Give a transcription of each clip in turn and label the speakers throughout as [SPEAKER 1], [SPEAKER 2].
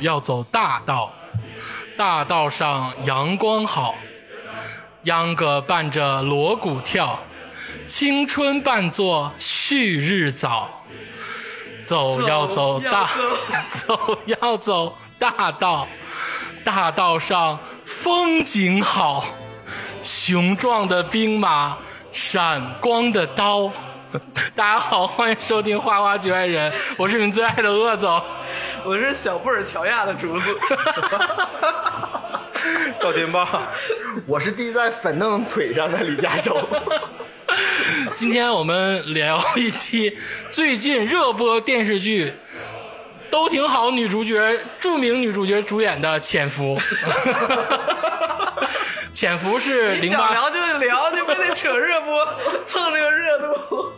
[SPEAKER 1] 要走大道，大道上阳光好，秧歌伴着锣鼓跳，青春伴作旭日早。走要走大，走要走大道，大道上风景好，雄壮的兵马，闪光的刀。大家好，欢迎收听《花花局外人》，我是你们最爱的鄂总。
[SPEAKER 2] 我是小布尔乔亚的竹子，
[SPEAKER 3] 赵 天霸，
[SPEAKER 4] 我是滴在粉嫩腿上的李佳洲，
[SPEAKER 1] 今天我们聊一期最近热播电视剧《都挺好》女主角著名女主角主演的《潜伏》。 潜伏是零
[SPEAKER 2] 想
[SPEAKER 1] 八
[SPEAKER 2] 聊就聊，你非得扯热播，蹭这个热度。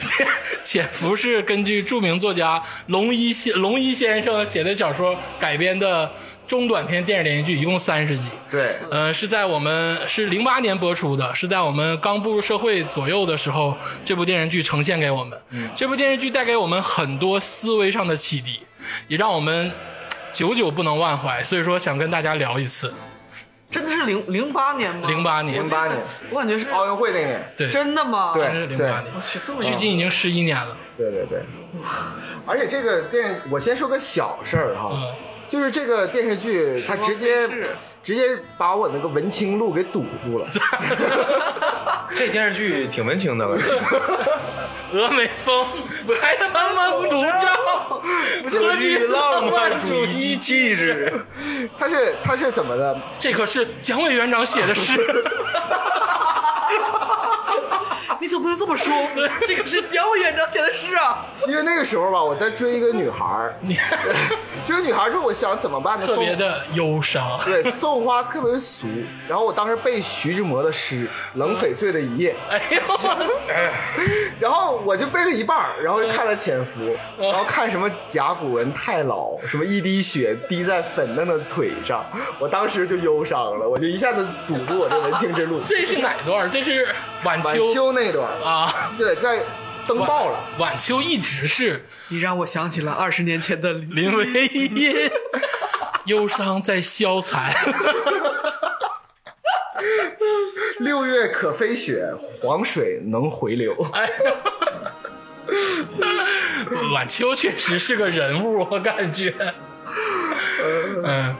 [SPEAKER 1] 潜 潜伏是根据著名作家龙一先龙一先生写的小说改编的中短篇电视连续剧，一共三十集。
[SPEAKER 4] 对，
[SPEAKER 1] 呃，是在我们是零八年播出的，是在我们刚步入社会左右的时候，这部电视剧呈现给我们。
[SPEAKER 2] 嗯
[SPEAKER 1] 这部电视剧带给我们很多思维上的启迪，也让我们久久不能忘怀。所以说，想跟大家聊一次。
[SPEAKER 2] 真的是零零八年 吗？
[SPEAKER 1] 零八年
[SPEAKER 2] 我记得
[SPEAKER 4] 08年
[SPEAKER 2] 我感觉是
[SPEAKER 4] 奥运会那年，
[SPEAKER 1] 对，
[SPEAKER 2] 真的吗？
[SPEAKER 4] 对
[SPEAKER 1] 真是零八年
[SPEAKER 2] 我，去这么
[SPEAKER 1] 距
[SPEAKER 2] 近，
[SPEAKER 1] 今已经十一年 了。
[SPEAKER 4] 对对对，而且这个电，我先说个小事儿哈
[SPEAKER 1] 嗯，
[SPEAKER 4] 就是这个电视剧，它直接
[SPEAKER 2] 什么电视
[SPEAKER 4] 直接把我那个文青路给堵住 了，
[SPEAKER 3] 这电视剧挺文青 的吧？
[SPEAKER 1] 峨眉峰还他妈独照，何惧浪漫主义？
[SPEAKER 3] 气质，
[SPEAKER 4] 它是它是怎么的？
[SPEAKER 1] 这可是蒋委员长写的诗，
[SPEAKER 4] 啊
[SPEAKER 2] 你怎么不能这么说？这个是蒋委员长写的诗啊！
[SPEAKER 4] 因为那个时候吧，我在追一个女孩儿， 追个女孩儿之后，我想怎么办呢？
[SPEAKER 1] 特
[SPEAKER 4] 送
[SPEAKER 1] 别的忧伤。
[SPEAKER 4] 对，送花特别俗。然后我当时背徐志摩的诗《冷翡翠的一夜
[SPEAKER 1] 哎呦，我》，。
[SPEAKER 4] 然后我就背了一半儿，然后就看了《潜伏》，然后看什么甲骨文太老，什么一滴血滴在粉嫩的腿上，我当时就忧伤了，我就一下子堵住我的文青之路
[SPEAKER 1] 这是哪段？这是晚
[SPEAKER 4] 晚
[SPEAKER 1] 秋
[SPEAKER 4] 秋那段儿，
[SPEAKER 1] 啊，
[SPEAKER 4] 对，在登报了。
[SPEAKER 1] 晚秋一直是
[SPEAKER 2] 你让我想起了二十年前的林
[SPEAKER 1] 林徽因，忧伤在消残。
[SPEAKER 4] 六月可飞雪，黄水能回流。
[SPEAKER 1] 哎呦，晚秋确实是个人物，我感觉。嗯，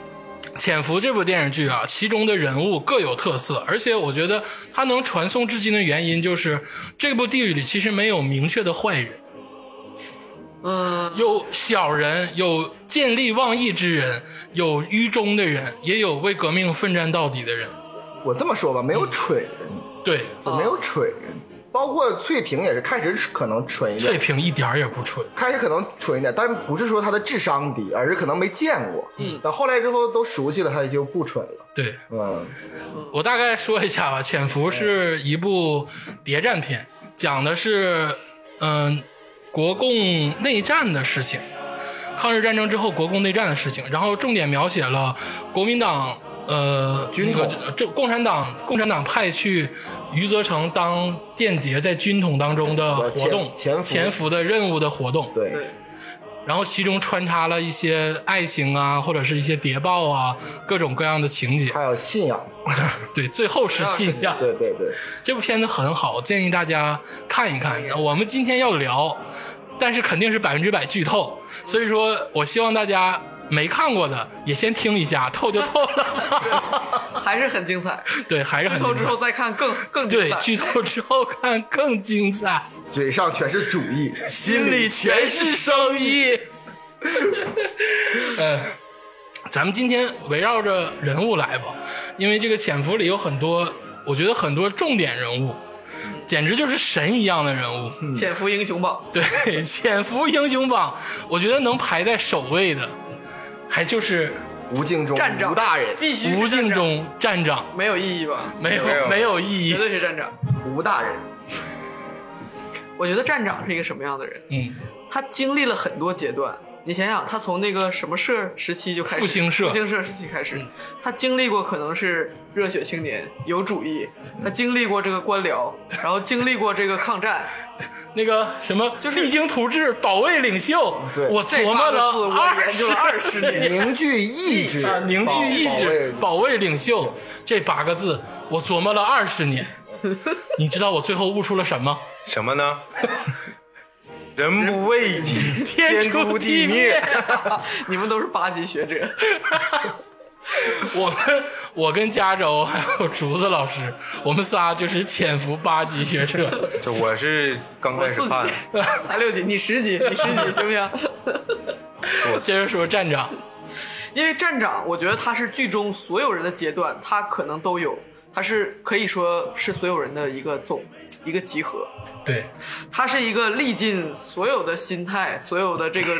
[SPEAKER 1] 《潜伏》这部电视剧啊，其中的人物各有特色，而且我觉得它能传颂至今的原因就是这部地狱里其实没有明确的坏人，
[SPEAKER 2] 嗯，
[SPEAKER 1] 有小人，有见利忘义之人，有愚忠的人，也有为革命奋战到底的人。
[SPEAKER 4] 我这么说吧，没
[SPEAKER 1] 嗯
[SPEAKER 4] 有蠢人，
[SPEAKER 1] 对，
[SPEAKER 4] 就没有蠢人，包括翠萍也是，开始可能蠢一点
[SPEAKER 1] 翠，萍一点儿也不蠢。
[SPEAKER 4] 开始可能蠢一点，但不是说他的智商低，而是可能没见过。嗯，但后来之后都熟悉了，他就不蠢了。
[SPEAKER 1] 对
[SPEAKER 4] 嗯，
[SPEAKER 1] 我大概说一下吧，《潜伏》是一部谍战片，讲的是嗯、国共内战的事情，抗日战争之后国共内战的事情，然后重点描写了国民党。呃，
[SPEAKER 4] 军
[SPEAKER 1] 那
[SPEAKER 4] 统
[SPEAKER 1] 个这共产党共产党派去余则成当间谍，在军统当中的
[SPEAKER 4] 呃
[SPEAKER 1] 活动，
[SPEAKER 4] 潜潜伏
[SPEAKER 1] 潜伏的任务的活动，
[SPEAKER 4] 对
[SPEAKER 2] 对，
[SPEAKER 1] 然后其中穿插了一些爱情啊，或者是一些谍报啊，各种各样的情节。
[SPEAKER 4] 还有信仰，
[SPEAKER 1] 对，最后是信仰。
[SPEAKER 4] 对对对，
[SPEAKER 1] 这部片子很好，建议大家看一看。呃我们今天要聊，但是肯定是百分之百剧透，所以说我希望大家没看过的也先听一下，透就透了。
[SPEAKER 2] 还是很精彩。
[SPEAKER 1] 对，还是
[SPEAKER 2] 剧
[SPEAKER 1] 很
[SPEAKER 2] 透
[SPEAKER 1] 精
[SPEAKER 2] 之
[SPEAKER 1] 彩
[SPEAKER 2] 后。再看更更精
[SPEAKER 1] 对，
[SPEAKER 2] 彩。
[SPEAKER 1] 剧透之后看更精 彩，
[SPEAKER 4] 嘴上全是主义，
[SPEAKER 1] 心里全是生意。 嗯，咱们今天围绕着人物来吧，因为这个《潜伏》里有很多，我觉得很多重点人物，简直就是神一样的人物。
[SPEAKER 2] 潜伏英雄榜，
[SPEAKER 1] 对，《潜伏英雄榜》，我觉得能排在首位的，还就是
[SPEAKER 4] 吴敬中
[SPEAKER 2] 站长
[SPEAKER 4] 吴大人，
[SPEAKER 2] 必须是
[SPEAKER 1] 吴敬
[SPEAKER 2] 站长，
[SPEAKER 1] 中站长，
[SPEAKER 2] 没有意义吧？
[SPEAKER 1] 没有
[SPEAKER 3] 没有
[SPEAKER 1] 没有意
[SPEAKER 2] 绝
[SPEAKER 1] 义。
[SPEAKER 2] 对是站长。
[SPEAKER 4] 吴大人，
[SPEAKER 2] 我觉得站长是一个什么样的人？
[SPEAKER 1] 嗯，
[SPEAKER 2] 他经历了很多阶段。你想想，他从那个什么社时期就开始，
[SPEAKER 1] 复兴社
[SPEAKER 2] 复兴社时期开始，他经历过可能是热血青年、有主义，他经历过这个官僚，然后经历过这个抗战，
[SPEAKER 1] 那个什么，
[SPEAKER 2] 就是
[SPEAKER 1] 励精图治，保卫领袖。
[SPEAKER 4] 对
[SPEAKER 1] 我
[SPEAKER 2] 这
[SPEAKER 1] 琢磨
[SPEAKER 2] 八个
[SPEAKER 1] 了
[SPEAKER 2] 字我
[SPEAKER 1] 二
[SPEAKER 2] 研究
[SPEAKER 1] 十
[SPEAKER 2] 了二十 年。
[SPEAKER 4] 凝聚 意志
[SPEAKER 1] 啊，，凝聚意志，
[SPEAKER 4] 保
[SPEAKER 1] 保卫领袖这八个字，我琢磨了二十 年。你知道我最后悟出了什么？
[SPEAKER 3] 什么呢？人不为己，
[SPEAKER 1] 天
[SPEAKER 3] 诛
[SPEAKER 1] 诛
[SPEAKER 3] 地
[SPEAKER 1] 灭。
[SPEAKER 2] 你们都是八级学者，
[SPEAKER 1] 我跟我跟加州还有竹子老师，我们仨就是潜伏八级学者。
[SPEAKER 3] 这我是刚
[SPEAKER 2] 我
[SPEAKER 3] 开始
[SPEAKER 2] 四级
[SPEAKER 3] 看，，
[SPEAKER 2] 他六级，你十级，你十级行不行？
[SPEAKER 1] 接着说站长，
[SPEAKER 2] 因为站长，我觉得他是剧中所有人的阶段，他可能都有，他是可以说是所有人的一个总一个集合。
[SPEAKER 1] 对，
[SPEAKER 2] 他是一个历尽所有的心态，所有的这个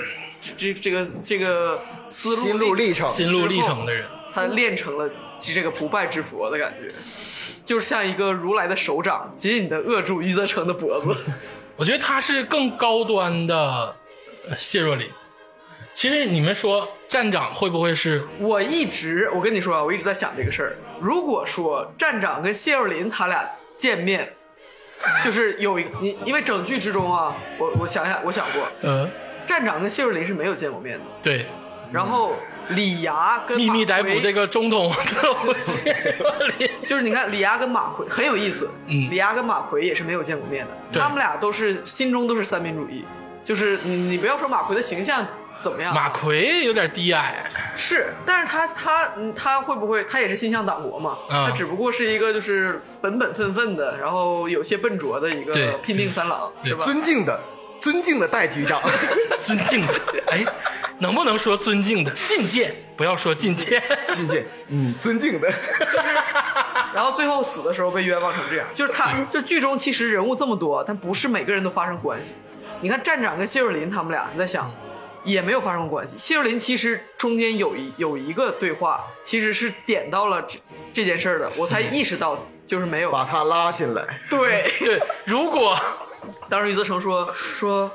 [SPEAKER 2] 这这个这个思路
[SPEAKER 4] 心路历程，
[SPEAKER 1] 心路历程的人，
[SPEAKER 2] 他练成了这个不败之佛的感觉，就是像一个如来的手掌紧紧的扼住余则成的脖子。
[SPEAKER 1] 我觉得他是更高端的呃谢若琳。其实你们说站长会不会是
[SPEAKER 2] 我一直，我跟你说啊，我一直在想这个事儿。如果说站长跟谢若琳他俩见面，就是有一你，因为整剧之中啊，我我想想，我想过，
[SPEAKER 1] 呃，
[SPEAKER 2] 站长跟谢若琳是没有见过面的。
[SPEAKER 1] 对
[SPEAKER 2] 然后李涯跟
[SPEAKER 1] 秘密逮捕这
[SPEAKER 2] 个，
[SPEAKER 1] 个中统的谢若琳？
[SPEAKER 2] 就是你看李涯跟马奎很有意思，
[SPEAKER 1] 嗯
[SPEAKER 2] 李涯跟马奎也是没有见过面的，
[SPEAKER 1] 对
[SPEAKER 2] 他们俩都是心中都是三民主义，就是你你不要说马奎的形象怎么样，
[SPEAKER 1] 马奎有点低矮，
[SPEAKER 2] 是，但是他他嗯他会不会他也是心向党国嘛？
[SPEAKER 1] 嗯
[SPEAKER 2] 他只不过是一个就是本本分分的，然后有些笨拙的一
[SPEAKER 1] 对
[SPEAKER 2] 个拼命三郎，
[SPEAKER 1] 对
[SPEAKER 2] 是吧？
[SPEAKER 4] 尊敬的，尊敬的戴局长，
[SPEAKER 1] 尊敬的，哎，能不能说尊敬的？进谏，不要说进谏。
[SPEAKER 4] 亲见，嗯，尊敬的，
[SPEAKER 2] 然后最后死的时候被冤枉成这样，就是他就剧中其实人物这么多，但不是每个人都发生关系。你看站长跟谢若琳他们俩，你在想。也没有发生过关系。谢若琳其实中间有一有一个对话，其实是点到了这这件事儿的，我才意识到就是没有。
[SPEAKER 4] 把他拉进来，
[SPEAKER 2] 对，
[SPEAKER 1] 对，如果
[SPEAKER 2] 当时余则成说说，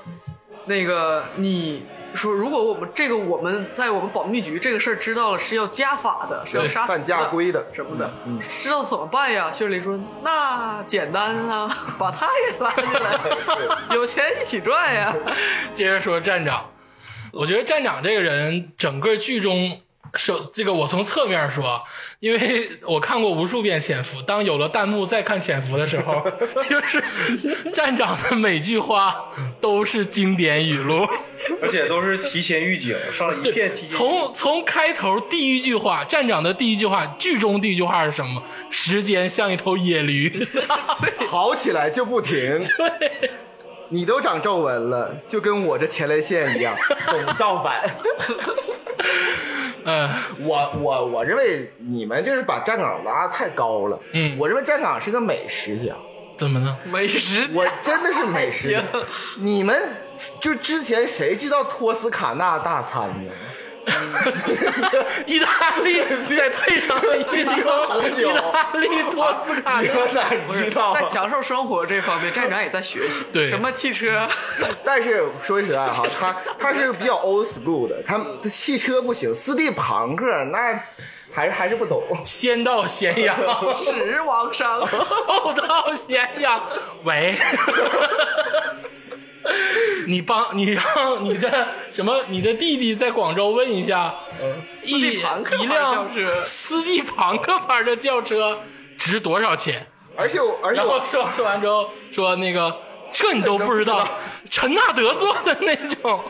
[SPEAKER 2] 那个你说，如果我们这个我们在我们保密局这个事儿知道了是要加法的，是要
[SPEAKER 1] 对
[SPEAKER 2] 杀头
[SPEAKER 4] 犯家规的
[SPEAKER 2] 什么的，
[SPEAKER 4] 嗯嗯
[SPEAKER 2] 知道怎么办呀？秀丽说那简单啊， 把他也拉进来，有钱一起赚呀。
[SPEAKER 1] 接着说站长，我觉得站长这个人，整个剧中。首这个我从侧面说，因为我看过无数遍《潜伏》，当有了弹幕再看《潜伏》的时候，就是站长的每句话都是经典语录。
[SPEAKER 3] 而且都是提前预警，上了一片提前预警。
[SPEAKER 1] 从从开头第一句话，站长的第一句话，剧中第一句话是什么？时间像一头野驴。
[SPEAKER 4] 跑起来就不停。你都长皱纹了，就跟我这前列腺一样，总 造反。
[SPEAKER 1] 嗯，
[SPEAKER 4] 我我我认为你们就是把站岗拉太高了。
[SPEAKER 1] 嗯
[SPEAKER 4] 我认为站岗是个美食家，
[SPEAKER 1] 怎么呢？
[SPEAKER 2] 美食
[SPEAKER 4] 我真的是美食家。你们就之前谁知道托斯卡纳大餐呢？
[SPEAKER 1] 意大利再配上一
[SPEAKER 4] 个红酒
[SPEAKER 1] 意大利托斯卡
[SPEAKER 4] 你
[SPEAKER 1] 纳，
[SPEAKER 4] 们哪知道啊
[SPEAKER 2] 在？享受生活这方面，站长也在学习，
[SPEAKER 1] 对
[SPEAKER 2] 什么汽车，
[SPEAKER 4] 但是说实在哈，他他是比较 old school 的，他他汽车不行，斯蒂庞克那还还是不懂。
[SPEAKER 1] 先到咸阳，
[SPEAKER 2] 驶往商。
[SPEAKER 1] 后到咸阳。喂， 你帮你让你的什么？你的弟弟在广州问一下，一
[SPEAKER 2] 蒂庞克牌
[SPEAKER 1] 一辆
[SPEAKER 2] 轿车
[SPEAKER 1] 斯蒂庞克牌的轿车值多少钱？
[SPEAKER 4] 而且我而且
[SPEAKER 1] 然后
[SPEAKER 4] 我
[SPEAKER 1] 说说完之后说那个这你都不知道，陈纳德做的那种。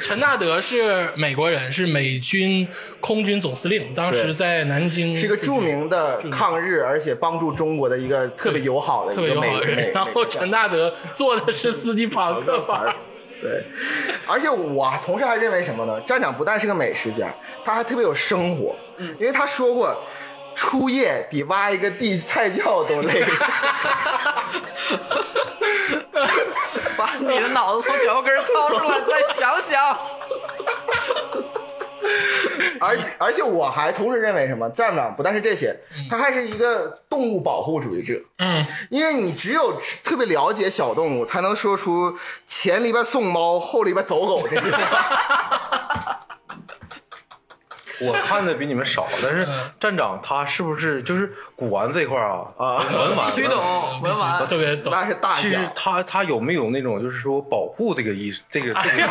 [SPEAKER 1] 陈纳德是美国人，是美军空军总司令，当时
[SPEAKER 4] 对
[SPEAKER 1] 在南京
[SPEAKER 4] 是个著名的抗日，而且帮助中国的一个特别友好的一
[SPEAKER 1] 特别
[SPEAKER 4] 个
[SPEAKER 1] 友
[SPEAKER 4] 美
[SPEAKER 1] 好的
[SPEAKER 4] 美
[SPEAKER 1] 人。然
[SPEAKER 4] 美
[SPEAKER 1] 后
[SPEAKER 4] 国
[SPEAKER 1] 陈纳德做的是斯基庞克牌 儿，
[SPEAKER 4] 对，而且我同时还认为什么呢？站长不但是个美食家，他还特别有生活，
[SPEAKER 1] 嗯
[SPEAKER 4] 因为他说过，初夜比挖一个地菜窖都 累。
[SPEAKER 2] 把你的脑子从脚后跟儿掏出来，再想想。
[SPEAKER 4] 而且而且我还同时认为什么，站长不但是这些，他还是一个动物保护主义者，
[SPEAKER 1] 嗯，
[SPEAKER 4] 因为你只有特别了解小动物，才能说出前篱笆送猫，后篱笆走狗这 些。
[SPEAKER 3] 我看的比你们少，但是站长他是不是就是古玩这一块儿啊？
[SPEAKER 4] 啊
[SPEAKER 3] 文 玩
[SPEAKER 2] 徐董文玩，
[SPEAKER 1] 特别懂。
[SPEAKER 4] 那是大
[SPEAKER 3] 其实
[SPEAKER 4] 家。
[SPEAKER 3] 他他有没有那种就是说保护这个意识？这个这个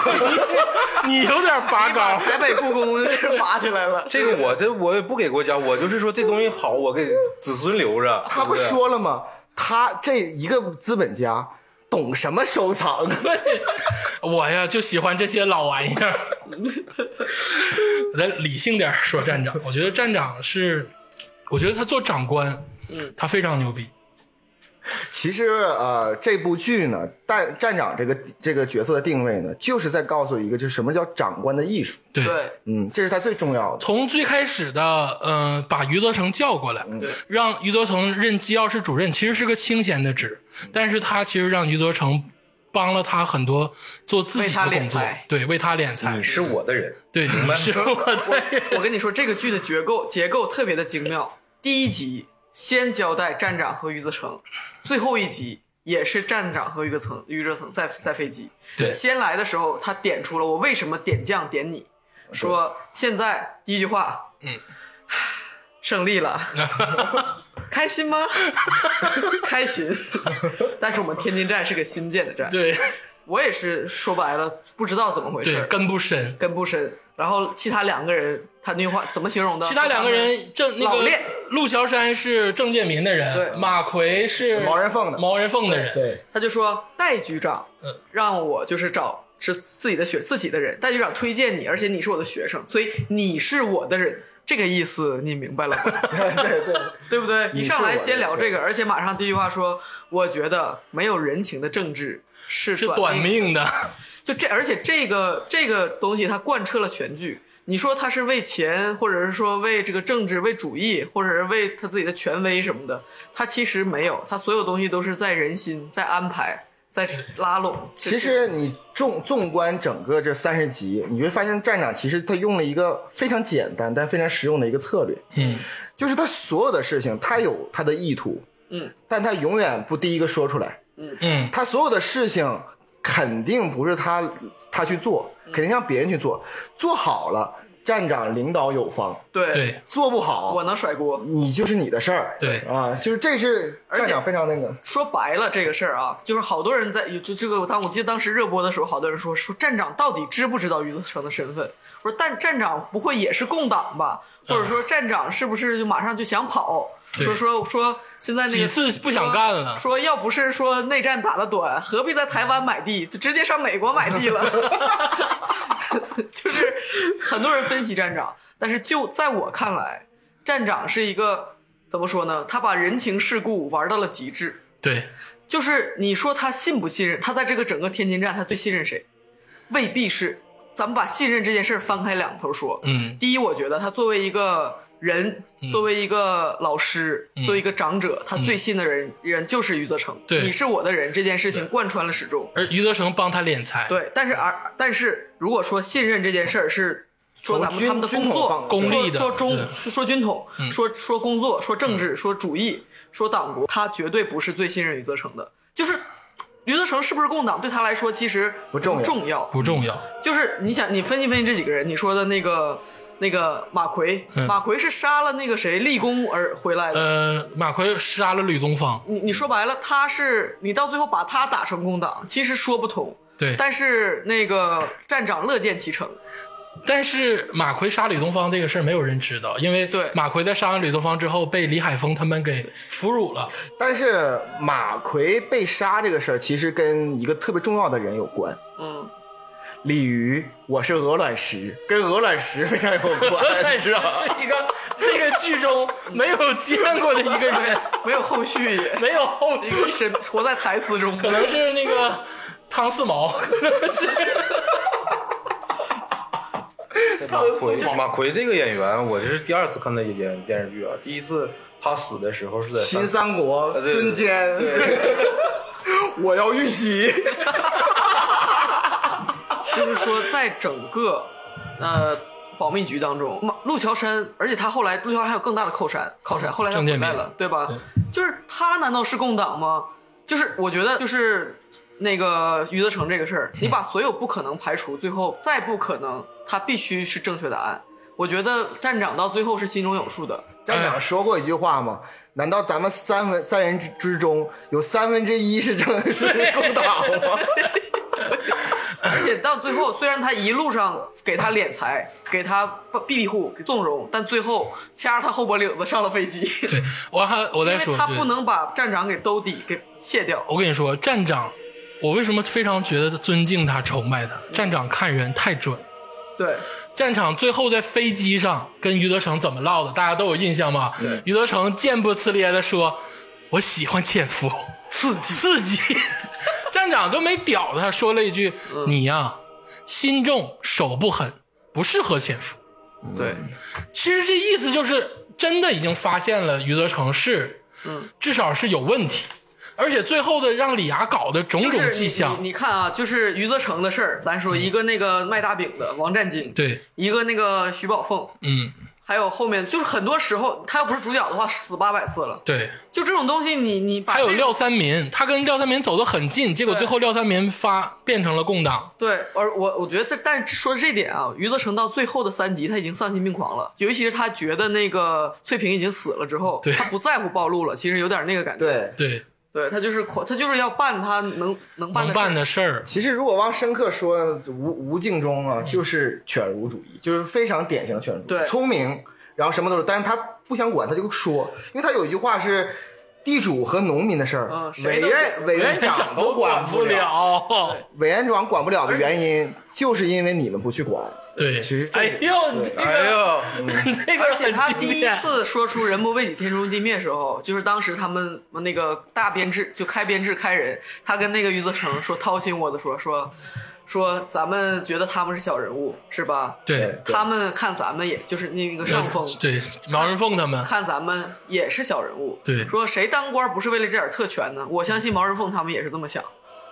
[SPEAKER 1] 你有点拔
[SPEAKER 2] 把
[SPEAKER 1] 高，
[SPEAKER 2] 台北故宫是拔起来了。
[SPEAKER 3] 这个我这我也不给国家，我就是说这东西好，我给子孙留着。
[SPEAKER 4] 他不
[SPEAKER 3] 对对
[SPEAKER 4] 说了吗？他这一个资本家懂什么收藏？
[SPEAKER 1] 我呀就喜欢这些老玩意儿。咱理性点儿说站长，我觉得站长是，我觉得他做长官，
[SPEAKER 4] 嗯
[SPEAKER 1] 他非常牛逼。
[SPEAKER 4] 其实呃，这部剧呢，站站长这个这个角色的定位呢，就是在告诉一个，就是什么叫长官的艺术。
[SPEAKER 1] 对，
[SPEAKER 2] 对，
[SPEAKER 4] 嗯，这是他最重要的。
[SPEAKER 1] 从最开始的，嗯、把余则成叫过来，让余则成任机要室主任，其实是个清闲的职，但是他其实让余则成帮了他很多做自己的
[SPEAKER 2] 为他
[SPEAKER 1] 工
[SPEAKER 2] 敛
[SPEAKER 1] 作
[SPEAKER 2] 财，
[SPEAKER 1] 对，为他敛财
[SPEAKER 3] 你，是我的人，
[SPEAKER 1] 对，你是我的人，
[SPEAKER 2] 我跟你说，这个剧的结构结构特别的精妙。第一集先交代站长和余则成，最后一集也是站长和余则成，余则成在在飞机。
[SPEAKER 1] 对
[SPEAKER 2] 先来的时候，他点出了我为什么点将点你，说现在第一句话，嗯， 胜 利了，开心吗？ 开心。但是我们天津站是个新建的站，
[SPEAKER 1] 对
[SPEAKER 2] 我也是说白了不知道怎么回事
[SPEAKER 1] 对，
[SPEAKER 2] 儿，
[SPEAKER 1] 根不深。
[SPEAKER 2] 跟不深。然后其他两个人，他那句话怎么形容的？
[SPEAKER 1] 其他两个人郑那
[SPEAKER 2] 老
[SPEAKER 1] 个
[SPEAKER 2] 练
[SPEAKER 1] 陆桥山是郑介民的
[SPEAKER 2] 对
[SPEAKER 1] 人，马奎是
[SPEAKER 4] 毛人凤的
[SPEAKER 1] 毛人凤的人，
[SPEAKER 4] 对，
[SPEAKER 2] 他就说戴局长
[SPEAKER 1] 嗯，
[SPEAKER 2] 让我就是找是自己的学自己的人，戴局长推荐你，而且你是我的学生，所以你是我的人，这个意思你明白了吗？
[SPEAKER 4] 对对对，
[SPEAKER 2] 对不对？一
[SPEAKER 4] 你是
[SPEAKER 2] 上
[SPEAKER 4] 我
[SPEAKER 2] 来
[SPEAKER 4] 的
[SPEAKER 2] 先聊
[SPEAKER 4] 对
[SPEAKER 2] 这个，而且马上第一句话说，我觉得没有人情的政治是
[SPEAKER 1] 是
[SPEAKER 2] 短
[SPEAKER 1] 短
[SPEAKER 2] 命
[SPEAKER 1] 命的，
[SPEAKER 2] 就这，而且这个这个东西它贯彻了全剧。你说他是为钱，或者是说为这个政治、为主义，或者是为他自己的权威什么的，他其实没有，他所有东西都是在人心、在安排、在拉拢。
[SPEAKER 4] 其实你纵纵观整个这三十集，你会发现站长其实他用了一个非常简单但非常实用的一个策略，
[SPEAKER 1] 嗯，
[SPEAKER 4] 就是他所有的事情他有他的意图，
[SPEAKER 2] 嗯，
[SPEAKER 4] 但他永远不第一个说出来，
[SPEAKER 1] 嗯，
[SPEAKER 4] 他所有的事情肯定不是他他去做，
[SPEAKER 2] 嗯
[SPEAKER 4] 肯定让别人去做，做好了站长领导有方，
[SPEAKER 2] 对，
[SPEAKER 1] 对
[SPEAKER 4] 做不好
[SPEAKER 2] 我能甩锅。
[SPEAKER 4] 你就是你的事儿，
[SPEAKER 1] 对
[SPEAKER 4] 啊，就是这是
[SPEAKER 2] 且
[SPEAKER 4] 站长非常那个，
[SPEAKER 2] 说白了，这个事儿啊，就是好多人在就这个，当我记得当时热播的时候，好多人说说站长到底知不知道余则成的身份？我说但站长不会也是共党吧？或者说站长是不是就马上就想跑？
[SPEAKER 1] 啊对
[SPEAKER 2] 说说说现在那个
[SPEAKER 1] 几次不想干了
[SPEAKER 2] 说说要不是说内战打得短，何必在台湾买 地，就直接上美国买地了？ 就是很多人分析站长，但是就在我看来，站长是一个怎么说呢？他把人情世故玩到了极致。
[SPEAKER 1] 对，
[SPEAKER 2] 就是你说他信不信任？他在这个整个天津站，他最信任谁？未必是。咱们把信任这件事儿翻开两头说。
[SPEAKER 1] 嗯，
[SPEAKER 2] 第一，我觉得他作为一个人，作为一个老师，作为一个长者，他最信的人人就是余则成。
[SPEAKER 1] 嗯对
[SPEAKER 2] 你是我的人这件事情贯穿了始终。
[SPEAKER 1] 而余则成帮他敛财，
[SPEAKER 2] 对，但是而但是如果说信任这件事儿是说咱们
[SPEAKER 4] 从
[SPEAKER 2] 他们的工
[SPEAKER 4] 军军统
[SPEAKER 2] 作
[SPEAKER 4] 放
[SPEAKER 1] 功利的
[SPEAKER 2] 说说中
[SPEAKER 1] 对
[SPEAKER 2] 说军统，
[SPEAKER 4] 嗯
[SPEAKER 2] 说说工作，说政治，说主义，说党国，他绝对不是最信任余则成的。就是余则成是不是共党，对他来说其实
[SPEAKER 4] 不重要
[SPEAKER 2] 重要。
[SPEAKER 1] 不重要，
[SPEAKER 2] 就是你想，你分析分析这几个人，你说的那个那个马奎，
[SPEAKER 1] 嗯
[SPEAKER 2] 马奎是杀了那个谁立功而回来
[SPEAKER 4] 嗯
[SPEAKER 2] 的。
[SPEAKER 1] 呃，马奎杀了吕宗方，
[SPEAKER 2] 你你说白了，他是你到最后把他打成共党，其实说不通。
[SPEAKER 1] 对，
[SPEAKER 2] 但是那个站长乐见其成，
[SPEAKER 1] 但是马奎杀吕东方这个事儿没有人知道，因为
[SPEAKER 2] 对
[SPEAKER 1] 马奎在杀完吕东方之后被李海峰他们给俘虏 了，
[SPEAKER 4] 但是马奎被杀这个事儿，其实跟一个特别重要的人有关。
[SPEAKER 2] 嗯，
[SPEAKER 4] 鲤鱼，我是鹅卵石，跟鹅卵石非常有关，
[SPEAKER 1] 但
[SPEAKER 4] 你
[SPEAKER 1] 是
[SPEAKER 4] 知道吧？
[SPEAKER 1] 是一个这个剧中没有见过的一个人，
[SPEAKER 2] 没有后续也，
[SPEAKER 1] 没有后续，
[SPEAKER 2] 一直活在台词中。
[SPEAKER 1] 可能是那个汤四毛，可能是
[SPEAKER 3] 马奎，马奎这个演员，我这是第二次看他演电视剧啊，第一次他死的时候是在
[SPEAKER 4] 新
[SPEAKER 3] 三
[SPEAKER 4] 三国，
[SPEAKER 3] 对对
[SPEAKER 4] 孙坚， 我要遇袭。
[SPEAKER 2] 就是说，在整个呃保密局当中，
[SPEAKER 1] 嗯
[SPEAKER 2] 马陆桥山，而且他后来陆桥山还有更大的靠山，靠山后来他
[SPEAKER 1] 郑
[SPEAKER 2] 回
[SPEAKER 1] 建
[SPEAKER 2] 来
[SPEAKER 1] 民
[SPEAKER 2] 了，对吧？
[SPEAKER 1] 对
[SPEAKER 2] 就是他难道是共党吗？就是我觉得就是那个余则成这个事
[SPEAKER 1] 嗯
[SPEAKER 2] 儿，你把所有不可能排除，最后再不可能，它必须是正确答案。我觉得站长到最后是心中有数的，
[SPEAKER 4] 站长说过一句话吗？难道咱们三分三人之之中有三分之一是正是共党吗？
[SPEAKER 2] 而且到最后，虽然他一路上给他敛财，给他庇庇护、给纵容，但最后掐着他后脖领子上了飞机，
[SPEAKER 1] 对我还我
[SPEAKER 2] 因
[SPEAKER 1] 再
[SPEAKER 2] 为
[SPEAKER 1] 说，
[SPEAKER 2] 他
[SPEAKER 1] 对
[SPEAKER 2] 不能把站长给兜底给卸掉。
[SPEAKER 1] 我跟你说，站长，我为什么非常觉得尊敬他、崇拜他？站长看人太准。
[SPEAKER 2] 对，
[SPEAKER 1] 战场最后在飞机上跟余则成怎么唠的，大家都有印象吧？余则成贱不呲咧的说：“我喜欢潜伏，刺 激刺激。”站长都没屌他，说了一句：“
[SPEAKER 2] 嗯
[SPEAKER 1] 你呀、心重手不狠，不适合潜伏。
[SPEAKER 2] 对，”
[SPEAKER 1] 其实这意思就是真的已经发现了余则成是，
[SPEAKER 2] 嗯，
[SPEAKER 1] 至少是有问题，而且最后的让李涯搞的种
[SPEAKER 2] 就是
[SPEAKER 1] 种迹象，嗯
[SPEAKER 2] 你你你看啊，就是余则成的事儿，咱说一个那个卖大饼的王占金，
[SPEAKER 1] 对，
[SPEAKER 2] 一个那个徐宝凤，
[SPEAKER 1] 嗯，
[SPEAKER 2] 还有后面就是很多时候他要不是主角的话，死八百次了。
[SPEAKER 1] 对。
[SPEAKER 2] 就这种东西你，你把
[SPEAKER 1] 还有
[SPEAKER 2] 这个
[SPEAKER 1] 廖三民，他跟廖三民走得很近，结果
[SPEAKER 2] 对
[SPEAKER 1] 最后廖三民发变成了共党。
[SPEAKER 2] 对，而我我觉得这，但是说这点啊，余则成到最后的三集，他已经丧心病狂了。尤其是他觉得那个翠萍已经死了之后
[SPEAKER 1] 对，
[SPEAKER 2] 他不在乎暴露了，其实有点那个感觉。，
[SPEAKER 4] 对，
[SPEAKER 1] 对，
[SPEAKER 2] 对他就是狂，他就是要办他能能办
[SPEAKER 1] 能
[SPEAKER 2] 的
[SPEAKER 1] 办
[SPEAKER 2] 事
[SPEAKER 1] 的事儿，
[SPEAKER 4] 其实如果往深刻说，吴吴敬中啊，就是犬儒主义，就是非常典型的犬儒，
[SPEAKER 2] 对
[SPEAKER 4] 聪明，然后什么都是，但是他不想管，他就说，因为他有一句话是。地主和农民的事儿
[SPEAKER 2] 嗯，谁
[SPEAKER 4] 委
[SPEAKER 2] 都
[SPEAKER 4] 员委员长都管
[SPEAKER 1] 不
[SPEAKER 4] 了，
[SPEAKER 1] 了。
[SPEAKER 4] 委员长管不了的原因，就是因为你们不去管。
[SPEAKER 1] 对，
[SPEAKER 4] 其实这
[SPEAKER 1] 哎
[SPEAKER 4] 个
[SPEAKER 1] 呦，你这个、
[SPEAKER 3] 哎呦，
[SPEAKER 1] 这个
[SPEAKER 2] 而且他
[SPEAKER 1] 很经
[SPEAKER 2] 第一
[SPEAKER 1] 典
[SPEAKER 2] 次说出“人不为己，天诛地灭”时候，就是当时他们那个大编制就开编制开人，他跟那个余则成说掏心窝子说说说咱们觉得他们是小人物是吧？
[SPEAKER 1] 对，
[SPEAKER 2] 他们看咱们也就是那个上 风，
[SPEAKER 1] 对毛人凤他们，
[SPEAKER 2] 看咱们也是小人物，
[SPEAKER 1] 对
[SPEAKER 2] 说谁当官不是为了这点特权呢？我相信毛人凤他们也是这么想，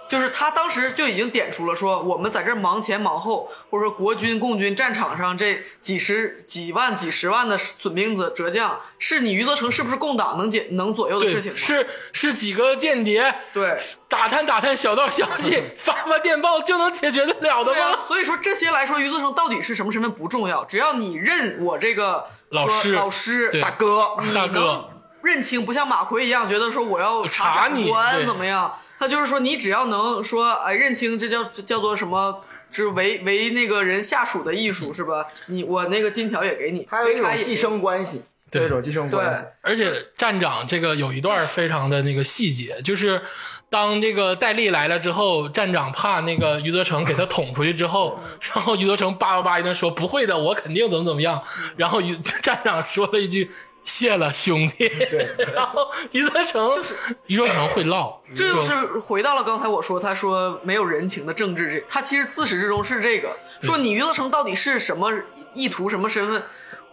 [SPEAKER 2] 就是他当时就已经点出了说，我们在这儿忙前忙后，或者说国军、共军战场上这几十、几万、几十万的损兵子折将，是你余则成是不是共党能解能左右的事
[SPEAKER 1] 对
[SPEAKER 2] 情吗？，
[SPEAKER 1] 是是几个间谍
[SPEAKER 2] 对。
[SPEAKER 1] 打探打探小道消 息，发发电报就能解决得了的
[SPEAKER 2] 对啊
[SPEAKER 1] 吗？，
[SPEAKER 2] 所以说这些来说，余则成到底是什么身份不重要，只要你认我这个
[SPEAKER 1] 老
[SPEAKER 2] 说
[SPEAKER 1] 师
[SPEAKER 2] 老师
[SPEAKER 1] 对
[SPEAKER 4] 大哥，
[SPEAKER 1] 大
[SPEAKER 2] 你能
[SPEAKER 1] 哥，
[SPEAKER 2] 认清，不像马奎一样觉得说我要
[SPEAKER 1] 查
[SPEAKER 2] 查
[SPEAKER 1] 你
[SPEAKER 2] 长官
[SPEAKER 1] 对
[SPEAKER 2] 怎么样，他就是说你只要能说哎认清，这叫这叫做什么？是为为那个人下属的艺术是吧？你我那个金条也给你，
[SPEAKER 4] 还有一
[SPEAKER 2] 飞叉
[SPEAKER 4] 种
[SPEAKER 2] 也
[SPEAKER 4] 寄
[SPEAKER 2] 给
[SPEAKER 4] 生关系，
[SPEAKER 1] 对
[SPEAKER 4] 还有一种寄生
[SPEAKER 2] 对
[SPEAKER 4] 关系。
[SPEAKER 1] 而且站长这个有一段非常的那个细节，就是当这个戴笠来了之后，站长怕那个余则成给他捅出去之后，
[SPEAKER 2] 嗯
[SPEAKER 1] 然后余则成叭叭叭一顿说不会的，我肯定怎么怎么样，
[SPEAKER 2] 嗯
[SPEAKER 1] 然后余 站长说了一句。谢了，兄弟。
[SPEAKER 4] 对，
[SPEAKER 1] 然后余则成
[SPEAKER 2] 就是
[SPEAKER 1] 余则成会唠，
[SPEAKER 2] 你，这就是回到了刚才我说，他说没有人情的政治这，他其实自始至终是这个，说你余则成到底是什么意图、什么身份，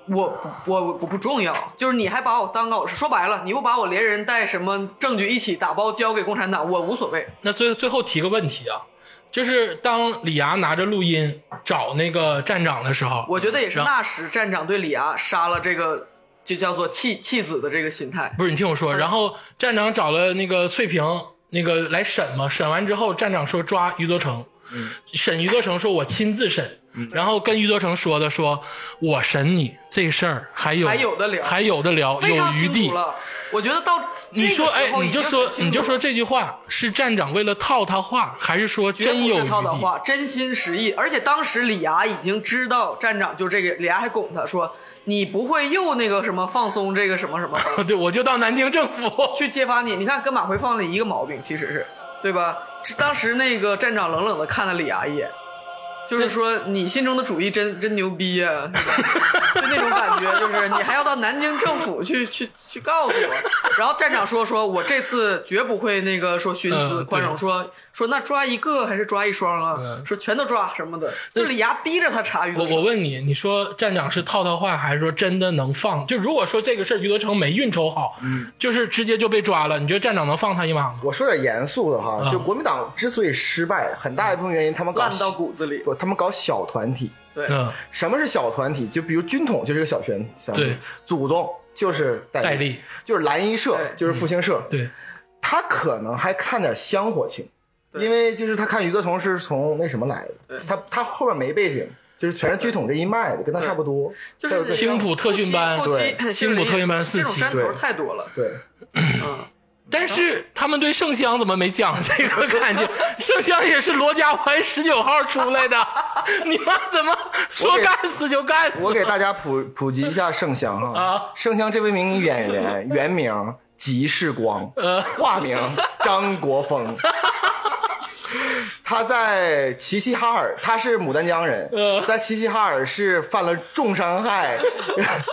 [SPEAKER 2] 我我我不重要，就是你还把我当个老师，说白了，你不把我连人带什么证据一起打包交给共产党，我无所谓。
[SPEAKER 1] 那最最后提个问题啊，就是当李涯拿着录音找那个站长的时候，
[SPEAKER 2] 我觉得也是
[SPEAKER 1] 然后
[SPEAKER 2] 那时站长对李涯啊杀了这个，就叫做弃弃子的这个心态。
[SPEAKER 1] 不是你听我
[SPEAKER 2] 嗯
[SPEAKER 1] 说，然后站长找了那个翠萍那个来审嘛，审完之后站长说抓余则成，
[SPEAKER 2] 嗯
[SPEAKER 1] 审余则成说我亲自审，然后跟余则成说的说我审你这事儿还有
[SPEAKER 2] 还有的聊
[SPEAKER 1] 还有的聊，
[SPEAKER 2] 非
[SPEAKER 1] 哦有
[SPEAKER 2] 常
[SPEAKER 1] 余
[SPEAKER 2] 清
[SPEAKER 1] 地
[SPEAKER 2] 楚。了，我觉得到
[SPEAKER 1] 你说，
[SPEAKER 2] 这个
[SPEAKER 1] 哎
[SPEAKER 2] 时，候
[SPEAKER 1] 你
[SPEAKER 2] 已
[SPEAKER 1] 就
[SPEAKER 2] 经很
[SPEAKER 1] 说，
[SPEAKER 2] 清楚
[SPEAKER 1] 你就说
[SPEAKER 2] 了，
[SPEAKER 1] 这句话是站长为了套他话，还是说
[SPEAKER 2] 绝不
[SPEAKER 1] 真有
[SPEAKER 2] 是
[SPEAKER 1] 余
[SPEAKER 2] 套的
[SPEAKER 1] 地？
[SPEAKER 2] 话，真心实意。而且当时李涯已经知道站长就这个，李涯还拱他说：“你不会又那个什么放松这个什么什么吧
[SPEAKER 1] 对，我就到南京政 府。
[SPEAKER 2] 去揭发你？你看跟马奎放了一个毛病，其实是对吧？是当时那个站长冷冷的看了李涯一眼。”就是说，你心中的主义真真牛逼呀、啊，是吧就那种感觉，就是你还要到南京政府去去去告诉我。然后站长说说，我这次绝不会那个说徇私
[SPEAKER 1] 嗯
[SPEAKER 2] 宽容，
[SPEAKER 1] 对
[SPEAKER 2] 说说那抓一个还是抓一双啊？
[SPEAKER 1] 嗯
[SPEAKER 2] 说全都抓什么的，就李涯逼着他查余
[SPEAKER 1] 我
[SPEAKER 2] 则
[SPEAKER 1] 我
[SPEAKER 2] 成。
[SPEAKER 1] 问你，你说站长是套套话，还是说真的能放？就如果说这个事儿余则成没运筹好，就是直接就被抓了，你觉得站长能放他一马吗？
[SPEAKER 4] 我说点严肃的哈，
[SPEAKER 1] 嗯
[SPEAKER 4] 就国民党之所以失败，很大一部分原因他们搞
[SPEAKER 2] 烂到骨子里，
[SPEAKER 4] 不，国他们搞小团体，
[SPEAKER 2] 对，
[SPEAKER 1] 嗯，
[SPEAKER 4] 什么是小团体？就比如军统就是一个小圈，小团体
[SPEAKER 1] 对，
[SPEAKER 4] 祖宗就是戴
[SPEAKER 1] 戴
[SPEAKER 4] 笠，
[SPEAKER 1] 笠，
[SPEAKER 4] 就是蓝衣社，
[SPEAKER 2] 对嗯
[SPEAKER 4] 就是复兴社，
[SPEAKER 1] 对，
[SPEAKER 4] 他可能还看点香火情，
[SPEAKER 2] 对
[SPEAKER 4] 因为就是他看余则成是从那什么来的
[SPEAKER 2] 对，
[SPEAKER 4] 他他后面没背景，就是全是军统这一脉的，跟他
[SPEAKER 2] 对
[SPEAKER 4] 差不多，
[SPEAKER 2] 就是
[SPEAKER 4] 对对
[SPEAKER 1] 青浦特训班
[SPEAKER 2] 后期
[SPEAKER 4] 对
[SPEAKER 1] 青浦特训班四
[SPEAKER 2] 这种
[SPEAKER 1] 期
[SPEAKER 2] 山头
[SPEAKER 4] 对
[SPEAKER 2] 太多了，
[SPEAKER 4] 对，
[SPEAKER 2] 嗯，
[SPEAKER 1] 但是他们对圣香怎么没讲这个感情？圣香也是罗家湾十九号出来的，你们怎么说干死就干死？
[SPEAKER 4] 我给大家普普及一下盛香
[SPEAKER 1] 啊
[SPEAKER 4] 哈，盛香这位名演员原名吉世光，化名张国峰。他在齐齐哈尔，他是牡丹江人
[SPEAKER 1] 嗯，
[SPEAKER 4] 在齐齐哈尔市犯了重伤害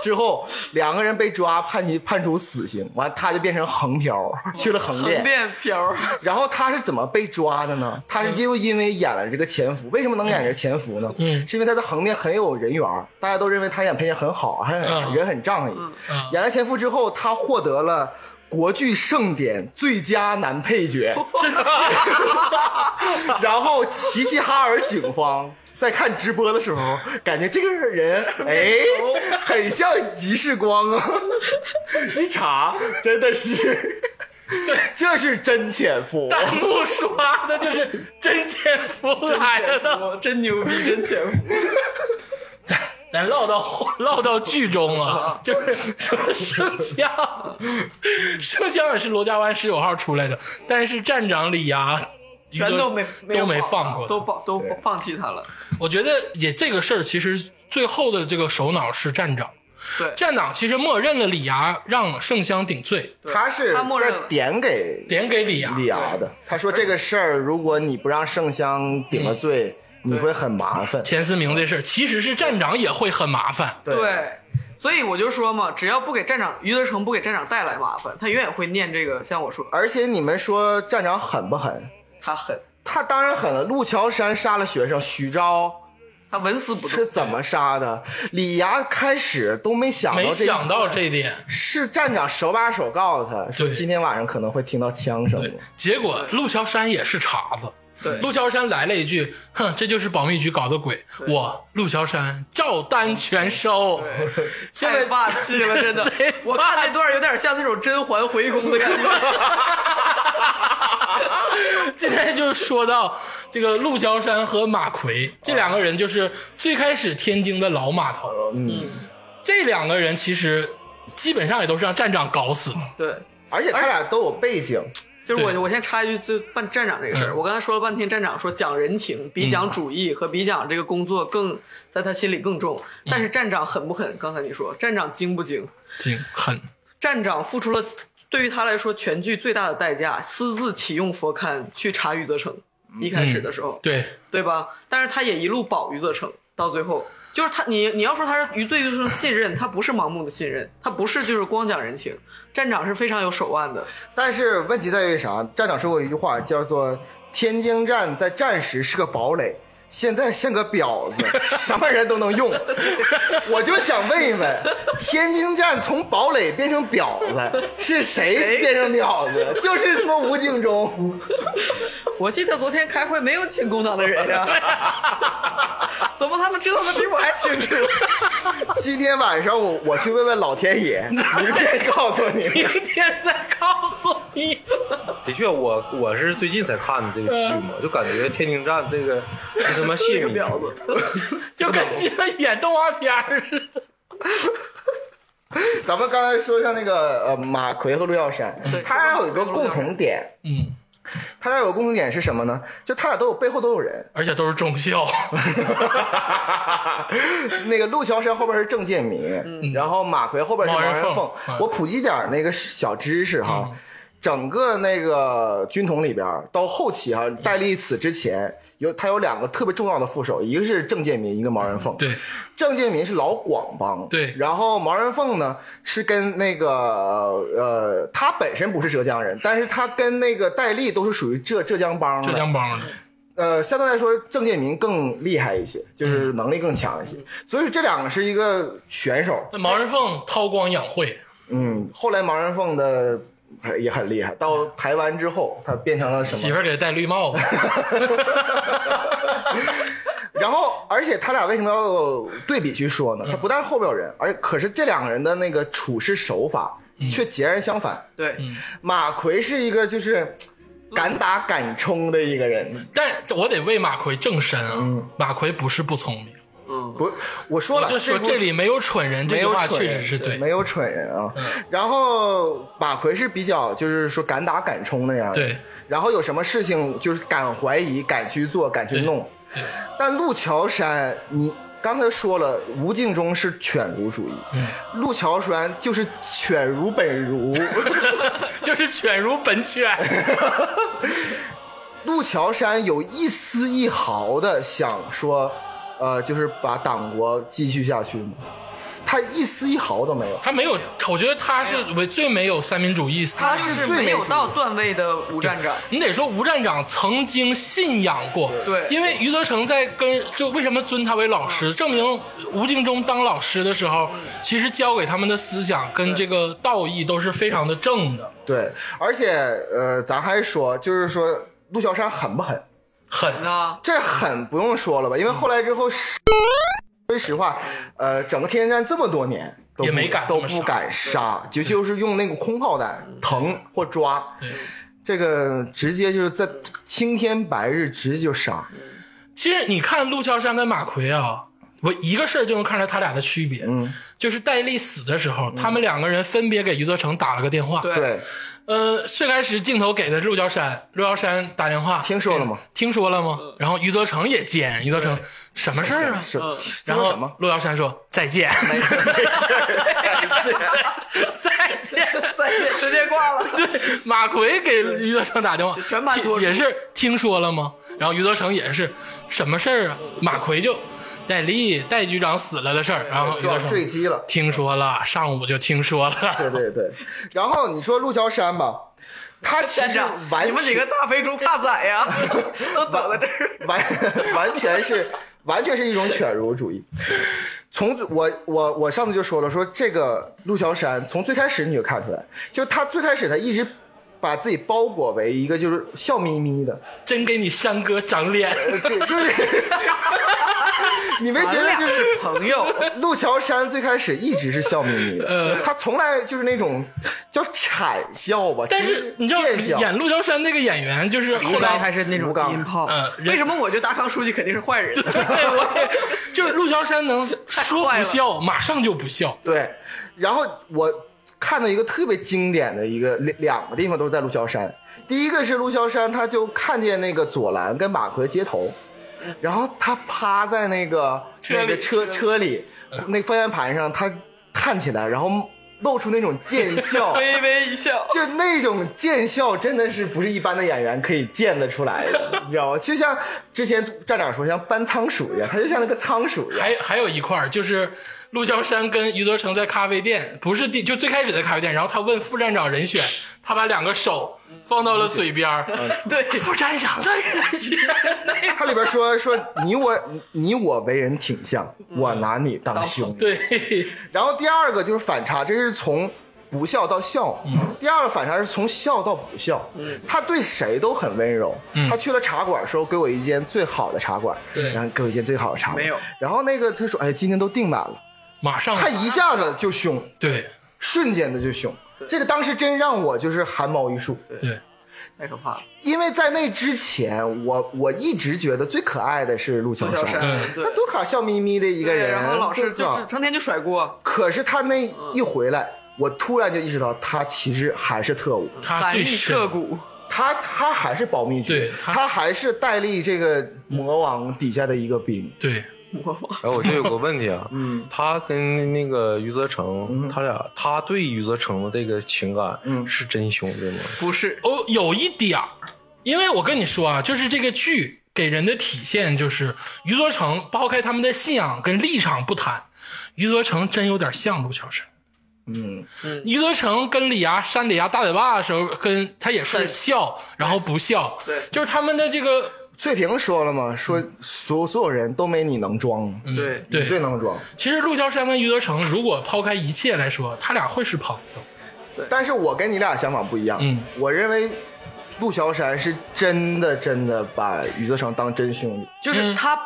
[SPEAKER 4] 之后，两个人被抓判刑判处死刑，完他就变成横漂去了横
[SPEAKER 2] 横
[SPEAKER 4] 店。
[SPEAKER 2] 店漂，
[SPEAKER 4] 然后他是怎么被抓的
[SPEAKER 1] 嗯
[SPEAKER 4] 呢？他是就因为演了这个潜伏，为什么能演这潜伏呢？
[SPEAKER 1] 嗯
[SPEAKER 4] 是因为他在横店很有人缘儿，大家都认为他演配音很好，还
[SPEAKER 1] 嗯
[SPEAKER 4] 很人很仗义。
[SPEAKER 1] 嗯
[SPEAKER 4] 演了潜伏之后，他获得了国剧盛典最佳男 配角，然后齐齐哈尔警方。在看直播的时候，感觉这个 人哎，很像吉世光啊！一查，真的是，这是真潜伏。
[SPEAKER 1] 弹幕刷的就是真潜伏来了。
[SPEAKER 2] 我真牛逼，真潜伏，
[SPEAKER 1] 咱唠到唠到剧中啊，就是说圣香，圣香也是罗家湾十九号出来的，但是站长李涯
[SPEAKER 2] 全都没
[SPEAKER 1] 都
[SPEAKER 2] 有
[SPEAKER 1] 没放
[SPEAKER 2] 放啊
[SPEAKER 1] 过，
[SPEAKER 2] 都放都
[SPEAKER 4] 对
[SPEAKER 2] 放弃他了，
[SPEAKER 1] 我觉得也这个事儿，其实最后的这个首脑是站长。
[SPEAKER 2] 对，
[SPEAKER 1] 站长其实默认了李涯让圣香顶罪，
[SPEAKER 2] 对
[SPEAKER 4] 他是
[SPEAKER 2] 他默认
[SPEAKER 4] 在
[SPEAKER 2] 了
[SPEAKER 4] 点给
[SPEAKER 1] 点给李涯。
[SPEAKER 4] 李涯的。他说这个事儿，如果你不让圣香顶了
[SPEAKER 2] 嗯
[SPEAKER 4] 罪，你会很麻烦。
[SPEAKER 1] 钱思明这事儿其实是站长也会很麻烦。
[SPEAKER 4] 对
[SPEAKER 2] 对，所以我就说嘛，只要不给站长余则成不给站长带来麻烦，他永远会念这个。像我说，
[SPEAKER 4] 而且你们说站长狠不狠？
[SPEAKER 2] 他狠，
[SPEAKER 4] 他当然狠了。陆桥山杀了学生，许昭
[SPEAKER 2] 他纹丝不
[SPEAKER 4] 是
[SPEAKER 2] 动。
[SPEAKER 4] 怎么杀的？李涯开始都没想到
[SPEAKER 1] 没
[SPEAKER 4] 这，
[SPEAKER 1] 想到这一点，
[SPEAKER 4] 是站长手把手告诉他说
[SPEAKER 1] 对
[SPEAKER 4] 今天晚上可能会听到枪声。
[SPEAKER 1] 结果陆桥山也是茬子。
[SPEAKER 2] 对，
[SPEAKER 1] 陆桥山来了一句：“哼，这就是保密局搞的鬼，
[SPEAKER 2] 对
[SPEAKER 1] 我陆桥山照单全收。”现
[SPEAKER 2] 太
[SPEAKER 1] 在
[SPEAKER 2] 霸气了，真的
[SPEAKER 1] 贼霸气！
[SPEAKER 2] 我看那段有点像那种甄嬛回宫的感觉。
[SPEAKER 1] 今天就说到这个陆桥山和马奎这两个人，就是最开始天津的老码头。
[SPEAKER 4] 嗯，
[SPEAKER 1] 这两个人其实基本上也都是让站长搞死的。
[SPEAKER 2] 对，
[SPEAKER 4] 而且他俩都有背景，
[SPEAKER 2] 就是
[SPEAKER 1] 对
[SPEAKER 2] 我，我先插一句，就办站长这个事儿，
[SPEAKER 1] 嗯
[SPEAKER 2] 我刚才说了半天，站长说讲人情比讲主义和比讲这个工作更在他心里更重，
[SPEAKER 1] 嗯
[SPEAKER 2] 但是站长狠不狠？刚才你说站长精不精？
[SPEAKER 1] 精狠，
[SPEAKER 2] 站长付出了对于他来说全剧最大的代价，私自启用佛龛去查余则成。
[SPEAKER 1] 嗯
[SPEAKER 2] 一开始的时候，
[SPEAKER 1] 对
[SPEAKER 2] 对吧？但是他也一路保余则成，到最后就是他，你你要说他是余对余则成信任，他不是盲目的信任，他不是就是光讲人情。站长是非常有手腕的，
[SPEAKER 4] 但是问题在于啥？站长说过一句话，叫做“天津站在战时是个堡垒，现在像个婊子， 什么人都能用”。我就想问一问，天津站从堡垒变成婊子，是谁
[SPEAKER 2] 谁
[SPEAKER 4] 变成婊子？就是他妈吴敬中。
[SPEAKER 2] 我记得昨天开会没有请工党的人 呀、怎么他们知道的比我还清楚？
[SPEAKER 4] 今天晚上我我去问问老天 爷，明天告诉你
[SPEAKER 1] 明
[SPEAKER 4] 们。
[SPEAKER 1] 天再告诉你。
[SPEAKER 3] 的确，我我是最近才看的这个剧嘛，就感觉天津站这个是他妈戏
[SPEAKER 2] 嗯这个
[SPEAKER 3] 迷，
[SPEAKER 2] 婊子，
[SPEAKER 1] 就跟今天演动画片儿似的。
[SPEAKER 4] 咱们刚才说上那个呃马奎和陆耀山
[SPEAKER 2] 对，
[SPEAKER 4] 他俩有一个共同点，
[SPEAKER 1] 嗯，
[SPEAKER 4] 他俩有个共同点是什么呢？就他俩都有背后都有人。
[SPEAKER 1] 而且都是中 校，
[SPEAKER 4] 那个陆桥山后边是郑介民，然后马奎后边是
[SPEAKER 1] 王
[SPEAKER 4] 王
[SPEAKER 1] 人
[SPEAKER 4] 仁
[SPEAKER 1] 凤
[SPEAKER 4] 凤
[SPEAKER 1] 嗯。
[SPEAKER 4] 我普及点儿那个小知识哈，整个那个军统里边儿到后期
[SPEAKER 1] 嗯
[SPEAKER 4] 哈，戴笠死之前。有他有两个特别重要的副手，一个是郑介民，一个毛人凤。
[SPEAKER 1] 嗯对，
[SPEAKER 4] 郑介民是老广帮，
[SPEAKER 1] 对
[SPEAKER 4] 然后毛人凤呢是跟那个呃，他本身不是浙江人，但是他跟那个戴笠都是属于浙浙江帮的。
[SPEAKER 1] 浙江帮的。
[SPEAKER 4] 呃，相对来说，郑介民更厉害一些，
[SPEAKER 1] 嗯
[SPEAKER 4] 就是能力更强一些，所以这两个是一个选手。
[SPEAKER 1] 那毛人凤韬光养晦，
[SPEAKER 4] 嗯，后来毛人凤的还也很厉害，到台湾之后，他变成了什
[SPEAKER 1] 媳
[SPEAKER 4] 么？
[SPEAKER 1] 妇儿给他戴绿帽子。
[SPEAKER 4] 然后，而且他俩为什么要对比去说呢？他
[SPEAKER 1] 嗯
[SPEAKER 4] 不但是后边有人，而可是这两个人的那个处事手法
[SPEAKER 1] 嗯
[SPEAKER 4] 却截然相反。
[SPEAKER 2] 对，
[SPEAKER 4] 马奎是一个就是敢打敢冲的一个人，
[SPEAKER 1] 但我得为马奎正身啊，
[SPEAKER 4] 嗯
[SPEAKER 1] 马奎不是不聪明，
[SPEAKER 2] 嗯，
[SPEAKER 4] 不，我说
[SPEAKER 1] 我
[SPEAKER 4] 了，
[SPEAKER 1] 就说
[SPEAKER 4] 部
[SPEAKER 1] 这里没有蠢人这
[SPEAKER 4] 没
[SPEAKER 1] 句
[SPEAKER 4] 有
[SPEAKER 1] 话
[SPEAKER 4] 蠢
[SPEAKER 1] 确
[SPEAKER 4] 人，
[SPEAKER 1] 实是对，嗯
[SPEAKER 4] 没有蠢人啊。然后马奎是比较就是说敢打敢冲那样的，
[SPEAKER 1] 对。
[SPEAKER 4] 然后有什么事情就是敢怀疑、敢去做、敢去
[SPEAKER 1] 对
[SPEAKER 4] 弄
[SPEAKER 1] 对。
[SPEAKER 4] 但陆桥山，你刚才说了，吴敬中是犬儒主义，
[SPEAKER 1] 嗯
[SPEAKER 4] 陆桥山就是犬儒本儒。
[SPEAKER 1] 就是犬如本犬，
[SPEAKER 4] 陆桥山有一丝一毫的想说，呃，就是把党国继续下去吗？他一丝一毫都没有。
[SPEAKER 1] 他没有，我觉得他是为最没有三民主义思
[SPEAKER 2] 他
[SPEAKER 1] 想。
[SPEAKER 2] 是
[SPEAKER 4] 是
[SPEAKER 2] 没
[SPEAKER 4] 最
[SPEAKER 2] 有
[SPEAKER 4] 没
[SPEAKER 2] 到段位的吴站长，
[SPEAKER 1] 你得说吴站长曾经信仰过，
[SPEAKER 2] 对
[SPEAKER 1] 因为余则成在跟就为什么尊他为老师，证明吴敬中当老师的时候，其实教给他们的思想跟这个道义都是非常的正的，
[SPEAKER 4] 对，而且呃，咱还说，就是说陆小山狠不狠？
[SPEAKER 1] 狠
[SPEAKER 2] 那
[SPEAKER 4] 这狠不用说了吧，因为后来之后，是说实话，呃，整个天津站这么多年都不
[SPEAKER 1] 也没敢这
[SPEAKER 4] 都
[SPEAKER 1] 么杀
[SPEAKER 4] 不敢杀，就就是用那个空炮弹疼或抓，
[SPEAKER 1] 对。
[SPEAKER 4] 这个直接就是在青天白日直接就杀。
[SPEAKER 1] 其实你看陆桥山跟马奎啊，我一个事儿就能看出来他俩的区别，
[SPEAKER 4] 嗯，
[SPEAKER 1] 就是戴笠死的时候，他们两个人分别给余则成打了个电话。
[SPEAKER 2] 对
[SPEAKER 4] 对，
[SPEAKER 1] 呃，最开始镜头给的是陆桥山，陆桥山打电话，
[SPEAKER 4] 听说了吗？
[SPEAKER 1] 听说了吗？然后余则成也接，余则成什么事儿啊？
[SPEAKER 4] 是
[SPEAKER 2] 嗯
[SPEAKER 4] 听
[SPEAKER 1] 然
[SPEAKER 4] 说
[SPEAKER 1] 后
[SPEAKER 4] 什么？
[SPEAKER 1] 陆桥山说再见， 再见。
[SPEAKER 2] 再见，直接挂了。
[SPEAKER 1] 对，马奎给余则成打电话，
[SPEAKER 2] 就全班
[SPEAKER 1] 听
[SPEAKER 2] 多数
[SPEAKER 1] 也是听说了吗？然后余则成也是什么事儿啊？马奎就戴笠戴局长死了的事儿，然后余则
[SPEAKER 4] 就要
[SPEAKER 1] 成
[SPEAKER 4] 坠机了。
[SPEAKER 1] 听说了，上午就听说了。
[SPEAKER 4] 对对对，然后你说陆桥山吧，他其
[SPEAKER 2] 站
[SPEAKER 4] 实
[SPEAKER 2] 长，
[SPEAKER 4] 完
[SPEAKER 2] 你们几
[SPEAKER 4] 全
[SPEAKER 2] 个大肥猪怕宰 呀，都躲在这儿。
[SPEAKER 4] 完完全是完全是一种犬儒主义。从我我我上次就说了，说这个陆桥山从最开始你就看出来，就他最开始他一直把自己包裹为一个就是笑眯眯的，
[SPEAKER 1] 真给你山哥长脸，
[SPEAKER 4] 呃这就是 你没觉
[SPEAKER 2] 咱
[SPEAKER 4] 得
[SPEAKER 2] 俩
[SPEAKER 4] 就是是
[SPEAKER 2] 朋友，
[SPEAKER 4] 陆桥山最开始一直是笑眯眯
[SPEAKER 1] 呃
[SPEAKER 4] 的，他从来就是那种叫谄笑吧，
[SPEAKER 1] 但
[SPEAKER 4] 其
[SPEAKER 1] 是
[SPEAKER 4] 实
[SPEAKER 1] 你知道
[SPEAKER 4] 贱笑
[SPEAKER 1] 演陆桥山那个演员，就是后
[SPEAKER 2] 刚
[SPEAKER 1] 来
[SPEAKER 2] 还是那呃种
[SPEAKER 4] 吴刚
[SPEAKER 2] 低音炮
[SPEAKER 1] 嗯。人
[SPEAKER 2] 为什么我觉得达康书记肯定是坏人？
[SPEAKER 1] 对，我也就是陆桥山能说
[SPEAKER 2] 太
[SPEAKER 1] 不
[SPEAKER 2] 坏了
[SPEAKER 1] 笑，马上就不笑。
[SPEAKER 4] 对，然后我看到一个特别经典的一个两两个地方都是在陆桥山，第一个是陆桥山，他就看见那个左蓝跟马奎接头，然后他趴在那个
[SPEAKER 1] 车
[SPEAKER 4] 那个
[SPEAKER 1] 里
[SPEAKER 4] 车车里那方向盘上，他看起来，然后露出那种贱 笑。
[SPEAKER 1] 哎
[SPEAKER 2] 微微一笑，
[SPEAKER 4] 就那种见笑，真的是不是一般的演员可以见得出来的，你知道吗？就像之前站长说，像搬仓鼠一样，他就像那个仓鼠一样。
[SPEAKER 1] 还还有一块儿就是陆桥山跟余则成在咖啡店，不是第就最开始的咖啡店，然后他问副站长人选，他把两个手放到了嘴边儿，
[SPEAKER 2] 对，
[SPEAKER 1] 副站长的人选那个
[SPEAKER 4] 他里边说说你我你我为人挺像，我拿你当兄弟。
[SPEAKER 1] 对，
[SPEAKER 4] 然后第二个就是反差，这是从不笑到笑。第二个反差是从笑到不笑。他对谁都很温柔。他去了茶馆说给我一间最好的茶馆，
[SPEAKER 1] 对
[SPEAKER 4] 然后给我一间最好的茶馆。
[SPEAKER 2] 没有。
[SPEAKER 4] 然后那个他说哎今天都订满了，
[SPEAKER 1] 马上
[SPEAKER 4] 他一下子就凶，
[SPEAKER 1] 对
[SPEAKER 4] 瞬间的就凶。这个当时真让我就是汗毛一竖。
[SPEAKER 1] 对，
[SPEAKER 2] 太可怕了。
[SPEAKER 4] 因为在那之前，我我一直觉得最可爱的是陆桥
[SPEAKER 2] 陆小
[SPEAKER 4] 山，
[SPEAKER 2] 山，
[SPEAKER 1] 嗯
[SPEAKER 2] 对
[SPEAKER 4] 他，多卡笑眯眯的一个
[SPEAKER 2] 对
[SPEAKER 4] 人，
[SPEAKER 2] 然后老是
[SPEAKER 4] 对
[SPEAKER 2] 就
[SPEAKER 4] 吧
[SPEAKER 2] 是成天就甩锅，
[SPEAKER 4] 可是他那一回来，我突然就意识到他其实还是特务，
[SPEAKER 1] 他
[SPEAKER 2] 寒
[SPEAKER 1] 最
[SPEAKER 2] 意
[SPEAKER 1] 深
[SPEAKER 2] 彻骨。
[SPEAKER 4] 他他还是保密
[SPEAKER 1] 对
[SPEAKER 4] 局，
[SPEAKER 1] 他
[SPEAKER 4] 他还是戴笠这个魔王底下的一个兵。
[SPEAKER 1] 对
[SPEAKER 2] 我我
[SPEAKER 3] 然后我就有个问题 啊，嗯，他跟那个余则
[SPEAKER 2] 嗯
[SPEAKER 3] 成，他俩他对余则成的这个情感，
[SPEAKER 4] 嗯
[SPEAKER 3] 是真兄弟吗？
[SPEAKER 2] 不是，
[SPEAKER 1] 哦，有一点儿，因为我跟你说啊，就是这个剧给人的体现就是余则成抛开他们的信仰跟立场不谈，余则成真有点像陆桥山。
[SPEAKER 4] 嗯，
[SPEAKER 1] 余则成跟李涯扇李涯大嘴巴的时候，跟他也是
[SPEAKER 2] 对
[SPEAKER 1] 笑，然后不笑，
[SPEAKER 2] 对
[SPEAKER 1] 就是他们的这个，
[SPEAKER 4] 翠萍说了嘛，说所所有人都没你能装，
[SPEAKER 1] 嗯
[SPEAKER 2] 对
[SPEAKER 4] 你最
[SPEAKER 1] 对。
[SPEAKER 4] 能装。
[SPEAKER 1] 其实陆桥山跟余则成，如果抛开一切来说，他俩会是朋友。
[SPEAKER 4] 但是我跟你俩想法不一样，
[SPEAKER 1] 嗯
[SPEAKER 4] 我认为陆桥山是真的真的把余则成当真兄弟。
[SPEAKER 2] 就是他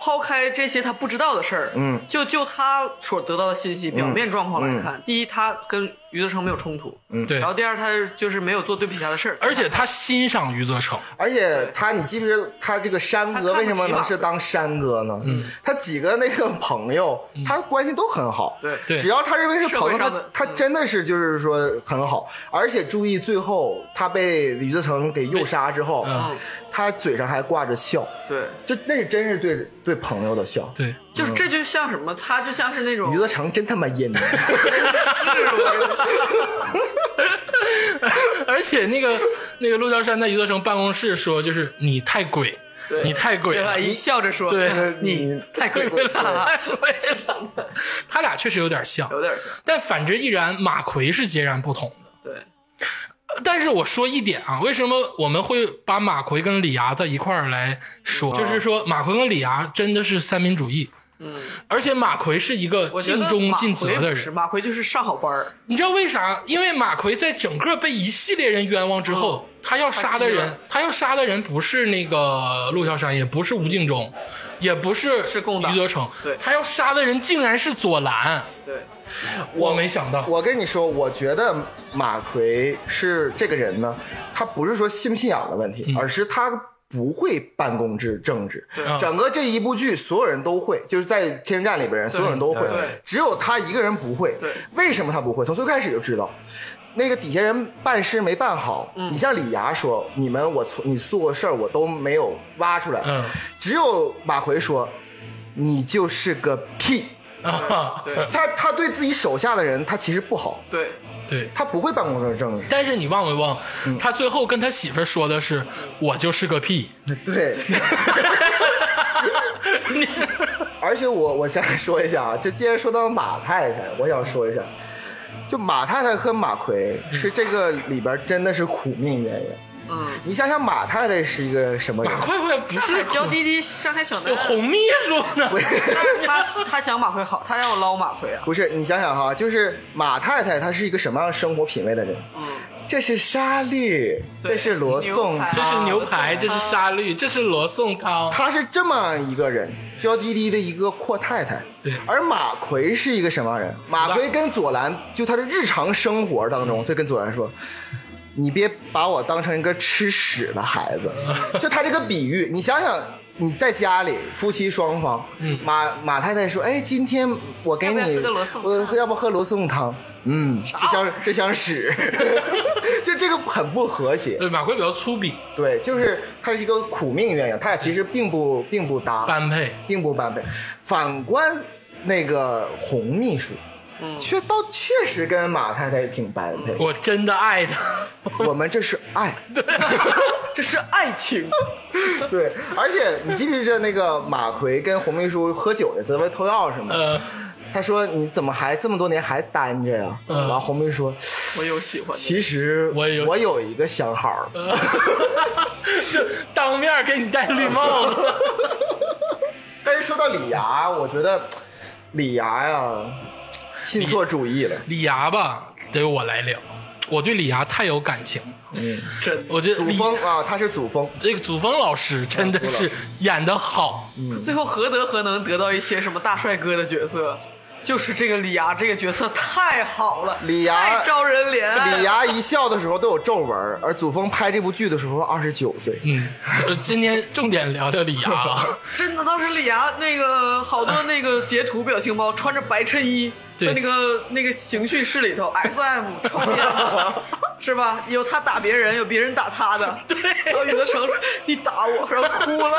[SPEAKER 2] 抛开这些他不知道的事儿，
[SPEAKER 4] 嗯，
[SPEAKER 2] 就就他所得到的信息表面状况来看，第一，他跟余则成没有冲突，嗯，
[SPEAKER 1] 对
[SPEAKER 2] 然后第二，他就是没有做对不起他的事儿，
[SPEAKER 1] 而且他欣赏余则成，
[SPEAKER 4] 而且他，你记不记得他这个山哥为什么能是当山哥呢？
[SPEAKER 1] 嗯
[SPEAKER 4] 他几个那个朋友，他关系都很好。
[SPEAKER 2] 对
[SPEAKER 1] 对
[SPEAKER 4] 只要他认为是朋
[SPEAKER 2] 社会
[SPEAKER 4] 友，
[SPEAKER 2] 上
[SPEAKER 4] 他
[SPEAKER 2] 的
[SPEAKER 4] 他真的是就是说很好。而且注意，最后他被余则成给诱杀之后
[SPEAKER 1] 嗯，
[SPEAKER 4] 他嘴上还挂着笑，
[SPEAKER 2] 对，
[SPEAKER 4] 就那是真是对对朋友的笑。
[SPEAKER 1] 对，
[SPEAKER 2] 就是这就像什么，他就像是那种
[SPEAKER 4] 嗯余则成真他妈 阴，
[SPEAKER 1] 而且那个那个陆桥山在余则成办公室说，就是你太鬼
[SPEAKER 2] 对，
[SPEAKER 1] 你太鬼
[SPEAKER 2] 对吧？
[SPEAKER 1] 了，
[SPEAKER 2] 一笑着说，
[SPEAKER 1] 对
[SPEAKER 2] 你 太贵贵了，
[SPEAKER 1] 太鬼了。 他俩确实有点像，
[SPEAKER 2] 有点像，
[SPEAKER 1] 但反之亦然，马奎是截然不同的。
[SPEAKER 2] 对，
[SPEAKER 1] 但是我说一点啊，为什么我们会把马奎跟李涯在一块儿来说？就是说，马奎跟李涯真的是三民主义，
[SPEAKER 2] 嗯，
[SPEAKER 1] 而且马奎是一个
[SPEAKER 2] 我觉得
[SPEAKER 1] 尽忠
[SPEAKER 2] 马
[SPEAKER 1] 尽责
[SPEAKER 2] 奎
[SPEAKER 1] 的
[SPEAKER 2] 不是
[SPEAKER 1] 人。
[SPEAKER 2] 马奎就是上好班儿，
[SPEAKER 1] 你知道为啥？因为马奎在整个被一系列人冤枉之后，他要杀的
[SPEAKER 2] 嗯他急
[SPEAKER 1] 人，他要杀的人不是那个陆桥山，也不是吴敬中，也不是
[SPEAKER 2] 是共党
[SPEAKER 1] 余则成
[SPEAKER 2] 对，
[SPEAKER 1] 他要杀的人竟然是左蓝，
[SPEAKER 2] 对，
[SPEAKER 1] 我没想到。
[SPEAKER 4] 我跟你说，我觉得马奎是这个人呢，他不是说信不信仰的问题，而是他。不会办公制政治
[SPEAKER 1] 对，
[SPEAKER 4] 整个这一部剧所有人都会，就是在《天人战》里边人所有人都会
[SPEAKER 2] 对，
[SPEAKER 4] 只有他一个人不会
[SPEAKER 2] 对。
[SPEAKER 4] 为什么他不会？从最开始就知道，那个底下人办事没办好。
[SPEAKER 2] 嗯
[SPEAKER 4] 你像李涯说，你们我从你做过事儿我都没有挖出来，
[SPEAKER 1] 嗯
[SPEAKER 4] 只有马奎说，你就是个屁。
[SPEAKER 1] 啊，
[SPEAKER 2] 对
[SPEAKER 4] 他他对自己手下的人，他其实不好，
[SPEAKER 2] 对，
[SPEAKER 1] 对。
[SPEAKER 4] 他不会办公室政治。
[SPEAKER 1] 但是你忘没忘，
[SPEAKER 4] 嗯
[SPEAKER 1] 他最后跟他媳妇儿说的是：“我就是个 屁。
[SPEAKER 4] 对，而且我我先说一下啊，就既然说到马太太，我想说一下，就马太太和马奎是这个里边真的是苦命鸳鸯。
[SPEAKER 2] 嗯，
[SPEAKER 4] 你想想马太太是一个什么”人
[SPEAKER 1] 马？快快不
[SPEAKER 2] 上
[SPEAKER 1] 是
[SPEAKER 2] 海娇滴滴，上海小
[SPEAKER 1] 有
[SPEAKER 2] 男孩，
[SPEAKER 1] 红秘书呢，
[SPEAKER 2] 但是他他想马奎好，他要捞马奎啊，
[SPEAKER 4] 不是，你想想哈，就是马太太她是一个什么样生活品味的人？
[SPEAKER 2] 嗯，
[SPEAKER 4] 这是沙律，
[SPEAKER 2] 对
[SPEAKER 4] 这是罗宋
[SPEAKER 2] 牛排
[SPEAKER 4] 汤，
[SPEAKER 1] 这是牛
[SPEAKER 2] 啊
[SPEAKER 1] 排，这是沙律，这是罗宋汤。
[SPEAKER 4] 她是这么一个人，娇滴滴的一个阔太太。
[SPEAKER 1] 对
[SPEAKER 4] 而马奎是一个什么样人？马奎跟左蓝，就他的日常生活当中，就跟左蓝说：“你别把我当成一个吃屎的孩子。”就他这个比喻，你想想。你在家里，夫妻双方，马马太太说：“哎，今天我给
[SPEAKER 2] 要不
[SPEAKER 4] 你，呃
[SPEAKER 2] 要喝个罗宋汤
[SPEAKER 4] 我要不喝罗宋汤？嗯，这像这像屎， 就这个很不和谐。
[SPEAKER 1] 对，马奎比较粗鄙，
[SPEAKER 4] 对，就是他是一个苦命鸳鸯，他俩其实并不并不搭，
[SPEAKER 1] 般配。
[SPEAKER 4] 并不般配。反观那个洪秘书，
[SPEAKER 2] 嗯
[SPEAKER 4] 却倒确实跟马太太挺般配。
[SPEAKER 1] 我真的爱他，
[SPEAKER 4] 我们这是爱，
[SPEAKER 2] 这是爱情，
[SPEAKER 4] 对。而且你记不记得那个马奎跟洪秘书喝酒的时候在偷钥匙吗？
[SPEAKER 1] 呃，
[SPEAKER 4] 他说：“你怎么还这么多年还单着呀、
[SPEAKER 1] 嗯
[SPEAKER 4] 然后洪秘书说
[SPEAKER 2] 我有喜欢：“的，
[SPEAKER 4] 其实
[SPEAKER 1] 我也有嗯
[SPEAKER 4] 我有一个相好。
[SPEAKER 1] 就呃 当面给你戴绿帽子。
[SPEAKER 4] 但是说到李涯，我觉得李涯呀，信错主义了。
[SPEAKER 1] 李涯吧，得我来聊，我对李涯太有感情。
[SPEAKER 2] 真的。
[SPEAKER 1] 我觉得
[SPEAKER 4] 祖
[SPEAKER 1] 李
[SPEAKER 4] 峰啊，他是祖峰，
[SPEAKER 1] 这个祖峰老师真的是演的好，
[SPEAKER 2] 最后何德何能得到一些什么大帅哥的角色？就是这个李涯这个角色太好了，
[SPEAKER 4] 李涯
[SPEAKER 2] 太招人怜爱了。
[SPEAKER 4] 李涯一笑的时候都有皱纹，而祖峰拍这部剧的时候二十九岁。
[SPEAKER 1] 嗯，呃今天重点聊聊李涯啊。
[SPEAKER 2] 真的，当时李涯那个好多那个截图表情包，穿着白衬衣，
[SPEAKER 1] 对
[SPEAKER 2] 在那个那个刑讯室里头，SM 抽烟，是吧？有他打别人，有别人打他的。 对，然后有的成你打我，然后哭了，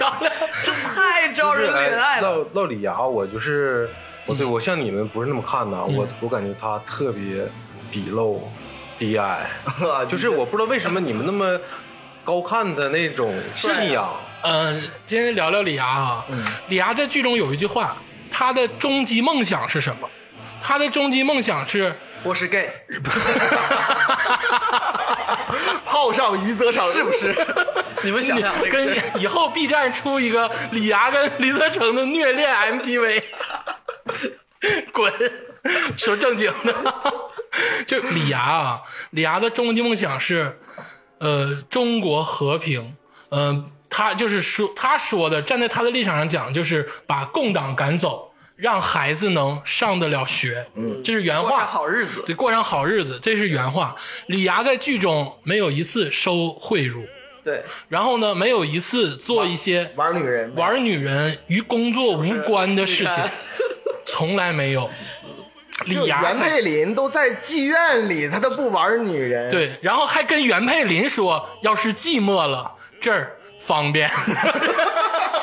[SPEAKER 1] 聊聊
[SPEAKER 2] 这太招人怜爱嗯了。
[SPEAKER 3] 唠哎唠李涯，我就是我对我像你们不是那么看的啊，
[SPEAKER 2] 嗯
[SPEAKER 3] 我我感觉他特别鄙陋、低矮，
[SPEAKER 4] 啊
[SPEAKER 3] 就是我不知道为什么你们那么高看他那种信仰。
[SPEAKER 1] 呃，今天聊聊李涯啊。李涯在剧中有一句话，他的终极梦想是什么？他的终极梦想是，
[SPEAKER 2] 我是 gay，
[SPEAKER 4] 泡上余则成
[SPEAKER 2] 是不？ 是？你们想想这个事儿，
[SPEAKER 1] 跟以后 B 站出一个李涯跟李泽成的虐恋 MTV，滚！说正经的，就李涯啊，李涯的终极梦想是，呃，中国和平，呃，他就是说他说的，站在他的立场上讲，就是把共党赶走，让孩子能上得了学，嗯，这是原
[SPEAKER 2] 过上
[SPEAKER 1] 话。
[SPEAKER 2] 好日子。
[SPEAKER 1] 对，过上好日子，这是原话。李涯在剧中没有一次收贿赂，
[SPEAKER 2] 对，
[SPEAKER 1] 然后呢，没有一次做一些
[SPEAKER 4] 玩女人，
[SPEAKER 1] 玩女人与工作无关的事情，
[SPEAKER 2] 是不是
[SPEAKER 1] 从来没有。李
[SPEAKER 4] 就
[SPEAKER 1] 涯
[SPEAKER 4] 袁
[SPEAKER 1] 才
[SPEAKER 4] 佩林都在妓院里，他都不玩女人。，
[SPEAKER 1] 对，然后还跟袁佩林说，要是寂寞了，这儿方便。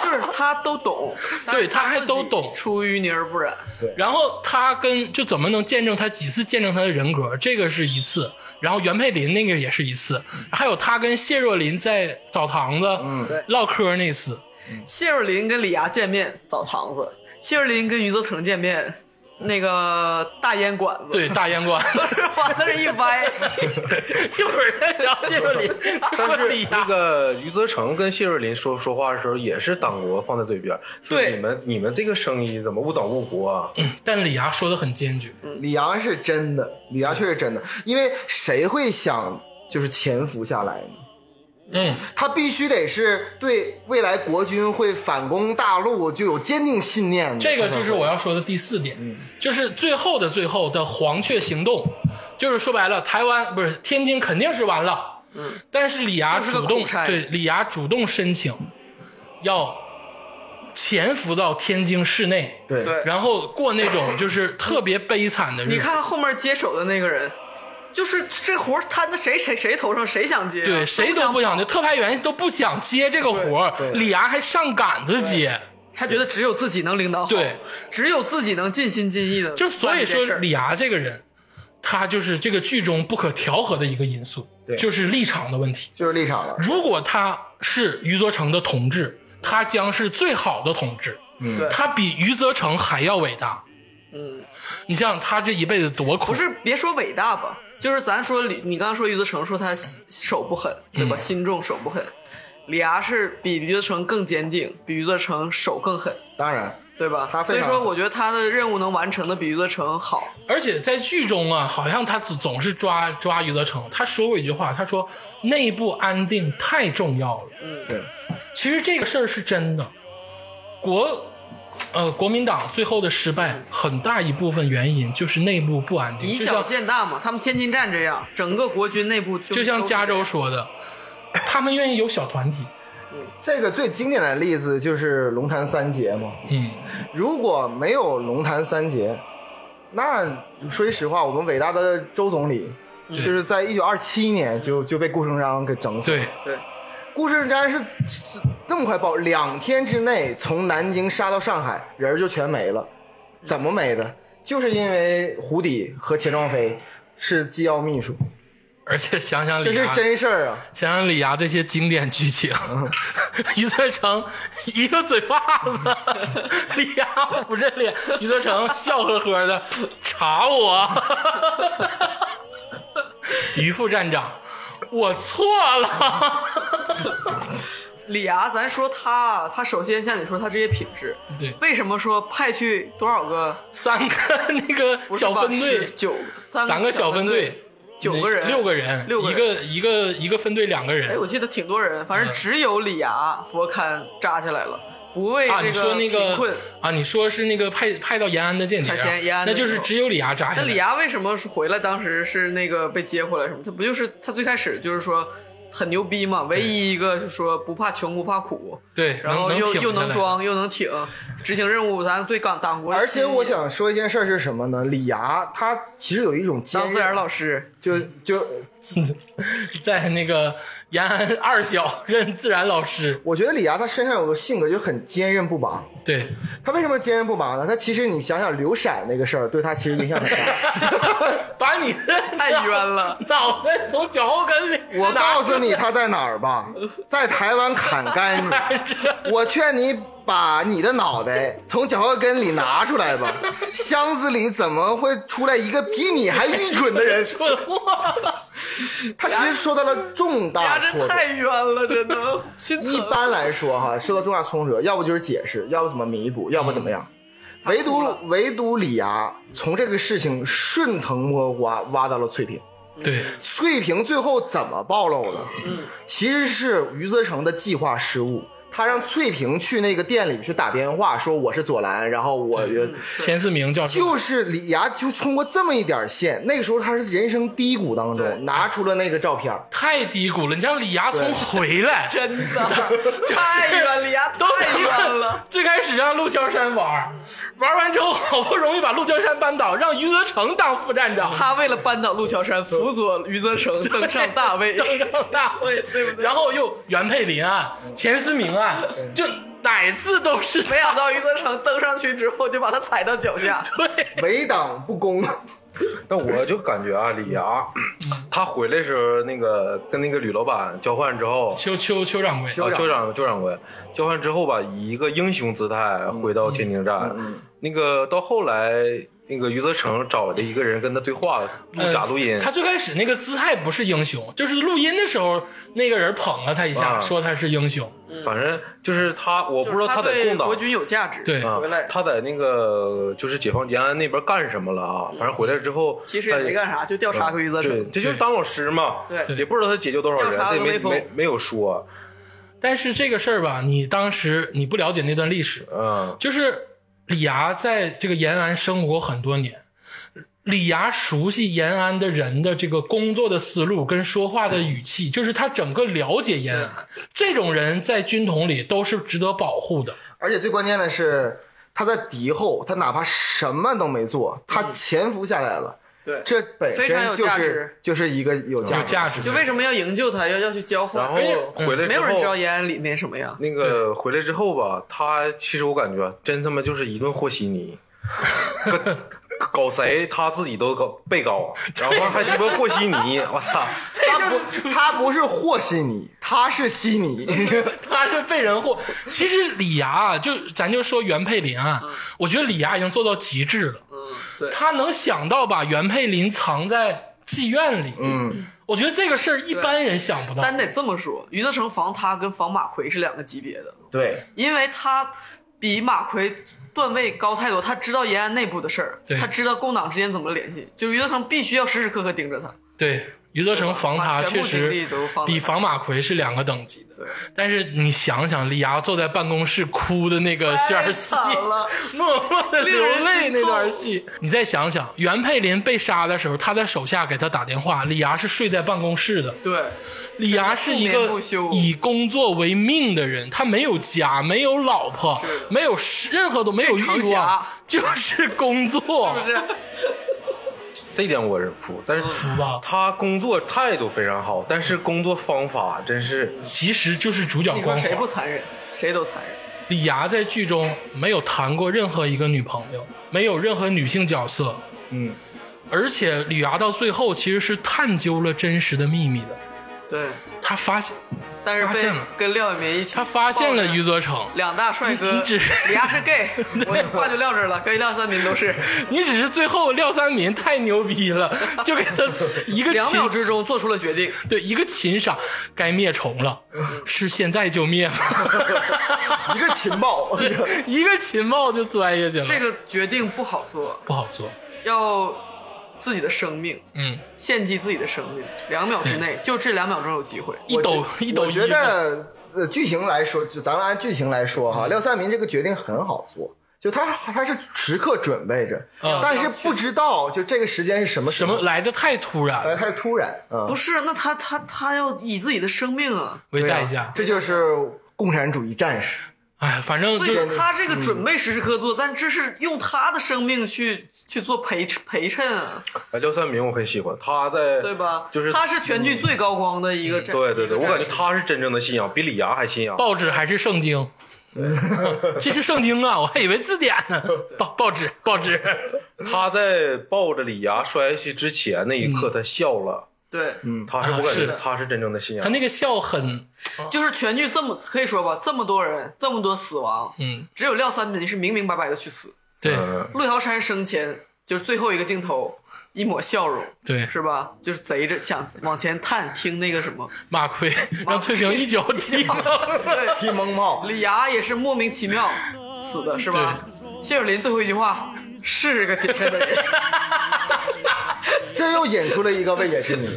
[SPEAKER 2] 就是他都懂，但是
[SPEAKER 1] 对他还
[SPEAKER 2] 自己
[SPEAKER 1] 都懂
[SPEAKER 2] 出淤泥而不染。
[SPEAKER 1] 然后他跟就怎么能见证他几次见证他的人格？这个是一次，然后袁佩林那个也是一次，还有他跟谢若琳在澡堂子
[SPEAKER 2] 对
[SPEAKER 1] 唠嗑那次，
[SPEAKER 2] 谢若琳跟李涯见面澡堂子，谢若琳跟余则成见面那个大烟馆子，
[SPEAKER 1] 对大烟馆。
[SPEAKER 2] 往那儿一歪，
[SPEAKER 1] 一会儿再聊谢若琳，说
[SPEAKER 3] 但
[SPEAKER 1] 李
[SPEAKER 3] 是
[SPEAKER 1] 涯。
[SPEAKER 3] 那个余则成跟谢瑞麟说说话的时候，也是党国放在嘴边，说
[SPEAKER 2] 对
[SPEAKER 3] 你们你们这个生意怎么误党误国啊？
[SPEAKER 1] 但李涯说的很坚决，
[SPEAKER 2] 嗯
[SPEAKER 4] 李阳是真的，李阳确实真的，因为谁会想就是潜伏下来呢？
[SPEAKER 1] 嗯，
[SPEAKER 4] 他必须得是对未来国军会反攻大陆就有坚定信念的。
[SPEAKER 1] 这个就是我
[SPEAKER 4] 要
[SPEAKER 1] 要说的第四点，
[SPEAKER 2] 嗯
[SPEAKER 1] 就是最后的最后的黄雀行动，就是说白了，台湾不是天津肯定是完了，嗯，但是李涯
[SPEAKER 2] 就是个
[SPEAKER 1] 主动
[SPEAKER 2] 苦差哎
[SPEAKER 1] 对李涯主动申请要潜伏到天津市内，
[SPEAKER 4] 对
[SPEAKER 2] 对
[SPEAKER 1] 然后过那种就是特别悲惨的日子。
[SPEAKER 2] 你看后面接手的那个人，就是这活儿摊在谁谁谁头上，谁想接啊、
[SPEAKER 1] 对，谁都不想接，特派员都不想接这个活儿
[SPEAKER 4] 对，对
[SPEAKER 1] 李涯还上杆子接，
[SPEAKER 2] 他觉得只有自己能领导好，
[SPEAKER 1] 对，
[SPEAKER 2] 只有自己能尽心尽意的，
[SPEAKER 1] 就所以说
[SPEAKER 2] 李
[SPEAKER 1] 李涯这个人，他就是这个剧中不可调和的一个因素，
[SPEAKER 4] 对
[SPEAKER 1] 就是立场的问题。
[SPEAKER 4] 就是立场了。
[SPEAKER 1] 如果他是余则成的同志，他将是最好的同志，
[SPEAKER 2] 对
[SPEAKER 1] 他比余则成还要伟大。嗯，你想想他这一辈子多苦，
[SPEAKER 2] 不是别说伟大吧，就是咱说李，你刚刚说余则成说他心手不狠，对
[SPEAKER 1] 嗯
[SPEAKER 2] 吧？心重手不狠，李涯是比余则成更坚定，比余则成手更狠，
[SPEAKER 4] 当然，
[SPEAKER 2] 对吧？
[SPEAKER 4] 他
[SPEAKER 2] 所
[SPEAKER 4] 非
[SPEAKER 2] 以
[SPEAKER 4] 常
[SPEAKER 2] 说，我觉得他的任务能完成的比余则成好，
[SPEAKER 1] 而且在剧中啊，好像他总总是抓抓余则成。他说过一句话，他说内部安定太重要了。
[SPEAKER 4] 对，
[SPEAKER 1] 其实这个事儿是真的，国呃国民党最后的失败，很大一部分原因就是内部不安定，
[SPEAKER 2] 以
[SPEAKER 1] 就
[SPEAKER 2] 小
[SPEAKER 1] 像
[SPEAKER 2] 见大嘛。他们天津站这样，整个国军内部就
[SPEAKER 1] 就像加州
[SPEAKER 2] 都是
[SPEAKER 1] 说的，他们愿意有小团体，
[SPEAKER 4] 这个最经典的例子就是龙潭三杰嘛。
[SPEAKER 1] 嗯，
[SPEAKER 4] 如果没有龙潭三杰，那说句实话，我们伟大的周总理，就是在一九二七年就就被顾顺章给整死了。
[SPEAKER 1] 对，
[SPEAKER 2] 这样
[SPEAKER 4] 顾顺章是是那么快爆，两天之内从南京杀到上海，人儿就全没了。怎么没的？就是因为胡底和钱壮飞是机要秘书，
[SPEAKER 1] 而且想想李
[SPEAKER 4] 这是
[SPEAKER 1] 涯，
[SPEAKER 4] 真事儿啊！
[SPEAKER 1] 想想李涯这些经典剧情，
[SPEAKER 2] 嗯
[SPEAKER 1] 余则成一个嘴巴子，李涯捂着脸，余则成笑呵呵的查我。于副站长，我错了。
[SPEAKER 2] 对李涯，咱说他，啊他首先像你说他这些品质，
[SPEAKER 1] 对，
[SPEAKER 2] 为什么说派去多少个
[SPEAKER 1] 三个那个
[SPEAKER 2] 不是
[SPEAKER 1] 小
[SPEAKER 2] 吧
[SPEAKER 1] 分队
[SPEAKER 2] 是，九三
[SPEAKER 1] 三个小
[SPEAKER 2] 分
[SPEAKER 1] 分队，
[SPEAKER 2] 九个人
[SPEAKER 1] 六个人，
[SPEAKER 2] 六个
[SPEAKER 1] 一个一个一个分队两个
[SPEAKER 2] 哎，
[SPEAKER 1] 人。
[SPEAKER 2] 我记得挺多人，
[SPEAKER 1] 嗯
[SPEAKER 2] 反正只有李涯、佛龛扎下来了，不为
[SPEAKER 1] 啊，
[SPEAKER 2] 这
[SPEAKER 1] 你说那
[SPEAKER 2] 贫困
[SPEAKER 1] 个。啊，你说是那个派派到延安的间谍啊
[SPEAKER 2] 派遣延，安的
[SPEAKER 1] 那就是只有李涯扎下
[SPEAKER 2] 那
[SPEAKER 1] 来。
[SPEAKER 2] 李涯为什么是回来？当时是那个被接回来什么？他不就是他最开始就是说很牛逼嘛，唯一一个就是说不怕穷不怕苦，
[SPEAKER 1] 对，
[SPEAKER 2] 然后
[SPEAKER 1] 能
[SPEAKER 2] 又
[SPEAKER 1] 挺
[SPEAKER 2] 又
[SPEAKER 1] 下
[SPEAKER 2] 能
[SPEAKER 1] 来
[SPEAKER 2] 装又能挺，执行任务，咱对党党国。
[SPEAKER 4] 而且我，想说一件事儿是什么呢？李涯他其实有一种坚
[SPEAKER 2] 当
[SPEAKER 4] 韧
[SPEAKER 2] 自然老师，
[SPEAKER 4] 就就
[SPEAKER 1] 在那个延安二小任自然老师，
[SPEAKER 4] 我觉得李涯他身上有个性格就很坚韧不拔。
[SPEAKER 1] 对，
[SPEAKER 4] 他为什么坚韧不拔呢？他其实你想想刘闪那个事儿，对他其实影响很 大。
[SPEAKER 1] 把你的
[SPEAKER 2] 太冤了
[SPEAKER 1] 脑袋从脚后跟里
[SPEAKER 4] 我
[SPEAKER 1] 拿
[SPEAKER 4] 告诉你他在哪儿吧，在台湾砍甘
[SPEAKER 1] 来着
[SPEAKER 4] 蔗。我劝你把你的脑袋从脚后跟里拿出来吧，箱子里怎么会出来一个比你还愚蠢的人？
[SPEAKER 1] 蠢货，
[SPEAKER 4] 他其实受到了重
[SPEAKER 2] 哎
[SPEAKER 4] 大
[SPEAKER 2] 呀，这
[SPEAKER 4] 挫折。
[SPEAKER 2] 太冤了，真的心
[SPEAKER 4] 一
[SPEAKER 2] 疼。
[SPEAKER 4] 般来说哈，受到重大挫折，要不就是解释，要不怎么弥补，要不怎么样。唯独唯独李涯从这个事情顺藤摸瓜挖到了翠萍，
[SPEAKER 2] 嗯
[SPEAKER 1] 对，
[SPEAKER 4] 翠萍最后怎么暴露的？嗯，其实是余则成的计划失误。他让翠萍去那个店里去打电话，说我是左蓝，然后我
[SPEAKER 1] 钱思明教授
[SPEAKER 4] 就是李涯就通过这么一点线，那个时候他是人生低谷当
[SPEAKER 2] 对
[SPEAKER 4] 中拿出了那个照片，
[SPEAKER 1] 太低谷了。你像李涯从回 来，
[SPEAKER 2] 真的太远了呀，
[SPEAKER 1] 都
[SPEAKER 2] 太远了。。
[SPEAKER 1] 最开始让陆桥山玩，玩完之后好不容易把陆桥山扳倒，让余则成当副站长，
[SPEAKER 2] 他为了扳倒陆桥山，辅佐余则成登上大位，
[SPEAKER 1] 登上大会，对不对？然后又袁佩林案、钱思明案，就哪次都是
[SPEAKER 2] 没想到余则成登上去之后就把他踩到脚 下。
[SPEAKER 1] 对。
[SPEAKER 4] 围挡不公，
[SPEAKER 3] 但我就感觉啊，李涯他回来的时候，那个跟那个吕老板交换之后，
[SPEAKER 1] 邱邱邱掌柜，
[SPEAKER 4] 邱
[SPEAKER 3] 啊，
[SPEAKER 4] 长
[SPEAKER 3] 邱长邱掌柜交换之后吧，以一个英雄姿态回到天津站。那个到后来，那个余则成找的一个人跟他对话，录
[SPEAKER 1] 呃
[SPEAKER 3] 假录音。
[SPEAKER 1] 他最开始那个姿态不是英雄，就是录音的时候那个人捧了他一下，
[SPEAKER 3] 啊
[SPEAKER 1] 说他是英雄。
[SPEAKER 3] 反正就是他，我不知道
[SPEAKER 2] 他
[SPEAKER 3] 在
[SPEAKER 2] 对
[SPEAKER 3] 共党
[SPEAKER 2] 国军有价值，
[SPEAKER 1] 对
[SPEAKER 3] 啊
[SPEAKER 2] 回来，
[SPEAKER 3] 他在那个就是解放延安那边干什么了啊？反正回来之后，
[SPEAKER 2] 其实也没干啥，就调
[SPEAKER 3] 他。嗯
[SPEAKER 2] 查过余则
[SPEAKER 3] 对，
[SPEAKER 2] 成。
[SPEAKER 3] 这就是当老师嘛，
[SPEAKER 2] 对对
[SPEAKER 3] 也不知道他解救多少人
[SPEAKER 2] 调查，
[SPEAKER 3] 这
[SPEAKER 2] 峨
[SPEAKER 3] 没
[SPEAKER 2] 眉峰
[SPEAKER 3] 没没有说，
[SPEAKER 1] 但是这个事儿吧，你当时你不了解那段历史，
[SPEAKER 3] 嗯，
[SPEAKER 1] 就是李涯在这个延安生活很多年，李涯熟悉延安的人的这个工作的思路跟说话的语气，就是他整个了解延安。这种人在军统里都是值得保护的。
[SPEAKER 4] 而且最关键的是他在敌后，他哪怕什么都没做，他潜伏下来了，
[SPEAKER 2] 对，
[SPEAKER 4] 这本
[SPEAKER 2] 嗯非常有
[SPEAKER 4] 身就
[SPEAKER 2] 价
[SPEAKER 4] 是
[SPEAKER 2] 值
[SPEAKER 4] 就是一个有
[SPEAKER 1] 有
[SPEAKER 4] 价值
[SPEAKER 1] 价值的，
[SPEAKER 2] 就为什么要营救他，要要去交换？
[SPEAKER 3] 然后
[SPEAKER 1] 而且
[SPEAKER 3] 回来之后，
[SPEAKER 2] 没有人知道延安里那什么样。
[SPEAKER 3] 那个回来之后吧，他其实我感觉真他妈就是一顿和稀泥，跟搞谁他自己都搞被搞，然后还鸡巴和稀泥，我操！
[SPEAKER 4] 他不他不是和稀泥，他是稀泥。
[SPEAKER 1] 他是被人祸。 其实李涯啊，就咱就说袁佩林啊，我觉得李涯已经做到极致了。
[SPEAKER 2] 嗯，对，
[SPEAKER 1] 他能想到把袁佩林藏在妓院里，
[SPEAKER 4] 嗯，
[SPEAKER 1] 我觉得这个事儿一般人想不到。
[SPEAKER 2] 但得这么说，余则成防他跟防马奎是两个级别的，
[SPEAKER 4] 对，
[SPEAKER 2] 因为他比马奎段位高太多，他知道延安内部的事儿
[SPEAKER 1] 对，
[SPEAKER 2] 他知道共党之间怎么联系，就是余则成必须要时时刻刻盯着 他。
[SPEAKER 1] 对，余则成防他
[SPEAKER 2] 把
[SPEAKER 1] 确
[SPEAKER 2] 全部精
[SPEAKER 1] 实
[SPEAKER 2] 力都放在
[SPEAKER 1] 比防马奎是两个等级的。但是你想想，李涯坐在办公室哭的那个
[SPEAKER 2] 太
[SPEAKER 1] 线戏，
[SPEAKER 2] 惨 了，
[SPEAKER 1] 默默的流泪
[SPEAKER 2] 令人心痛
[SPEAKER 1] 那段戏，你再想想，袁佩林被杀的时候，他的手下给他打电话，李涯是睡在办公室的。
[SPEAKER 2] 对，
[SPEAKER 1] 李涯是一
[SPEAKER 2] 不
[SPEAKER 1] 个
[SPEAKER 2] 眠不休
[SPEAKER 1] 以工作为命的人，他没有家，没有老婆，没有任何都没有
[SPEAKER 2] 长
[SPEAKER 1] 欲望
[SPEAKER 2] 侠，
[SPEAKER 1] 就是工作，
[SPEAKER 2] 是不是？
[SPEAKER 3] 这一点我是服，但是
[SPEAKER 1] 服吧
[SPEAKER 3] 他工作态度非常好，但是工作方法真是
[SPEAKER 1] 其实就是主角
[SPEAKER 2] 你说
[SPEAKER 1] 光
[SPEAKER 2] 谁
[SPEAKER 1] 环
[SPEAKER 2] 不。残忍？谁都残忍。
[SPEAKER 1] 李涯在剧中没有谈过任何一个女朋友，没有任何女性角色，
[SPEAKER 4] 嗯，
[SPEAKER 1] 而且李涯到最后其实是探究了真实的秘密的。
[SPEAKER 2] 对，
[SPEAKER 1] 他发现，
[SPEAKER 2] 但是
[SPEAKER 1] 发现
[SPEAKER 2] 被
[SPEAKER 1] 了
[SPEAKER 2] 跟廖一梅一起，
[SPEAKER 1] 他发现了余。则成，
[SPEAKER 2] 两大帅
[SPEAKER 1] 你
[SPEAKER 2] 哥，
[SPEAKER 1] 你只
[SPEAKER 2] 李涯 是 gay，我话就撂这儿了，跟廖三民都是。
[SPEAKER 1] 你只是最后廖三民太牛逼 了，就给他一个
[SPEAKER 2] 两
[SPEAKER 1] 亲
[SPEAKER 2] 秒之中做出了决定，
[SPEAKER 1] 对，一个秦杀该灭虫了，是现在就 灭吗？
[SPEAKER 4] 一个情报，
[SPEAKER 1] 一个秦豹就钻下去了，
[SPEAKER 2] 这个决定不好做，
[SPEAKER 1] 不好做。
[SPEAKER 2] 要自己的生命
[SPEAKER 1] 嗯，
[SPEAKER 2] 献祭自己的生命，两秒之内就这两秒钟有机会。
[SPEAKER 1] 一抖一抖
[SPEAKER 4] 我
[SPEAKER 1] 衣
[SPEAKER 4] 觉
[SPEAKER 1] 服，
[SPEAKER 4] 得呃，剧情来说，就咱们按剧情来说
[SPEAKER 1] 嗯
[SPEAKER 4] 哈，廖三民这个决定很好做，就他他是时刻准备着，
[SPEAKER 1] 嗯
[SPEAKER 4] 但是不知道就这个时间是什么时
[SPEAKER 1] 什
[SPEAKER 4] 候
[SPEAKER 1] 么来的太突然
[SPEAKER 4] 来
[SPEAKER 1] 了，
[SPEAKER 4] 太突然啊，
[SPEAKER 2] 不是，那他他他要以自己的生命啊，
[SPEAKER 1] 为
[SPEAKER 4] 对啊
[SPEAKER 1] 代价。
[SPEAKER 4] 这就是共产主义战士。
[SPEAKER 1] 哎，反正
[SPEAKER 2] 所
[SPEAKER 1] 就
[SPEAKER 2] 以说他这个
[SPEAKER 1] 嗯
[SPEAKER 2] 准备时时刻刻做，但这是用他的生命去去做陪陪衬啊，
[SPEAKER 3] 哎廖三明我很喜欢，他在
[SPEAKER 2] 对吧？
[SPEAKER 3] 就是嗯
[SPEAKER 2] 他是全剧最高光的一个阵，
[SPEAKER 3] 对对对，我感觉他是真正的信仰，比李涯还信仰。
[SPEAKER 1] 报纸还是圣经。这是圣经啊！我还以为字典呢。报报纸，报纸，
[SPEAKER 3] 他在抱着李涯摔下去之前那一刻，他笑了。
[SPEAKER 2] 对，
[SPEAKER 3] 他是
[SPEAKER 1] 啊
[SPEAKER 3] 我感
[SPEAKER 1] 是
[SPEAKER 3] 觉
[SPEAKER 1] 的
[SPEAKER 3] 他是真正的信仰
[SPEAKER 1] 他。那个笑很，
[SPEAKER 2] 就是全剧这么可以说吧，这么多人，这么多死亡，
[SPEAKER 1] 嗯，
[SPEAKER 2] 只有廖三民是明明白白的去死。
[SPEAKER 1] 对
[SPEAKER 3] 嗯，
[SPEAKER 2] 陆桥山生前就是最后一个镜头，一抹笑容，
[SPEAKER 1] 对，
[SPEAKER 2] 是吧？就是贼着想往前探，听那个 什么。
[SPEAKER 1] 马奎让翠萍一脚踢 了，
[SPEAKER 4] 踢蒙炮，
[SPEAKER 2] 李涯也是莫名其妙死的，是 吧？谢尔林最后一句话是个谨慎的人，
[SPEAKER 4] 这又引出了一个未解之谜，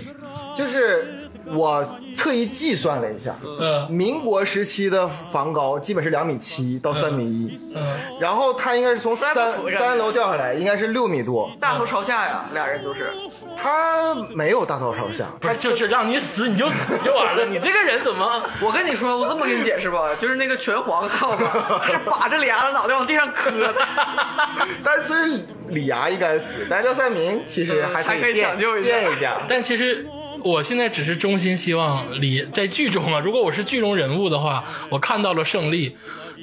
[SPEAKER 4] 就是我特意计算了一下，
[SPEAKER 1] 嗯
[SPEAKER 4] 民国时期的房高基本是两米七到三米一，
[SPEAKER 1] 嗯，
[SPEAKER 4] 然后他应该是从
[SPEAKER 2] 摔
[SPEAKER 4] 三
[SPEAKER 2] 不死人
[SPEAKER 4] 三楼掉下来，应该是六米多，
[SPEAKER 2] 大头朝下呀，俩人都是。
[SPEAKER 4] 他没有大头朝下，
[SPEAKER 1] 不是，就是让你死你就死就完了，你这个人怎么？
[SPEAKER 2] 我跟你说，我这么跟你解释吧，就是那个拳皇看过吗？是把着俩的脑袋往地上磕的。
[SPEAKER 4] 但虽然李涯应该死，但廖赛明其实还
[SPEAKER 2] 嗯还可以
[SPEAKER 4] 垫
[SPEAKER 2] 抢救一下
[SPEAKER 4] 垫一下。
[SPEAKER 1] 但其实我现在只是衷心希望李在剧中啊，如果我是剧中人物的话，我看到了胜利，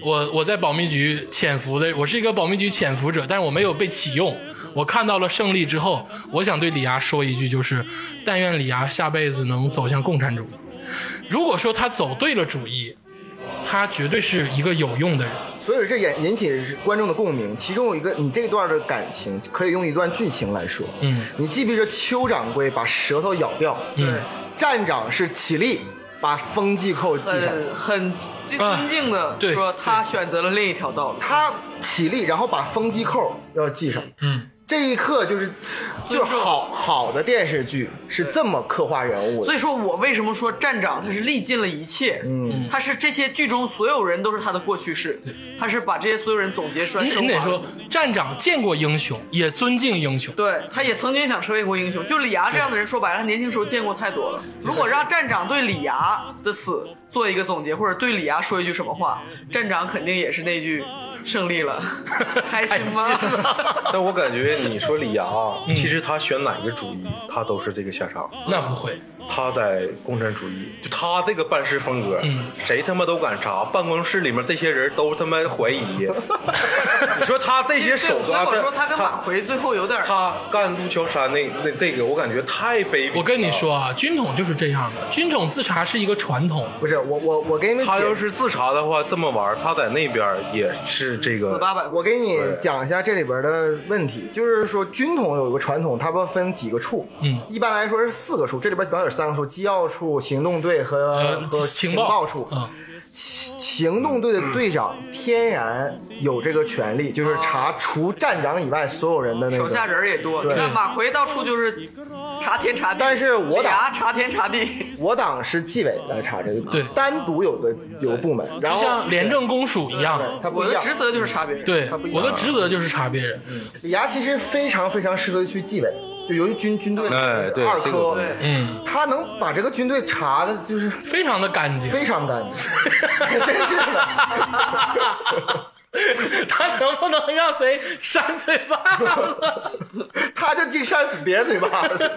[SPEAKER 1] 我我在保密局潜伏的，我是一个保密局潜伏者，但是我没有被启用。我看到了胜利之后，我想对李涯说一句，就是但愿李涯下辈子能走向共产主义。如果说他走对了主义，他绝对是一个有用的人。
[SPEAKER 4] 所以这引引起观众的共鸣。其中有一个你这段的感情，可以用一段剧情来说。
[SPEAKER 1] 嗯，
[SPEAKER 4] 你记不记得邱掌柜把舌头咬掉？
[SPEAKER 1] 嗯，
[SPEAKER 4] 站长是起立把风纪扣系上，
[SPEAKER 2] 很呃很尊敬的
[SPEAKER 1] 啊对
[SPEAKER 2] 说，他选择了另一条道路。
[SPEAKER 4] 他起立然后把风纪扣要系上。
[SPEAKER 1] 嗯，
[SPEAKER 4] 这一刻就是，就是好好的电视剧是这么刻画人物
[SPEAKER 2] 所
[SPEAKER 4] 的。
[SPEAKER 2] 以说我为什么说站长他是历尽了一切，嗯，他是这些剧中所有人都是他的过去式，他是把这些所有人总结出来
[SPEAKER 1] 你
[SPEAKER 2] 升华
[SPEAKER 1] 你得说
[SPEAKER 2] 出来，
[SPEAKER 1] 站长见过英雄，也尊敬英雄。
[SPEAKER 2] 对，他也曾经想成为过英雄。就李涯这样的人，说白了，他年轻时候见过太多了。如果让站长对李涯的死做一个总结，或者对李涯说一句什么话，站长肯定也是那句“胜利 了，开心吗？”
[SPEAKER 1] 开心了
[SPEAKER 3] 但我感觉你说李涯啊，其实他选哪个主义，他都是这个下场。
[SPEAKER 1] 那不会，
[SPEAKER 3] 他在共产主义，就他这个办事风格，
[SPEAKER 1] 嗯
[SPEAKER 3] 谁他妈都敢查，办公室里面这些人都他妈怀疑。你说他这些
[SPEAKER 2] 对，
[SPEAKER 3] 手
[SPEAKER 2] 所以
[SPEAKER 3] 段，
[SPEAKER 1] 啊
[SPEAKER 2] 我说他跟马
[SPEAKER 3] 他
[SPEAKER 2] 奎最后有点儿
[SPEAKER 3] 他干陆桥山那那这个，我感觉太卑鄙了。
[SPEAKER 1] 我跟你说啊，军统就是这样的，军统自查是一个传统。
[SPEAKER 4] 不是我我我给你们
[SPEAKER 3] 他
[SPEAKER 4] 解
[SPEAKER 3] 要是自查的话，这么玩儿，他在那边也是这
[SPEAKER 2] 死
[SPEAKER 3] 个
[SPEAKER 2] 八百步。
[SPEAKER 4] 我给你讲一下这里边的问题，就是说军统有一个传统，它不分几个处，
[SPEAKER 1] 嗯
[SPEAKER 4] 一般来说是四个处，这里边主要有三个处：机要处、行动队和、
[SPEAKER 1] 呃，
[SPEAKER 4] 和
[SPEAKER 1] 情
[SPEAKER 4] 报处。
[SPEAKER 1] 嗯，
[SPEAKER 4] 行行动队的队长天然有这个权利，就是查除站长以外所有人的那
[SPEAKER 2] 手
[SPEAKER 4] 个。
[SPEAKER 2] 下人儿也多，你
[SPEAKER 4] 对
[SPEAKER 2] 看马奎到处就是查天查地，
[SPEAKER 4] 但是我
[SPEAKER 2] 俩
[SPEAKER 4] 党
[SPEAKER 2] 查天查地，
[SPEAKER 4] 我党是纪委来查这个，
[SPEAKER 1] 对
[SPEAKER 4] 单独有个有个部门，然
[SPEAKER 1] 就
[SPEAKER 4] 后
[SPEAKER 1] 像廉政公署一样。
[SPEAKER 4] 对它不
[SPEAKER 2] 我
[SPEAKER 4] 一
[SPEAKER 2] 的
[SPEAKER 4] 样。
[SPEAKER 2] 职责就是查别人。，
[SPEAKER 1] 对
[SPEAKER 4] 他不一，样嗯
[SPEAKER 1] 我的职责就是查别人。
[SPEAKER 4] 李涯其实非常非常适合去纪委，就由于军军队
[SPEAKER 3] 哎对
[SPEAKER 4] 二
[SPEAKER 3] 这个
[SPEAKER 4] 科
[SPEAKER 3] 我，
[SPEAKER 2] 对
[SPEAKER 1] 嗯，
[SPEAKER 4] 他能把这个军队查的，就是
[SPEAKER 1] 非常的干净。
[SPEAKER 4] 非常干净，真是的。
[SPEAKER 1] 他能不能让谁扇嘴巴子？
[SPEAKER 4] 他就净扇别人嘴巴子。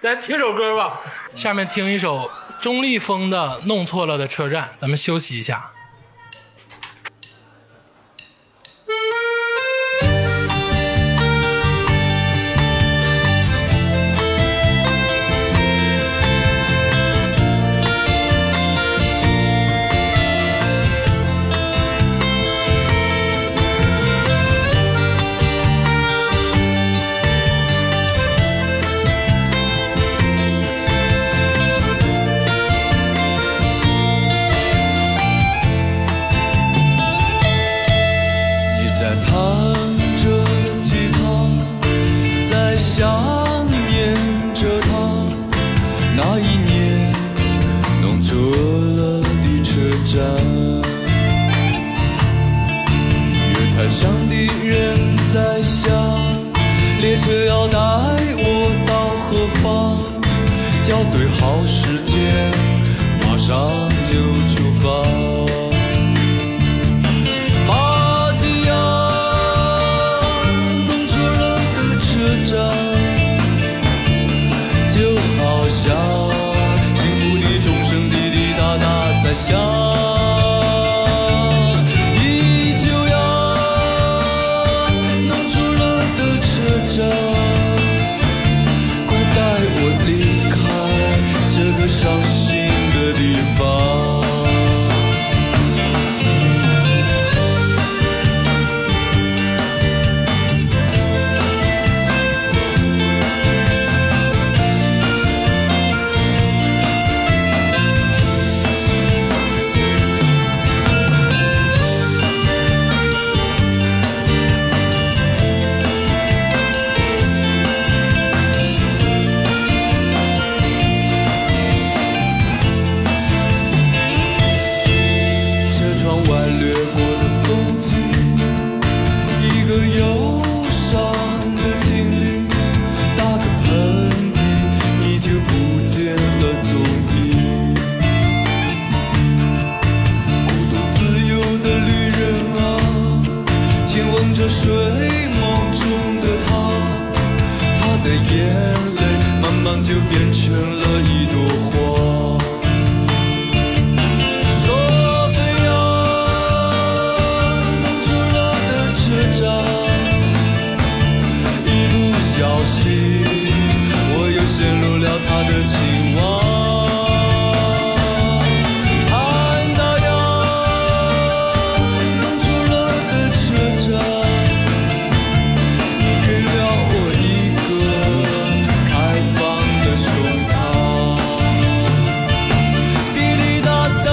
[SPEAKER 1] 咱听首歌吧，下面听一首钟立风的《弄错了的车站》，咱们休息一下。
[SPEAKER 5] 你在弹着吉他，在想念着他。那一年，弄错了的车站，月台上的人在想，列车要带我到何方？校对好时间，马上就出发。巴吉亚，弄错了的车站，就好像幸福的钟声滴滴答答在响。依旧呀，弄错了的车站，快带我离开这个伤心的地方。啊的青蛙。按那样弄错了的车站，你给了我一个开放的胸膛。滴滴答答，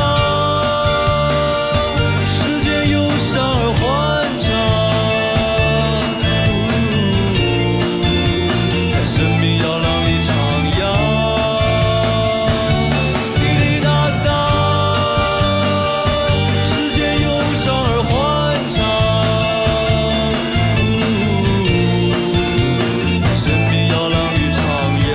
[SPEAKER 5] 时间忧伤而欢畅。在生命摇浪里徜徉，滴滴答答，时间忧伤而欢畅，在生命摇浪里徜徉。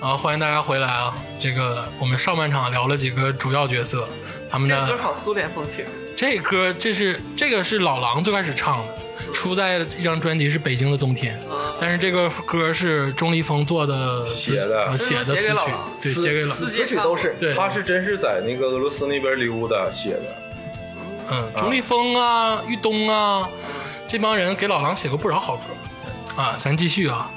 [SPEAKER 1] 啊，欢迎大家回来啊！这个我们上半场聊了几个主要角色，他们
[SPEAKER 2] 这
[SPEAKER 1] 的
[SPEAKER 2] 歌好苏联风情，
[SPEAKER 1] 这歌这是这个是老狼最开始唱的，出在一张专辑是《北京的冬天》，但是这个歌是钟立风做的词
[SPEAKER 3] 写的
[SPEAKER 1] 呃写的
[SPEAKER 2] 写给
[SPEAKER 1] 词
[SPEAKER 2] 老
[SPEAKER 1] 曲
[SPEAKER 2] 狼，
[SPEAKER 1] 对，
[SPEAKER 4] 词
[SPEAKER 1] 写给老
[SPEAKER 2] 自己
[SPEAKER 4] 词曲都是
[SPEAKER 1] 对，
[SPEAKER 3] 他是真是在那个俄罗斯那边溜达写的，
[SPEAKER 1] 嗯，钟立风啊、玉东啊，这帮人给老狼写过不少好歌。啊，咱继续啊。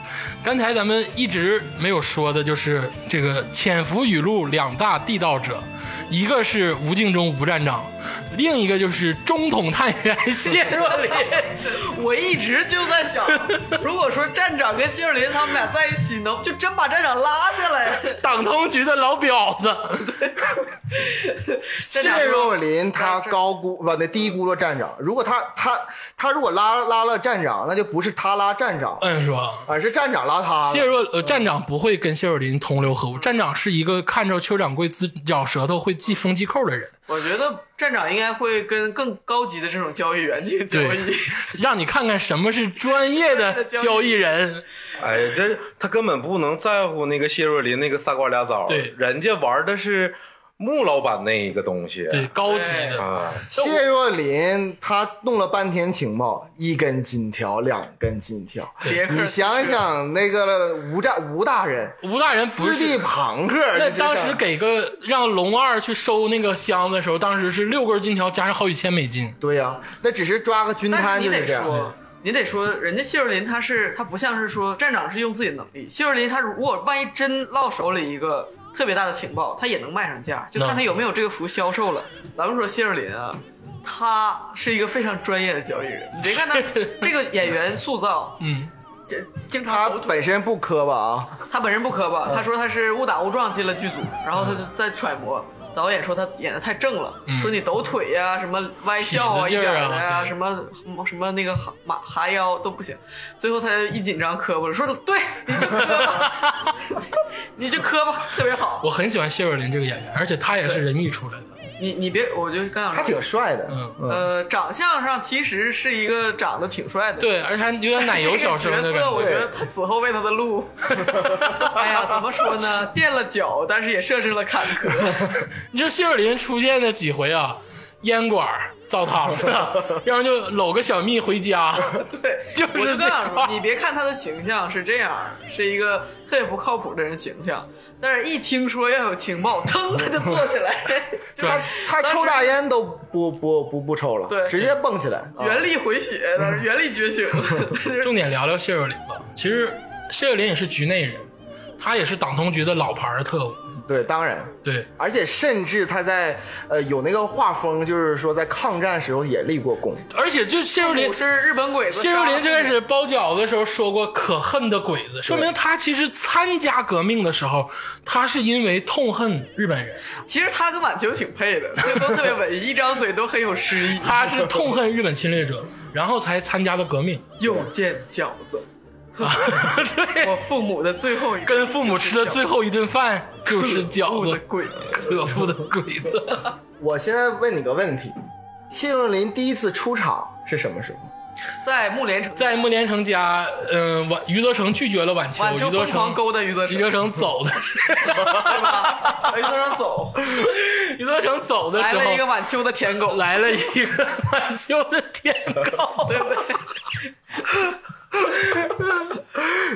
[SPEAKER 1] 刚才咱们一直没有说的就是这个潜伏语录两大地道者，一个是吴敬中吴站长，另一个就是中统探员谢若琳。
[SPEAKER 2] 我一直就在想，如果说站长跟谢若琳他们俩在一起，能就真把站长拉下 来？
[SPEAKER 1] 党通局的老婊 子，
[SPEAKER 2] 站长
[SPEAKER 4] 谢
[SPEAKER 2] 说
[SPEAKER 4] 若琳她高估不那低估了站长，如果她她她如果拉拉了站长，那就不是她拉站长，
[SPEAKER 1] 嗯，说
[SPEAKER 4] 而是站长拉她
[SPEAKER 1] 谢
[SPEAKER 4] 了。
[SPEAKER 1] 若呃站长不会跟谢若琳同流合污，站长是一个看着邱掌柜自咬舌头会系风系扣的人，
[SPEAKER 2] 我觉得站长应该会跟更高级的这种交易员进行交易
[SPEAKER 1] 对。让你看看什么是专业的交易人。
[SPEAKER 3] 哎呀，这他根本不能在乎那个谢若琳那个仨瓜俩枣，
[SPEAKER 1] 对
[SPEAKER 3] 人家玩的是穆老板那个东西，
[SPEAKER 1] 对，高级的，
[SPEAKER 3] 啊，
[SPEAKER 4] 谢若琳她弄了半天情报，一根金条，两根金条。
[SPEAKER 2] 别克
[SPEAKER 4] 你想想那个吴站吴大人，
[SPEAKER 1] 吴大人不
[SPEAKER 4] 斯蒂
[SPEAKER 1] 是。
[SPEAKER 4] 庞克，
[SPEAKER 1] 那
[SPEAKER 4] 就这
[SPEAKER 1] 当时
[SPEAKER 4] 样
[SPEAKER 1] 给个让龙二去收那个箱子的时候，当时是六根金条加上好几千美金，
[SPEAKER 4] 对呀、那只是抓个均
[SPEAKER 2] 但
[SPEAKER 4] 摊
[SPEAKER 2] 是你
[SPEAKER 4] 就是
[SPEAKER 2] 得
[SPEAKER 4] 这样。
[SPEAKER 2] 说，你得说，人家谢若琳她是她不像是说站长是用自己的能力，谢若琳她如果万一真落手里一个特别大的情报，她也能卖上价，就看她有没有这个服销售了。咱们说谢若琳啊。她是一个非常专业的交易人，你别看她这个演员塑造，
[SPEAKER 1] 嗯，
[SPEAKER 2] 这经常
[SPEAKER 4] 他
[SPEAKER 2] 呕吐
[SPEAKER 4] 本身不磕巴啊，
[SPEAKER 2] 他本人不磕
[SPEAKER 1] 嗯
[SPEAKER 2] 巴，他说他是误打误撞进了剧组，然后他就在揣摩。导演说他演的太正了，说你抖腿呀、什么歪笑啊、
[SPEAKER 1] 嗯痞子
[SPEAKER 2] 一
[SPEAKER 1] 劲
[SPEAKER 2] 点
[SPEAKER 1] 儿
[SPEAKER 2] 的
[SPEAKER 1] 啊
[SPEAKER 2] 呀、
[SPEAKER 1] 对
[SPEAKER 2] 什么什么那个哈马哈腰都不行。最后他一紧张磕巴了，说对，你就磕 吧，你就磕吧，特别好。
[SPEAKER 1] 我很喜欢谢若琳这个演员，而且她也是仁义出来的，
[SPEAKER 2] 你你别，我就刚想
[SPEAKER 4] 他
[SPEAKER 2] 说，
[SPEAKER 4] 挺帅的。
[SPEAKER 1] 嗯
[SPEAKER 2] 呃，长相上其实是一个长得挺帅的，
[SPEAKER 1] 对，而且还有点奶油小生
[SPEAKER 2] 这
[SPEAKER 1] 的
[SPEAKER 2] 个
[SPEAKER 1] 感
[SPEAKER 2] 角色，
[SPEAKER 1] 觉
[SPEAKER 2] 我。觉得他此后为他 的路，哎呀，怎么说呢？垫了脚，但是也设置了坎坷。
[SPEAKER 1] 你知道谢若琳出现的几回啊？烟管儿澡堂子，要不然就搂个小蜜回家，
[SPEAKER 2] 对，
[SPEAKER 1] 就是
[SPEAKER 2] 我就
[SPEAKER 1] 这
[SPEAKER 2] 这样说
[SPEAKER 1] 样。
[SPEAKER 2] 你别看他的形象是这样，是一个特别不靠谱的人形象，但是一听说要有情报，腾他就坐起 来，就
[SPEAKER 4] 他
[SPEAKER 2] 是
[SPEAKER 4] 他抽大烟都不不不不抽了，
[SPEAKER 2] 对
[SPEAKER 4] 直接蹦起来。啊
[SPEAKER 2] 原力回血，但是原力 觉醒，就是
[SPEAKER 1] 重点聊聊谢若琳吧。其实谢若琳也是局内人，她也是党通局的老牌儿特务。
[SPEAKER 4] 嗯对，当然，
[SPEAKER 1] 对，
[SPEAKER 4] 而且甚至他在呃有那个画风，就是说在抗战时候也立过功。
[SPEAKER 1] 而且就谢若琳
[SPEAKER 2] 我，是日本鬼子杀
[SPEAKER 1] 谢
[SPEAKER 2] 的。
[SPEAKER 1] 若琳最开始包饺子的时候说过“可恨的鬼子”，说明她其实参加革命的时候，她是因为痛恨日本人，
[SPEAKER 2] 其实他跟晚秋挺配的，这都特别文艺，一张嘴都很有诗意。
[SPEAKER 1] 她是痛恨日本侵略者，然后才参加的革命。
[SPEAKER 2] 又见饺子，
[SPEAKER 1] 对，
[SPEAKER 2] 我父母的最后一
[SPEAKER 1] 跟父母吃的最后一顿饭就是 饺
[SPEAKER 2] 的
[SPEAKER 1] 子，
[SPEAKER 2] 鬼子。
[SPEAKER 1] 可恶的鬼子。
[SPEAKER 4] 我现在问你个问题：谢若琳第一次出场是什么时候？
[SPEAKER 2] 在木莲 城，
[SPEAKER 1] 在穆连成家，嗯、晚余则成拒绝了晚秋，
[SPEAKER 2] 晚秋
[SPEAKER 1] 余则
[SPEAKER 2] 疯狂
[SPEAKER 1] 成
[SPEAKER 2] 勾搭余则
[SPEAKER 1] 余
[SPEAKER 2] 成，
[SPEAKER 1] 则成走的是，
[SPEAKER 2] 是吧？ 余则成走，
[SPEAKER 1] 余则成走的
[SPEAKER 2] 来
[SPEAKER 1] 时候
[SPEAKER 2] 了一个晚秋的舔狗，
[SPEAKER 1] 来了一个晚秋的舔狗，
[SPEAKER 2] 对不对？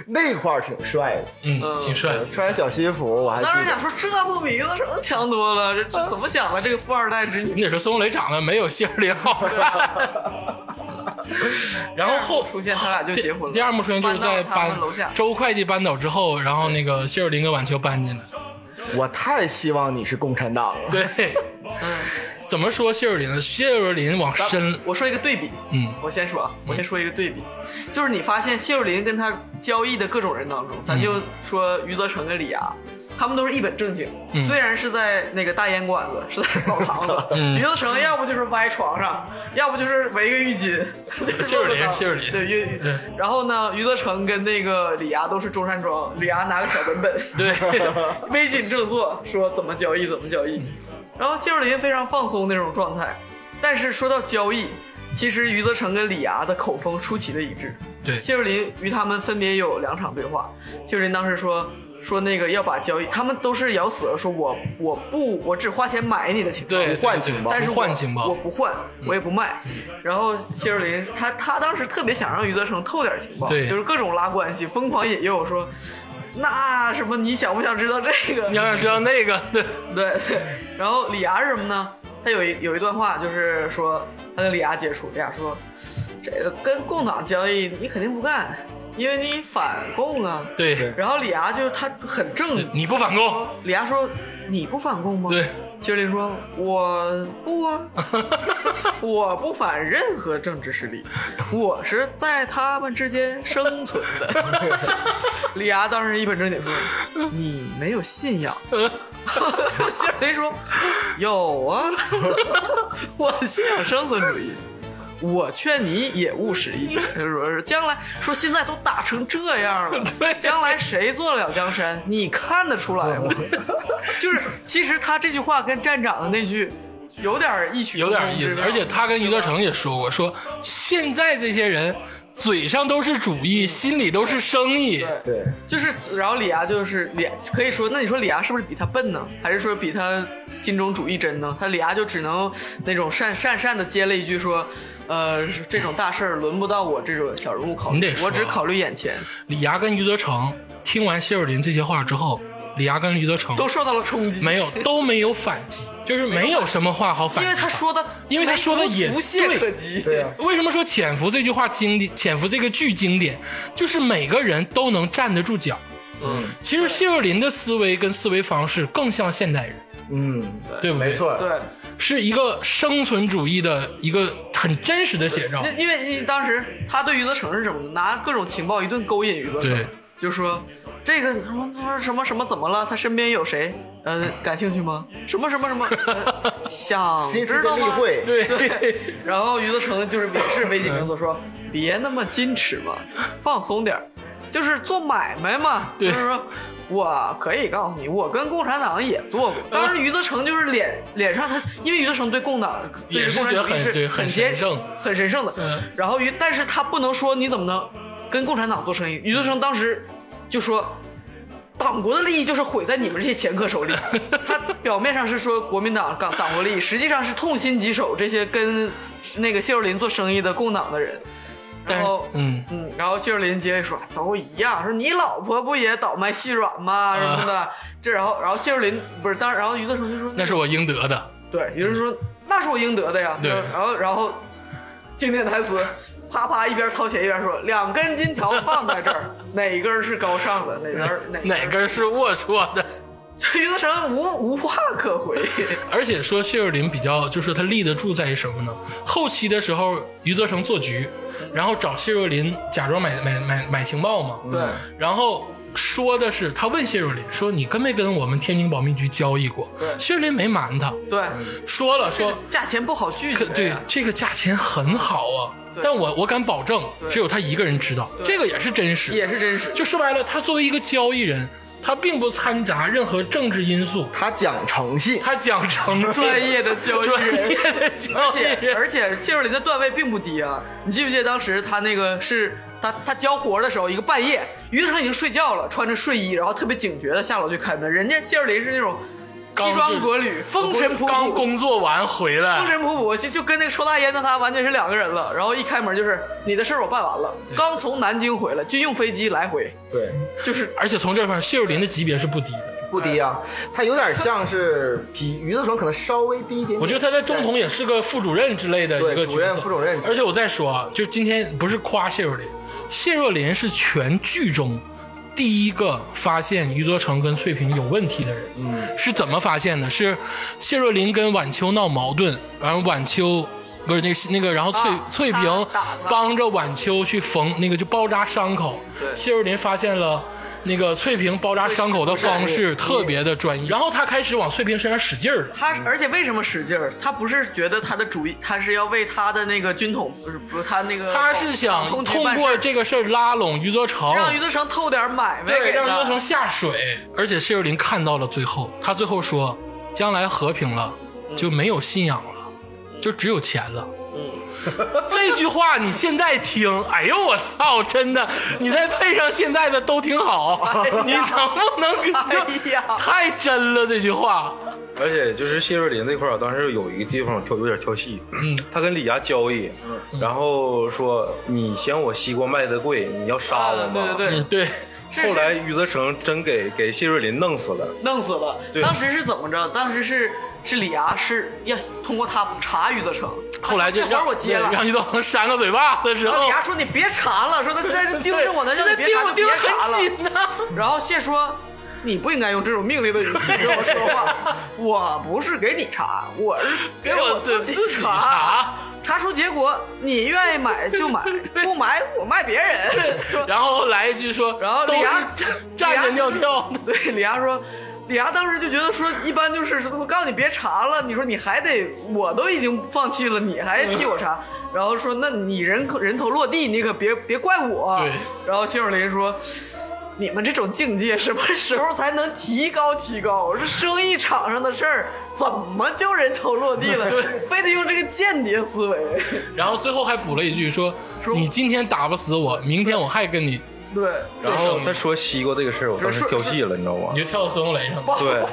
[SPEAKER 4] 那块儿挺帅的，
[SPEAKER 1] 嗯，挺帅的。
[SPEAKER 4] 穿小西服我还记
[SPEAKER 2] 当时想
[SPEAKER 4] 得。
[SPEAKER 2] 说这不比优生强多了，这这怎么讲的？这个富二代之女，
[SPEAKER 1] 你得说孙红雷长得没有谢尔林好看。
[SPEAKER 2] 啊
[SPEAKER 1] 然后后
[SPEAKER 2] 出现他俩就结婚了
[SPEAKER 1] 第二幕出现就是在
[SPEAKER 2] 搬到他们
[SPEAKER 1] 搬
[SPEAKER 2] 楼下
[SPEAKER 1] 周会计搬走之后，然后那个谢尔林跟晚秋搬进来。
[SPEAKER 4] 我太希望你是共产党 了。
[SPEAKER 1] 对，怎么说谢尔林呢？谢尔林往深，
[SPEAKER 2] 我说一个对比，
[SPEAKER 1] 嗯，
[SPEAKER 2] 我先说啊，我先说一个对比，就是你发现谢若琳跟他交易的各种人
[SPEAKER 1] 嗯
[SPEAKER 2] 当中，咱就说余则成跟李涯，他们都是一本正经，
[SPEAKER 1] 嗯
[SPEAKER 2] 虽然是在那个大烟馆子，是在澡堂子，
[SPEAKER 1] 嗯
[SPEAKER 2] 余则成要不就是歪床上，要不就是围个浴巾，
[SPEAKER 1] 谢若琳
[SPEAKER 2] 就是
[SPEAKER 1] 谢若琳
[SPEAKER 2] 对余
[SPEAKER 1] 嗯，
[SPEAKER 2] 然后呢，余则成跟那个李涯都是中山装，李涯拿个小本本，
[SPEAKER 1] 对，
[SPEAKER 2] 微谨正坐，说怎么交易怎么交易。然后谢若琳非常放松那种状态，但是说到交易，其实余则成跟李涯的口风出奇的一致。
[SPEAKER 1] 对，
[SPEAKER 2] 谢若琳与他们分别有两场对话，谢若琳当时说说那个要把交易，他们都是咬死了说我我不我只花钱买你的情报，
[SPEAKER 1] 对，
[SPEAKER 4] 不换
[SPEAKER 1] 对
[SPEAKER 4] 情
[SPEAKER 1] 对
[SPEAKER 4] 报
[SPEAKER 2] 但是我
[SPEAKER 1] 不换嗯情
[SPEAKER 2] 我
[SPEAKER 1] 报，
[SPEAKER 2] 不换，我也不卖。然后谢若琳他他当时特别想让余则成透点情报，
[SPEAKER 1] 对
[SPEAKER 2] 就是各种拉关系，疯狂引诱说，那什么你想不想知道这个？
[SPEAKER 1] 你要想知道那个，对，
[SPEAKER 2] 对，然后李涯是什么呢？他有一有一段话，就是说他跟李涯接触，李涯说，这个跟共党交易你肯定不干，因为你反共啊。
[SPEAKER 1] 对，
[SPEAKER 2] 然后李涯就是他很正，
[SPEAKER 1] 你不反共，
[SPEAKER 2] 李涯说你不反共吗？
[SPEAKER 1] 嗯对，
[SPEAKER 2] 接着说我不啊， 我不反任何政治势力，我是在他们之间生存的。李涯当时一本正经说：“你没有信仰。” 接着说：“有啊， 我信仰生存主义。”我劝你也务实一些，就是说是将来说现在都打成这样了，
[SPEAKER 1] 对
[SPEAKER 2] 将来谁做得了江山？你看得出来吗？就是其实他这句话跟站长的那句有点异曲，
[SPEAKER 1] 有点意思。而且他跟余则成也说过，说现在这些人嘴上都是主义，心里都是生意。
[SPEAKER 2] 嗯对
[SPEAKER 4] 对，
[SPEAKER 2] 就是，然后李涯就是李，可以说，那你说李涯是不是比他笨呢？还是说比他心中主义真呢？他李涯就只能那种讪讪讪的接了一句说，呃，是这种大事儿轮不到我这种小人物考虑，
[SPEAKER 1] 你得说
[SPEAKER 2] 我只考虑眼前，
[SPEAKER 1] 李涯跟余则成听完谢若琳这些话之后，李涯跟余则成
[SPEAKER 2] 都受到了冲击。
[SPEAKER 1] 没有都没有反击，就是没有什么话好反击。
[SPEAKER 2] 因为他说的，
[SPEAKER 1] 因为他说的也
[SPEAKER 2] 无懈可击。
[SPEAKER 4] 对呀、
[SPEAKER 1] 为什么说《潜伏》这句话经典？《潜伏》这个剧经典，就是每个人都能站得住脚。
[SPEAKER 4] 嗯
[SPEAKER 1] 其实谢若琳的思维跟思维方式更像现代人，
[SPEAKER 4] 嗯，
[SPEAKER 1] 对不对？
[SPEAKER 4] 没，错，
[SPEAKER 2] 对，
[SPEAKER 1] 是一个生存主义的一个很真实的写照
[SPEAKER 2] 那。因为因为当时他对余则成是什么呢？拿各种情报一顿勾引余则成，
[SPEAKER 1] 对，
[SPEAKER 2] 就说这个什么什么什么什么怎么了？他身边有谁？呃，感兴趣吗？什么什么什么？ 呃想
[SPEAKER 4] 新
[SPEAKER 2] 知
[SPEAKER 4] 斯
[SPEAKER 2] 道
[SPEAKER 4] 例
[SPEAKER 2] 吗？
[SPEAKER 4] 会，
[SPEAKER 1] 对，
[SPEAKER 2] 然后余则成就是也是违警工作说，
[SPEAKER 1] 嗯
[SPEAKER 2] 别那么矜持嘛，放松点儿，就是做买卖嘛，就
[SPEAKER 1] 对
[SPEAKER 2] 是说。我可以告诉你，我跟共产党也做过。
[SPEAKER 1] 呃
[SPEAKER 2] 当时余则成就是脸脸上他，因为余则成对共党对
[SPEAKER 1] 也是
[SPEAKER 2] 共产
[SPEAKER 1] 觉得
[SPEAKER 2] 主义
[SPEAKER 1] 很
[SPEAKER 2] 是
[SPEAKER 1] 对
[SPEAKER 2] 很
[SPEAKER 1] 很
[SPEAKER 2] 接
[SPEAKER 1] 神圣
[SPEAKER 2] 很神圣的。
[SPEAKER 1] 嗯
[SPEAKER 2] 然后余，但是他不能说你怎么能跟共产党做生意。余则成当时就说，党国的利益就是毁在你们这些掮客手里。他表面上是说国民党党党国利益，实际上是痛心疾首这些跟那个谢若琳做生意的共党的人。
[SPEAKER 1] 但
[SPEAKER 2] 然
[SPEAKER 1] 是
[SPEAKER 4] 哦
[SPEAKER 2] 后，
[SPEAKER 1] 嗯，
[SPEAKER 2] 嗯，然后谢若琳接着说都一样，说你老婆不也倒卖细软吗？什么的。这然后，然后谢若琳不是当，然后余则成就说
[SPEAKER 1] 啊那是我应得的。
[SPEAKER 2] 对，有人说那是我应得的呀。
[SPEAKER 1] 对
[SPEAKER 2] 然后然后经典台词，啪啪一边掏钱一边说，两根金条放在这儿，哪根是高尚的，哪根儿哪
[SPEAKER 1] 哪
[SPEAKER 2] 根儿？
[SPEAKER 1] 根是龌龊的？
[SPEAKER 2] 这余则成无无话可回。
[SPEAKER 1] 而且说谢若琳比较，就是她立得住在于什么呢？后期的时候，余则成做局，然后找谢若琳假装买买买买情报
[SPEAKER 4] 嗯
[SPEAKER 1] 嘛，
[SPEAKER 2] 对，
[SPEAKER 1] 然后说的是他问谢若琳说你跟没跟我们天津保密局交易过？
[SPEAKER 2] 对
[SPEAKER 1] 谢若琳没瞒他，
[SPEAKER 2] 对，
[SPEAKER 1] 说了说
[SPEAKER 2] 价钱不好拒绝
[SPEAKER 1] 可
[SPEAKER 2] 呀。
[SPEAKER 1] 对这个价钱很好啊
[SPEAKER 2] 对，
[SPEAKER 1] 但我我敢保证
[SPEAKER 2] 对
[SPEAKER 1] 只有他一个人知道，
[SPEAKER 2] 对
[SPEAKER 1] 这个也是真实，
[SPEAKER 2] 也是真实。
[SPEAKER 1] 就说白了，他作为一个交易人，他并不掺杂任何政治因素，
[SPEAKER 4] 他讲诚信，
[SPEAKER 1] 他讲 诚信，
[SPEAKER 2] 专业的交易
[SPEAKER 1] 专
[SPEAKER 2] 人
[SPEAKER 1] 业。的交
[SPEAKER 2] 而
[SPEAKER 1] 易
[SPEAKER 2] 且
[SPEAKER 1] 人，
[SPEAKER 2] 而且谢若琳的段位并不低啊，你记不记得当时他那个是他他交活的时候，一个半夜，余则成已经睡觉了，穿着睡衣，然后特别警觉的下楼去开门，人家谢若琳是那种。
[SPEAKER 1] 刚
[SPEAKER 2] 西装
[SPEAKER 1] 是
[SPEAKER 2] 革履风尘仆仆
[SPEAKER 1] 刚工作完回来，
[SPEAKER 2] 风尘仆仆，就就跟那个抽大烟的他完全是两个人了。然后一开门就是你的事儿我办完了，刚从南京回来，军用飞机来回，
[SPEAKER 4] 对，
[SPEAKER 2] 就是
[SPEAKER 1] 而且从这块，谢若麟的级别是不低的。
[SPEAKER 4] 不低啊，他有点像是比余则成可能稍微低一点点。
[SPEAKER 1] 我觉得他在中统也是个副主任之类的
[SPEAKER 4] 对
[SPEAKER 1] 一个
[SPEAKER 4] 主
[SPEAKER 1] 角
[SPEAKER 4] 任
[SPEAKER 1] 色，
[SPEAKER 4] 副主任
[SPEAKER 1] 而且我再说啊，就今天不是夸谢若麟，谢若麟是全剧中第一个发现余则成跟翠萍有问题的人。嗯，是怎么发现的？是谢若麟跟晚秋闹矛盾，然后晚秋。不是那个那个，然后翠、
[SPEAKER 2] 啊
[SPEAKER 1] 翠
[SPEAKER 2] 他
[SPEAKER 1] 萍
[SPEAKER 2] 打他
[SPEAKER 1] 帮着晚秋去缝那个就包扎伤口，
[SPEAKER 2] 对
[SPEAKER 1] 谢若麟发现了那个翠萍包扎伤口的方式特别的专一，然后他开始往翠萍身上使劲儿了。
[SPEAKER 2] 他，而且为什么使劲儿？他不是觉得他的主意，他是要为他的那个军统，不是不是他那个，
[SPEAKER 1] 他是想
[SPEAKER 2] 通
[SPEAKER 1] 通
[SPEAKER 2] 缉办事
[SPEAKER 1] 过
[SPEAKER 2] 儿
[SPEAKER 1] 这个事儿拉拢余则成，
[SPEAKER 2] 让余则成偷点买卖
[SPEAKER 1] 对，
[SPEAKER 2] 给他，啊
[SPEAKER 1] 让余则成下水。而且谢若麟看到了最后，他最后说，将来和平了就没有信仰了，就只有钱了。这句话你现在听，哎呦我操，真的，你再配上现在的都挺好，你能不能给？
[SPEAKER 2] 哎呀
[SPEAKER 1] 太真了这句话，
[SPEAKER 3] 而且就是谢若麟这块儿，我当时有一个地方挑有点挑戏，嗯，他跟李涯交易，
[SPEAKER 2] 嗯
[SPEAKER 3] 然后说你嫌我西瓜卖的贵，你要杀我
[SPEAKER 2] 啊
[SPEAKER 3] 吗？
[SPEAKER 2] 对
[SPEAKER 1] 嗯，，
[SPEAKER 2] 对对
[SPEAKER 1] 对，
[SPEAKER 2] 是是
[SPEAKER 3] 后来余则成真给给谢若麟弄死了，
[SPEAKER 2] 弄死了。
[SPEAKER 3] 对
[SPEAKER 2] 当时是怎么着？当时是是李涯是要通过他查余则成，啊
[SPEAKER 1] 后来就
[SPEAKER 2] 这活
[SPEAKER 1] 让
[SPEAKER 2] 儿我接了。
[SPEAKER 1] 让余则成扇个嘴巴的时
[SPEAKER 2] 然后
[SPEAKER 1] 候
[SPEAKER 2] 李，涯说：“你别查了，说他现在是盯着我呢，
[SPEAKER 1] 对
[SPEAKER 2] 让你
[SPEAKER 1] 现在
[SPEAKER 2] 别查就
[SPEAKER 1] 盯
[SPEAKER 2] 别
[SPEAKER 1] 我盯得
[SPEAKER 2] 查了
[SPEAKER 1] 很。紧呢、”
[SPEAKER 2] 然后谢说：“你不应该用这种命令的语气跟我说话，我不是给你查，我是给
[SPEAKER 1] 给我
[SPEAKER 2] 我自
[SPEAKER 1] 自
[SPEAKER 2] 己
[SPEAKER 1] 己查
[SPEAKER 2] 查。查出结果，你愿意买 就买，不买我卖别人。是吧
[SPEAKER 1] 然后来一句说，
[SPEAKER 2] 然后
[SPEAKER 1] 都
[SPEAKER 2] 李
[SPEAKER 1] 是
[SPEAKER 2] 涯
[SPEAKER 1] 站站着尿尿的，
[SPEAKER 2] 对，李涯说，李涯当时就觉得说，一般就是我告诉你别查了，你说你还得，我都已经放弃了，你还替我查，
[SPEAKER 1] 嗯
[SPEAKER 2] 然后说那你人可人头落地，你可别别怪我。
[SPEAKER 1] 对
[SPEAKER 2] 然后谢若麟说。你们这种境界什么时候才能提高提高？这生意场上的事儿怎么就人头落地 了？
[SPEAKER 1] 对
[SPEAKER 2] 非得用这个间谍思维。
[SPEAKER 1] 然后最后还补了一句说，你今天打不死我，明天我还跟你，
[SPEAKER 2] 对，
[SPEAKER 1] 做
[SPEAKER 3] 然后
[SPEAKER 1] 生意
[SPEAKER 3] 他说西瓜这个事儿，我当时
[SPEAKER 2] 说
[SPEAKER 3] 挑戏了，你知道吗
[SPEAKER 1] 你？就跳到孙红雷上，
[SPEAKER 3] 对，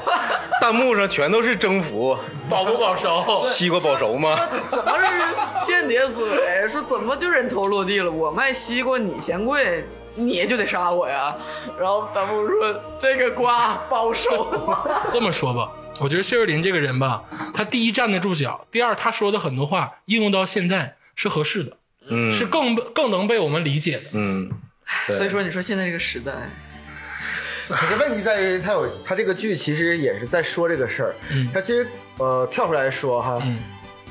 [SPEAKER 3] 弹幕上全都是征服
[SPEAKER 1] 保不保熟？
[SPEAKER 3] 西瓜保熟吗？
[SPEAKER 2] 怎么是间谍思维？说怎么就人头落地了？我卖西瓜你嫌贵，你就得杀我呀？然后弹幕说这个瓜保收，
[SPEAKER 1] 这么说吧，我觉得谢若麟这个人吧，他第一站得住脚，第二他说的很多话应用到现在是合适的，
[SPEAKER 3] 嗯
[SPEAKER 1] 是更更能被我们理解的。
[SPEAKER 3] 嗯，对
[SPEAKER 2] 所以说你说现在这个时代，
[SPEAKER 4] 可是问题在于，他有他这个剧其实也是在说这个事儿。
[SPEAKER 1] 嗯
[SPEAKER 4] 他其实呃跳出来说哈，
[SPEAKER 1] 嗯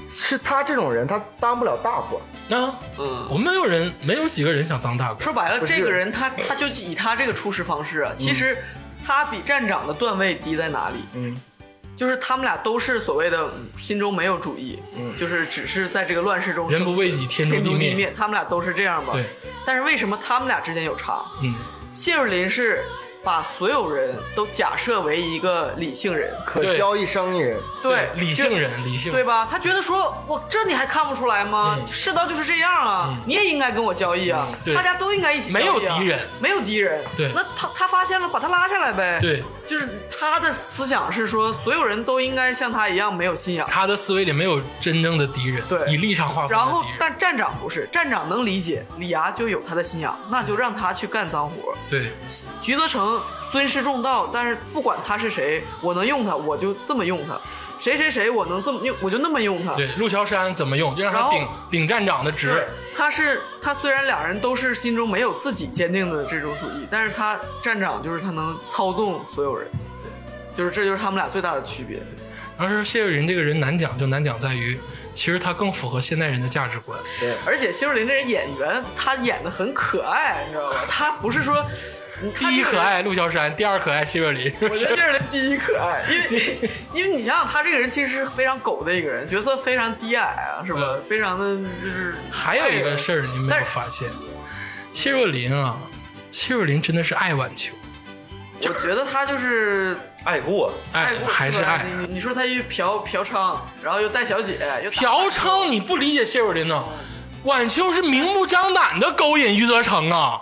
[SPEAKER 4] 是他这种人他当不了大官，
[SPEAKER 1] 那、
[SPEAKER 2] 嗯。
[SPEAKER 1] 我们没有人，没有几个人想当大官。
[SPEAKER 2] 说白了，
[SPEAKER 4] 不是
[SPEAKER 2] 这个人他他就以他这个处事方式
[SPEAKER 1] 嗯
[SPEAKER 2] 啊，其实他比站长的段位低在哪里？
[SPEAKER 4] 嗯，
[SPEAKER 2] 就是他们俩都是所谓的嗯心中没有主义，嗯，就是只是在这个乱世中
[SPEAKER 1] 人不为己，
[SPEAKER 2] 生
[SPEAKER 1] 天诛
[SPEAKER 2] 天诛
[SPEAKER 1] 灭。
[SPEAKER 2] 地灭，他们俩都是这样吧？
[SPEAKER 1] 对。
[SPEAKER 2] 但是为什么他们俩之间有差？
[SPEAKER 1] 嗯，
[SPEAKER 2] 谢若麟是把所有人都假设为一个理性人，
[SPEAKER 4] 可
[SPEAKER 1] 对
[SPEAKER 4] 交易生意人。
[SPEAKER 2] 对，
[SPEAKER 1] 理
[SPEAKER 2] 就
[SPEAKER 1] 性，人，理性人
[SPEAKER 2] 对吧？他觉得说，我这你还看不出来吗？世道就是这样啊，你也应该跟我交易啊，
[SPEAKER 1] 嗯对
[SPEAKER 2] 大家都应该一起交易
[SPEAKER 1] 没
[SPEAKER 2] 啊、
[SPEAKER 1] 有敌人
[SPEAKER 2] 没有敌人，
[SPEAKER 1] 对
[SPEAKER 2] 那他他发现了，把他拉下来呗，
[SPEAKER 1] 对，
[SPEAKER 2] 就是他的思想是说，所有人都应该像他一样没有信仰。
[SPEAKER 1] 他的思维里没有真正的敌人，
[SPEAKER 2] 对
[SPEAKER 1] 以立场划分
[SPEAKER 2] 然
[SPEAKER 1] 的
[SPEAKER 2] 后
[SPEAKER 1] 敌，人，
[SPEAKER 2] 但站长不是，站长能理解李涯就有他的信仰，那就让他去干脏活。
[SPEAKER 1] 对，
[SPEAKER 2] 徐则成尊师重道，但是不管他是谁，我能用他，我就这么用他；谁谁谁，我能这么用，我就那么用他。
[SPEAKER 1] 对，陆桥山怎么用，就让
[SPEAKER 2] 然
[SPEAKER 1] 他
[SPEAKER 2] 后
[SPEAKER 1] 顶顶站长的职
[SPEAKER 2] 是，，他是他虽然两人都是心中没有自己坚定的这种主义，但是他站长就是他能操纵所有人，就是这就是他们俩最大的区别。
[SPEAKER 1] 然后说谢若麟这个人难讲，就难讲在于，其实他更符合现代人的价值观。
[SPEAKER 2] 而且谢若麟这人演员，他演的很可爱，你知道吧？他不是说他
[SPEAKER 1] 第一
[SPEAKER 2] 这个
[SPEAKER 1] 可
[SPEAKER 2] 人
[SPEAKER 1] 爱陆桥山，第二可爱谢若麟，
[SPEAKER 2] 我觉得这是第一可爱，因为 因为你想想，他这个人其实是非常狗的一个人，角色非常低矮啊，是吧？
[SPEAKER 1] 嗯
[SPEAKER 2] 非常的就是
[SPEAKER 1] 还有一个事儿你没有发现，谢若麟啊，谢若麟真的是爱晚秋，
[SPEAKER 2] 我觉得他就是
[SPEAKER 3] 爱过，
[SPEAKER 1] 爱
[SPEAKER 2] 过
[SPEAKER 1] 还是
[SPEAKER 2] 吧
[SPEAKER 1] 爱。
[SPEAKER 2] 你你说他又嫖嫖娼，然后又带小姐，又打
[SPEAKER 1] 嫖娼你不理解谢若麟呢？晚秋是明目张胆的勾引余则成啊！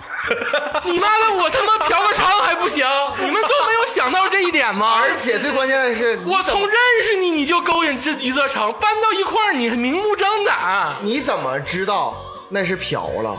[SPEAKER 1] 你妈的，我他妈嫖个娼还不行？你们都没有想到这一一点吗？
[SPEAKER 4] 而且最关键的是，你
[SPEAKER 1] 我
[SPEAKER 4] 怎么
[SPEAKER 1] 从认识你你就勾引这一座城，搬到一块儿你明目张胆，
[SPEAKER 4] 你怎么知道那是嫖了？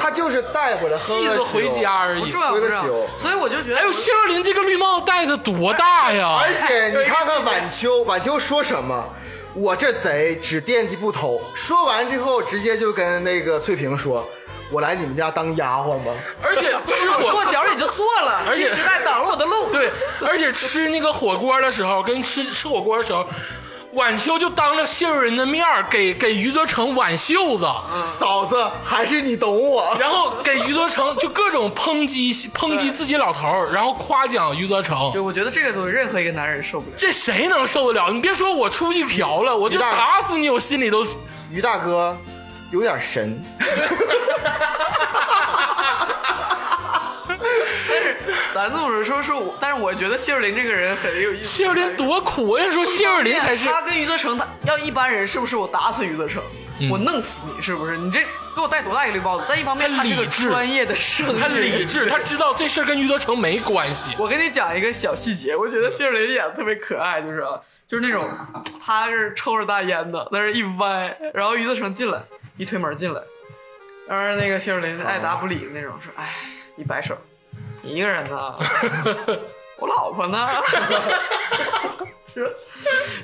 [SPEAKER 4] 他就是带回来喝
[SPEAKER 1] 呃戏
[SPEAKER 4] 了
[SPEAKER 1] 子
[SPEAKER 4] 酒
[SPEAKER 1] 回家，而
[SPEAKER 2] 不
[SPEAKER 1] 已
[SPEAKER 2] 重。要，
[SPEAKER 4] 回
[SPEAKER 2] 不
[SPEAKER 4] 了
[SPEAKER 2] 重要
[SPEAKER 4] 酒。
[SPEAKER 2] 所以我就觉得，
[SPEAKER 1] 哎呦，谢若琳这个绿帽戴的多大呀！
[SPEAKER 4] 而且
[SPEAKER 2] 哎有一
[SPEAKER 4] 你
[SPEAKER 2] 个细
[SPEAKER 4] 看看
[SPEAKER 2] 节
[SPEAKER 4] 晚秋，晚秋说什么？我这贼只惦记不偷。说完之后，直接就跟那个翠萍说：“我来你们家当丫鬟吗？
[SPEAKER 1] 而且吃
[SPEAKER 2] 我
[SPEAKER 1] 火
[SPEAKER 2] 做小也就做了，
[SPEAKER 1] 而且
[SPEAKER 2] 新时代挡了我的路。
[SPEAKER 1] 对，而且吃那个火锅的时候，跟吃吃火锅的时候，晚秋就当着谢若琳的面儿给给余则成挽袖子，
[SPEAKER 2] 啊
[SPEAKER 4] 嫂子，还是你懂我。
[SPEAKER 1] 然后给余则成就各种抨击抨击自己老头儿，然后夸奖余则
[SPEAKER 2] 对，
[SPEAKER 1] 成。
[SPEAKER 2] 我觉得这个东西任何一个男人受不了。
[SPEAKER 1] 这谁能受得了？你别说我出去嫖了，我就
[SPEAKER 4] 于大
[SPEAKER 1] 打死你，我心里都。
[SPEAKER 4] 于大哥有点神，
[SPEAKER 2] 咱这么说说说我，但是我觉得谢若琳这个人很有意思。
[SPEAKER 1] 谢若琳多苦，我跟你说，谢若琳 才是
[SPEAKER 2] 他跟余则成，他要一般人是不是？我打死余则成，
[SPEAKER 1] 嗯
[SPEAKER 2] 我弄死你是不是？你这给我戴多大一个绿帽子？但一方面
[SPEAKER 1] 他
[SPEAKER 2] 他是个
[SPEAKER 1] 理智
[SPEAKER 2] 专业的生意
[SPEAKER 1] 他理智，他知道这事儿跟余则成没关系。
[SPEAKER 2] 我跟你讲一个小细节，我觉得谢若琳演的特别可爱，就是啊就是那种，他是抽着大烟的，在那一歪，然后余则成进来，一推门进来，然后那个谢若琳爱答不理的那种，说哎，一摆手，你一个人呢？ 我老婆呢？ 是，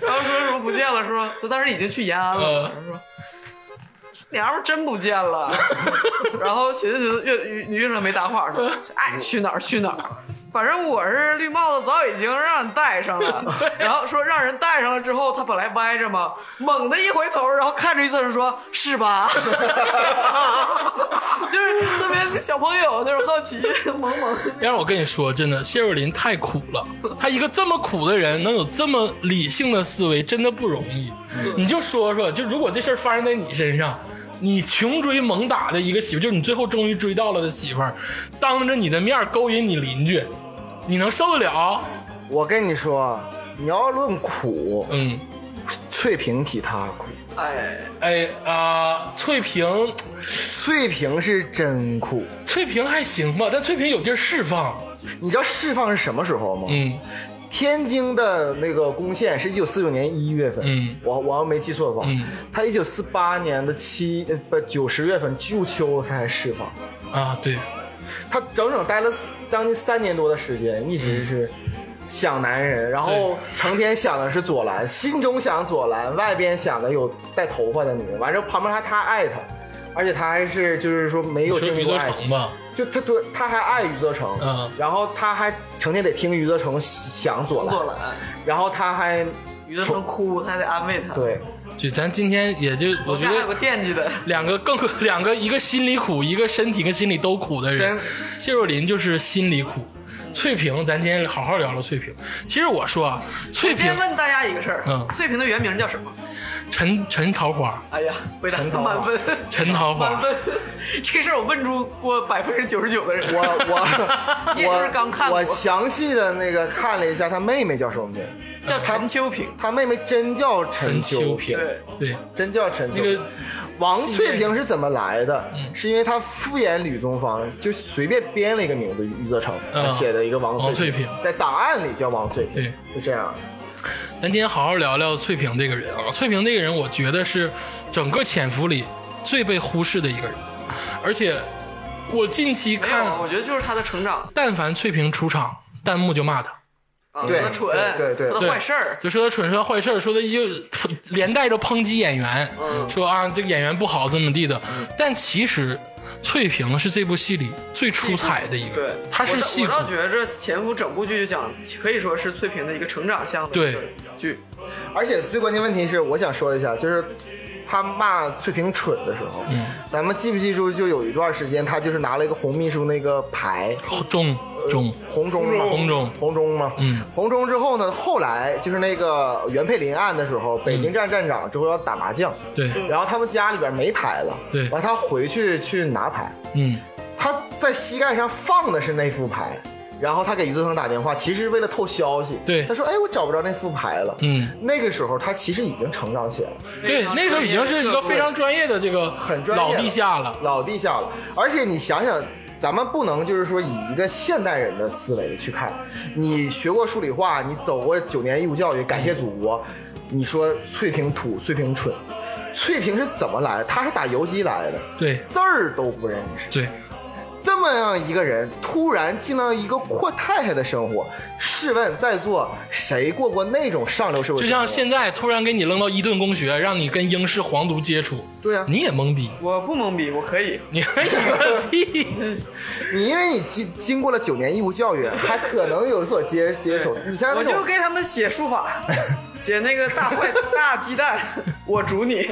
[SPEAKER 2] 然后说什么不见了，说他当时已经去延安了，
[SPEAKER 1] 嗯
[SPEAKER 2] 然后说。娘们儿真不见了， 然后寻思寻思，越越越上没搭话，说爱去哪儿去哪儿，反正我是绿帽子，早已经让人戴上了。然后说让人戴上了之后，他本来歪着嘛，猛地一回头，然后看着一个人说：“是吧？” 就是特别小朋友那种好奇， 萌萌。
[SPEAKER 1] 但是我跟你说，真的，谢若琳太苦了。她一个这么苦的人，能有这么理性的思维，真的不容易。
[SPEAKER 4] 嗯
[SPEAKER 1] 你就说说，就如果这事儿发生在你身上，你穷追猛打的一个媳妇，就是你最后终于追到了的媳妇儿，当着你的面勾引你邻居，你能受得了？
[SPEAKER 4] 我跟你说，你要论苦，
[SPEAKER 1] 嗯，
[SPEAKER 4] 翠萍比他苦。
[SPEAKER 2] 哎，
[SPEAKER 1] 哎啊、翠萍，
[SPEAKER 4] 翠萍是真苦。
[SPEAKER 1] 翠萍还行吧，但翠萍有地儿释放。
[SPEAKER 4] 你知道释放是什么时候吗？
[SPEAKER 1] 嗯
[SPEAKER 4] 天津的那个攻陷是一九四九年一月份，
[SPEAKER 1] 嗯
[SPEAKER 4] 我我要没记错的话，
[SPEAKER 1] 嗯
[SPEAKER 4] 他一九四八年的七呃不九十月份入秋他才释放，
[SPEAKER 1] 啊，对，
[SPEAKER 4] 他整整待了四将近三年多的时间，一直是
[SPEAKER 1] 嗯
[SPEAKER 4] 想男人，然后成天想的是左蓝，心中想左蓝，外边想的有带头发的女人，完之后旁边还他爱她，而且他还是就是说没
[SPEAKER 1] 你
[SPEAKER 4] 有
[SPEAKER 1] 说
[SPEAKER 4] 经历
[SPEAKER 1] 余
[SPEAKER 4] 过
[SPEAKER 1] 则
[SPEAKER 4] 爱情
[SPEAKER 1] 成。吧，
[SPEAKER 4] 就他对他还爱余则成，
[SPEAKER 1] 嗯
[SPEAKER 4] 然后他还成天得听余则成想左
[SPEAKER 2] 坐
[SPEAKER 4] 蓝，
[SPEAKER 2] 了，啊
[SPEAKER 4] 然后他还
[SPEAKER 2] 于德成哭，他还得安慰他。，
[SPEAKER 4] 对，
[SPEAKER 1] 就咱今天也就我
[SPEAKER 2] 楼
[SPEAKER 1] 觉
[SPEAKER 2] 下还
[SPEAKER 1] 得
[SPEAKER 2] 有个惦记的。
[SPEAKER 1] 两个更 两个，一个心里苦，一个身体跟心里都苦的人
[SPEAKER 4] 真。
[SPEAKER 1] 谢若琳就是心里苦，翠萍，咱今天好好聊聊翠萍。其实我说啊，翠萍
[SPEAKER 2] 先问大家一个事儿，
[SPEAKER 1] 嗯
[SPEAKER 2] 翠萍的原名叫什么？
[SPEAKER 1] 陈陈桃花，
[SPEAKER 2] 哎呀，回答
[SPEAKER 4] 陈桃花
[SPEAKER 2] 满分，
[SPEAKER 1] 啊陈啊桃花
[SPEAKER 2] 满分。 这事儿我问出过百分之九十九的人。
[SPEAKER 4] 我
[SPEAKER 2] 你也就是
[SPEAKER 4] 我
[SPEAKER 2] 刚看
[SPEAKER 4] 我
[SPEAKER 2] 过
[SPEAKER 4] 我详细的那个看了一下，他妹妹叫什么名？
[SPEAKER 2] 叫陈秋萍。
[SPEAKER 4] 他妹妹真叫陈
[SPEAKER 1] 陈秋
[SPEAKER 4] 秋，
[SPEAKER 1] 萍，
[SPEAKER 2] 对
[SPEAKER 1] 对，
[SPEAKER 4] 真叫陈秋。
[SPEAKER 1] 那个
[SPEAKER 4] 王翠萍是怎么来的？是因为她敷衍吕宗方，就随便编了一个名字余则成，
[SPEAKER 1] 嗯
[SPEAKER 4] 她写的一个王
[SPEAKER 1] 王翠
[SPEAKER 4] 萍
[SPEAKER 1] 萍，
[SPEAKER 4] 在档案里叫王翠萍，
[SPEAKER 1] 对，
[SPEAKER 4] 就这样。
[SPEAKER 1] 咱今天好好聊聊翠萍这个人啊。翠萍这个人，我觉得是整个潜伏里最被忽视的一个人，而且我近期
[SPEAKER 2] 没有
[SPEAKER 1] 看
[SPEAKER 2] 啊，，我觉得就是他的成长
[SPEAKER 1] 但凡翠萍出场，弹幕就骂她。
[SPEAKER 2] 啊，
[SPEAKER 4] 对
[SPEAKER 2] 他的蠢，
[SPEAKER 4] 对对对
[SPEAKER 2] 他的
[SPEAKER 1] 对
[SPEAKER 2] 坏事儿。
[SPEAKER 1] 就说他蠢，说他坏事儿，说他又连带着抨击演员，说啊这个演员不好怎么地的。但其实翠萍是这部戏里最出彩的一个
[SPEAKER 2] 对
[SPEAKER 1] 人，，她是
[SPEAKER 2] 我倒
[SPEAKER 1] 戏
[SPEAKER 2] 我
[SPEAKER 1] 骨，
[SPEAKER 2] 倒觉着前夫整部剧就讲，可以说是翠萍的一个成长向的
[SPEAKER 1] 对
[SPEAKER 2] 一个剧。
[SPEAKER 4] 而且最关键问题是，我想说一下，就是他骂翠萍蠢的时候，
[SPEAKER 1] 嗯
[SPEAKER 4] 咱们记不记住？就有一段时间，他就是拿了一个红秘书那个牌，
[SPEAKER 1] 中中，
[SPEAKER 4] 红中嘛，
[SPEAKER 1] 红中
[SPEAKER 4] 红中嘛，
[SPEAKER 1] 嗯，
[SPEAKER 4] 红中之后呢，后来就是那个袁佩林案的时候，北京站站长之后要打麻将，
[SPEAKER 1] 对，
[SPEAKER 4] 然后他们家里边没牌了，
[SPEAKER 1] 对
[SPEAKER 4] 完他回去去拿牌，
[SPEAKER 1] 嗯，
[SPEAKER 4] 他在膝盖上放的是那副牌。然后他给余则成打电话，其实是为了透消息。
[SPEAKER 1] 对
[SPEAKER 4] 他说：“哎，我找不着那副牌了。”
[SPEAKER 1] 嗯
[SPEAKER 4] 那个时候他其实已经成长起来了。
[SPEAKER 1] 对，那时候已经是一个非常专业的这个
[SPEAKER 4] 很专业
[SPEAKER 1] 老地下了，
[SPEAKER 4] 老地下了。而且你想想，咱们不能就是说以一个现代人的思维去看。你学过数理化，你走过九年义务教育，感谢祖国。你说翠屏土，翠屏蠢，翠屏是怎么来的？他是打游击来的，
[SPEAKER 1] 对
[SPEAKER 4] 字儿都不认识。
[SPEAKER 1] 对，
[SPEAKER 4] 这么样一个人突然进到一个阔太太的生活，试问在座谁过过那种上流社会
[SPEAKER 1] 就
[SPEAKER 4] 生活？
[SPEAKER 1] 像现在突然给你扔到伊顿公学，让你跟英式皇族接触，
[SPEAKER 4] 对啊
[SPEAKER 1] 你也懵逼，
[SPEAKER 2] 我不懵逼，我可以。
[SPEAKER 1] 你还一个屁！
[SPEAKER 4] 你因为你经经过了九年义务教育，还可能有所接接触。你像
[SPEAKER 2] 我
[SPEAKER 4] 那
[SPEAKER 2] 就
[SPEAKER 4] 种
[SPEAKER 2] 给他们写书 法，写那个大坏大鸡蛋，我煮 你。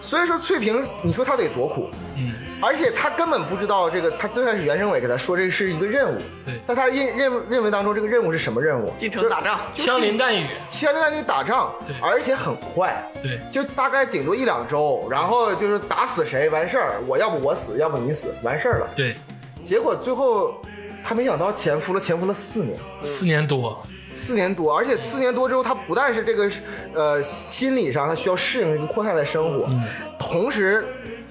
[SPEAKER 4] 所以说翠萍，你说她得多苦，嗯，而且她根本不知道这个，她最开始袁政委给她说这是一个任务，
[SPEAKER 1] 对
[SPEAKER 4] 在她认认认为当中，这个任务是什么任务？
[SPEAKER 2] 进城打仗，
[SPEAKER 1] 枪林弹雨，
[SPEAKER 4] 千里去打仗
[SPEAKER 1] 对，
[SPEAKER 4] 而且很快，
[SPEAKER 1] 对
[SPEAKER 4] 就大概顶多一两周，然后就是打死谁完事儿，我要不我死，要不你死，完事儿了。
[SPEAKER 1] 对，
[SPEAKER 4] 结果最后她没想到潜伏了，潜伏了四年，
[SPEAKER 1] 四年多，
[SPEAKER 4] 四年多，而且四年多之后，她不但是这个呃心理上她需要适应这个阔太太生活，
[SPEAKER 1] 嗯
[SPEAKER 4] 同时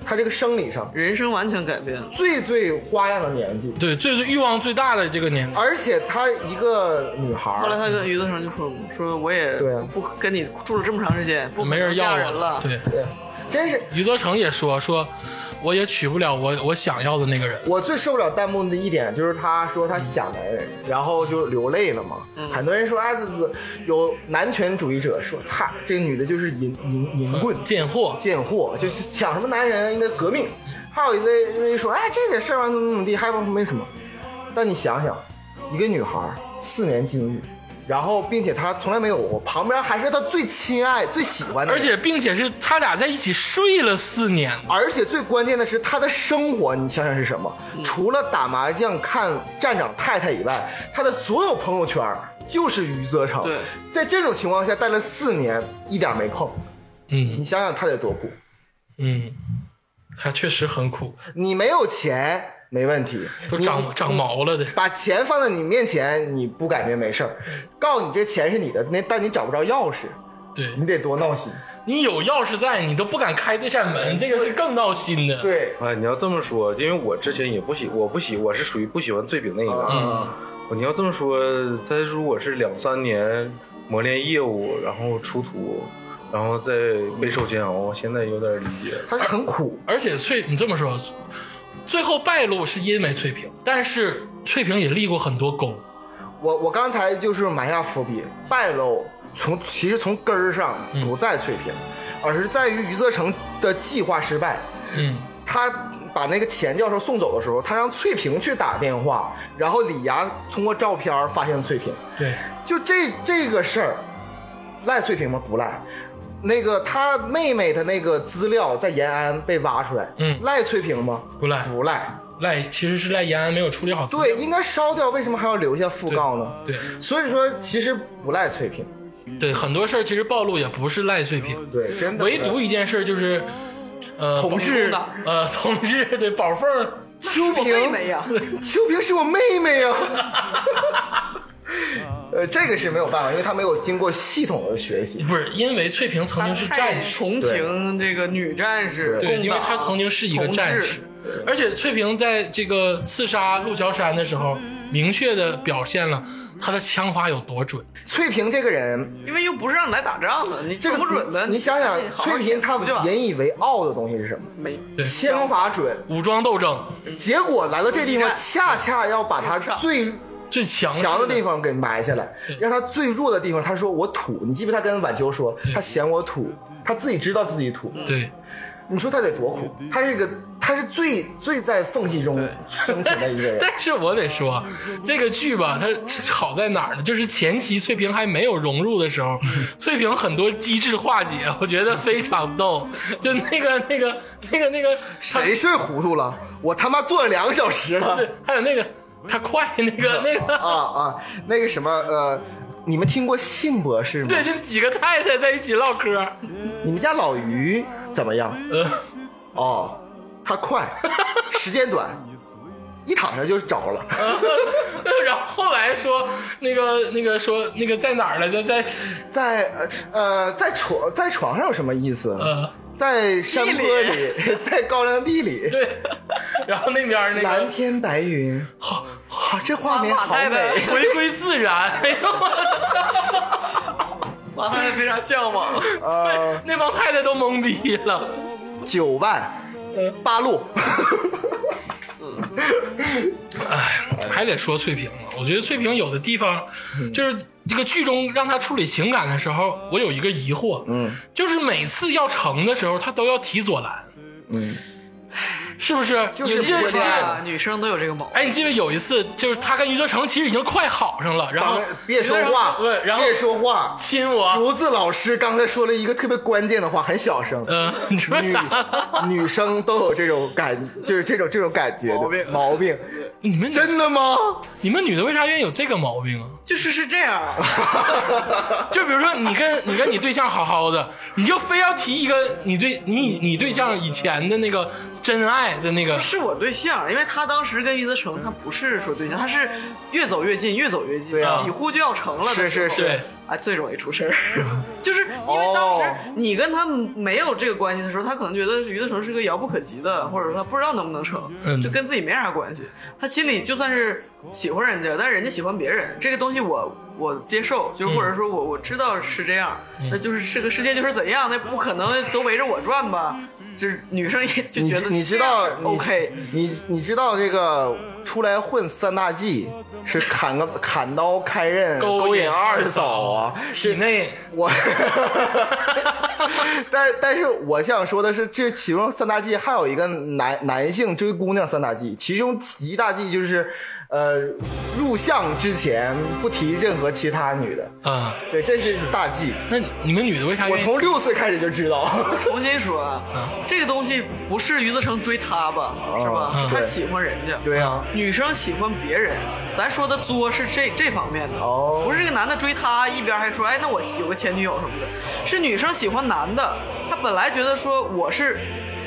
[SPEAKER 4] 她这个生理上
[SPEAKER 2] 人生完全改变了。
[SPEAKER 4] 最最花样的年纪，
[SPEAKER 1] 对，这是欲望最大的这个
[SPEAKER 2] 哦
[SPEAKER 1] 年龄，
[SPEAKER 4] 而且她一个女孩
[SPEAKER 2] 后来
[SPEAKER 4] 儿，
[SPEAKER 2] 他跟余则成就说过，说我也
[SPEAKER 4] 对啊
[SPEAKER 2] 不跟你住了这么长时间，不可能
[SPEAKER 1] 没人要
[SPEAKER 2] 嫁
[SPEAKER 1] 我
[SPEAKER 2] 人了。
[SPEAKER 1] 对，
[SPEAKER 4] 对，真是
[SPEAKER 1] 余则成也说说，我也娶不了我我想要的那个人。
[SPEAKER 4] 我最受不了弹幕的一点就是他说他想男人，然后就流泪了嘛。很多人说啊，这个有男权主义者说，擦，这个女的就是淫淫淫棍、
[SPEAKER 1] 贱货，
[SPEAKER 4] 贱货，就是想什么男人应该革命。还有一类人说，哎，这点事儿完怎么怎么地，还不没什么。但你想想，一个女孩儿四年禁欲，然后并且她从来没有过，旁边还是她最亲爱、最喜欢的
[SPEAKER 1] 而
[SPEAKER 4] 人，
[SPEAKER 1] 且并且是他俩在一起睡了四年，
[SPEAKER 4] 而且最关键的是，他的生活，你想想是什么？除了打麻将、看站长太太以外，他的所有朋友圈就是余则成。
[SPEAKER 2] 对，
[SPEAKER 4] 在这种情况下，待了四年，一点没碰。
[SPEAKER 1] 嗯
[SPEAKER 4] 你想想他得多苦！
[SPEAKER 1] 嗯，他确实很苦，
[SPEAKER 4] 你没有钱没问题，
[SPEAKER 1] 都长长毛了的。
[SPEAKER 4] 把钱放在你面前，你不改变没事儿。告诉你这钱是你的，那但你找不着钥匙，
[SPEAKER 1] 对
[SPEAKER 4] 你得多闹心。
[SPEAKER 1] 你有钥匙在，你都不敢开这扇门，这个是更闹心的。
[SPEAKER 4] 对，
[SPEAKER 3] 哎，你要这么说，因为我之前也不喜，我不喜，我是属于不喜欢醉饼那一派。
[SPEAKER 1] 嗯
[SPEAKER 3] 你要这么说，他如果是两三年磨练业务，然后出图，然后再备受煎熬，我现在有点理解。
[SPEAKER 4] 他是很苦。
[SPEAKER 1] 而且翠，你这么说，最后败露是因为翠萍，但是翠萍也立过很多功。
[SPEAKER 4] 我我刚才就是埋下伏笔，败露从其实从根儿上
[SPEAKER 1] 嗯
[SPEAKER 4] 不在翠屏，而是在于余则成的计划失败。
[SPEAKER 1] 嗯，
[SPEAKER 4] 他把那个钱教授送走的时候，他让翠屏去打电话，然后李涯通过照片发现翠屏。
[SPEAKER 1] 对，
[SPEAKER 4] 就这这个事儿，赖翠萍吗？不赖。那个他妹妹的那个资料在延安被挖出来，
[SPEAKER 1] 嗯
[SPEAKER 4] 赖翠萍吗？
[SPEAKER 1] 不赖
[SPEAKER 4] 不赖。
[SPEAKER 1] 赖其实是赖延安没有处理好自己。
[SPEAKER 4] 对，应该烧掉，为什么还要留下讣告呢？
[SPEAKER 1] 对
[SPEAKER 4] 所以说其实不赖翠萍。
[SPEAKER 1] 对，很多事儿其实暴露也不是赖翠萍，
[SPEAKER 4] 对，
[SPEAKER 2] 嗯
[SPEAKER 4] 真的
[SPEAKER 1] 唯独一件事儿就是，呃，
[SPEAKER 4] 同志
[SPEAKER 1] 宝凤呃，同志对宝凤儿，
[SPEAKER 4] 秋
[SPEAKER 2] 我
[SPEAKER 4] 萍，
[SPEAKER 2] 妹妹啊呀，
[SPEAKER 4] 秋萍是我妹妹呀、呃，这个是没有办法，因为她没有经过系统的学习。
[SPEAKER 1] 不是因为翠萍曾
[SPEAKER 2] 他
[SPEAKER 1] 经是
[SPEAKER 2] 太
[SPEAKER 1] 战士，
[SPEAKER 2] 同情这个女战士，
[SPEAKER 1] 对，
[SPEAKER 2] 共
[SPEAKER 1] 因为
[SPEAKER 2] 党
[SPEAKER 1] 她曾经是一个战士，，而且翠萍在这个刺杀陆桥山的时候，明确的表现了她的枪法有多准。
[SPEAKER 4] 翠萍这个人，
[SPEAKER 2] 同志因为又不是让你来打仗的，你
[SPEAKER 4] 这
[SPEAKER 2] 准
[SPEAKER 4] 个
[SPEAKER 2] 不准的？
[SPEAKER 4] 你你想想
[SPEAKER 2] 你，好好
[SPEAKER 4] 翠萍
[SPEAKER 2] 写
[SPEAKER 4] 她
[SPEAKER 2] 不就完
[SPEAKER 4] 引以为傲的东西是什么？
[SPEAKER 2] 没
[SPEAKER 1] 对
[SPEAKER 4] 枪法准，
[SPEAKER 1] 武装斗争
[SPEAKER 4] 结果来到这
[SPEAKER 2] 嗯
[SPEAKER 4] 地方，恰恰要把她最
[SPEAKER 1] 最强势
[SPEAKER 4] 强的地方给埋下来，
[SPEAKER 2] 嗯
[SPEAKER 4] 让她最弱的地方。她说我土，你记不？她跟晚秋说，她嫌我土，她自己知道自己土。
[SPEAKER 2] 嗯
[SPEAKER 1] 对，
[SPEAKER 4] 你说他得多苦？他是一个，他是最最在缝隙中
[SPEAKER 2] 对
[SPEAKER 4] 生存的一个人。
[SPEAKER 1] 但是我得说，啊这个剧吧，它好在哪儿呢？就是前期翠萍还没有融入的时候，翠萍很多机智化解，我觉得非常逗。就那个、那个、那个、那个，她
[SPEAKER 4] 谁睡糊涂了？我他妈坐了两个小时了
[SPEAKER 1] 对，还有那个他快那个那
[SPEAKER 4] 啊
[SPEAKER 1] 个，
[SPEAKER 4] 啊！那个什么呃，你们听过信博士吗？
[SPEAKER 1] 对，就几个太太在一起唠嗑，
[SPEAKER 4] 你们家老于怎么样？
[SPEAKER 1] 呃，
[SPEAKER 4] 哦，他快，时间短，一躺下就着了。
[SPEAKER 1] 然后后来说那个那个说那个在哪儿来着，在
[SPEAKER 4] 在呃呃在床在床上有什么意思？
[SPEAKER 1] 呃
[SPEAKER 4] 在山坡
[SPEAKER 2] 地
[SPEAKER 4] 里， 在高粱地里，
[SPEAKER 1] 对， 然后那边儿那
[SPEAKER 4] 蓝
[SPEAKER 1] 个
[SPEAKER 4] 天白云，好，好，这画面
[SPEAKER 2] 马
[SPEAKER 4] 好
[SPEAKER 2] 太
[SPEAKER 4] 美
[SPEAKER 2] 太。
[SPEAKER 1] 回归自然，哎呦我操！
[SPEAKER 2] 马太太非常 向往，
[SPEAKER 4] 呃，
[SPEAKER 1] 那帮太太都懵逼了。
[SPEAKER 4] 九万
[SPEAKER 1] 嗯，
[SPEAKER 4] 八路，
[SPEAKER 1] 还得说翠萍了，我觉得翠萍有的地方，
[SPEAKER 4] 嗯
[SPEAKER 1] 就是这个剧中让她处理情感的时候，我有一个疑惑，
[SPEAKER 4] 嗯，
[SPEAKER 1] 就是每次要成的时候，她都要提左蓝，
[SPEAKER 4] 嗯，
[SPEAKER 1] 是不是？
[SPEAKER 4] 就是
[SPEAKER 1] 有这
[SPEAKER 4] 不会
[SPEAKER 1] 这
[SPEAKER 4] 这样，
[SPEAKER 2] 啊，女生都有这个毛病。
[SPEAKER 1] 哎，你记得有一次，就是她跟余则成其实已经快好上了，然
[SPEAKER 4] 咱
[SPEAKER 1] 后
[SPEAKER 4] 们 别说话，
[SPEAKER 1] 对然后啊
[SPEAKER 4] 别说话。
[SPEAKER 1] 亲我，
[SPEAKER 4] 竹子老师刚才说了一个特别关键的话，很 小声。
[SPEAKER 1] 嗯、你说
[SPEAKER 4] 女
[SPEAKER 1] 啥？
[SPEAKER 4] 女生都有这种感，就是这种这种感觉的
[SPEAKER 2] 毛病
[SPEAKER 4] 毛病，
[SPEAKER 1] 你们
[SPEAKER 4] 真的吗？
[SPEAKER 1] 你们女的为啥愿意有这个毛病啊？
[SPEAKER 2] 就是是这样，
[SPEAKER 1] 就比如说你跟你跟你对象好好的，你就非要提一个你对你你对象以前的那个真爱的那个，
[SPEAKER 2] 是我对象，因为他当时跟余则成，他不是说对象，他是越走越近，越走越近，
[SPEAKER 4] 对啊
[SPEAKER 2] 几乎就要成了的
[SPEAKER 4] 是
[SPEAKER 2] 时候。
[SPEAKER 4] 是是，哦
[SPEAKER 1] 对。
[SPEAKER 2] 啊，最容易出事儿， 就是因为当时你跟他没有这个关系的时候，他可能觉得余则成是个遥不可及的，或者说他不知道能不能成，
[SPEAKER 1] 嗯
[SPEAKER 2] 就跟自己没啥关系。他心里就算是喜欢人家，但是人家喜欢别人，这个东西我我接受，就是或者说我、我知道是这样，那就是这个世界就是怎样，那不可能都围着我转吧。
[SPEAKER 4] 嗯
[SPEAKER 2] 就是女生也就
[SPEAKER 4] 你
[SPEAKER 2] 觉得
[SPEAKER 4] 你知道
[SPEAKER 2] 这样是
[SPEAKER 4] 你
[SPEAKER 2] OK，
[SPEAKER 4] 你你知道这个出来混三大忌是砍个砍刀开刃
[SPEAKER 1] 勾引
[SPEAKER 4] 勾引二
[SPEAKER 1] 二
[SPEAKER 4] 嫂啊，
[SPEAKER 1] 体内
[SPEAKER 4] 我， 但但是我想说的是，这其中三大忌还有一个男男性追姑娘三大忌，其中一大忌就是，呃，入相之前不提任何其他女的，
[SPEAKER 1] 啊、
[SPEAKER 4] 对，这是大忌。
[SPEAKER 1] 那你们女的为
[SPEAKER 2] 哎
[SPEAKER 1] 啥
[SPEAKER 4] 我
[SPEAKER 1] 愿意？
[SPEAKER 4] 从六岁开始就知道，
[SPEAKER 2] 重新说啊，这个东西不是余则成追她吧，是吧？
[SPEAKER 4] 嗯
[SPEAKER 2] 他
[SPEAKER 4] 对
[SPEAKER 2] 喜欢人家，
[SPEAKER 4] 对啊，
[SPEAKER 2] 女生喜欢别人，咱说的作是这这方面的，
[SPEAKER 4] 哦
[SPEAKER 2] 不是这个男的追她，一边还说哎，那我有个前女友什么的，是女生喜欢男的，她本来觉得说我是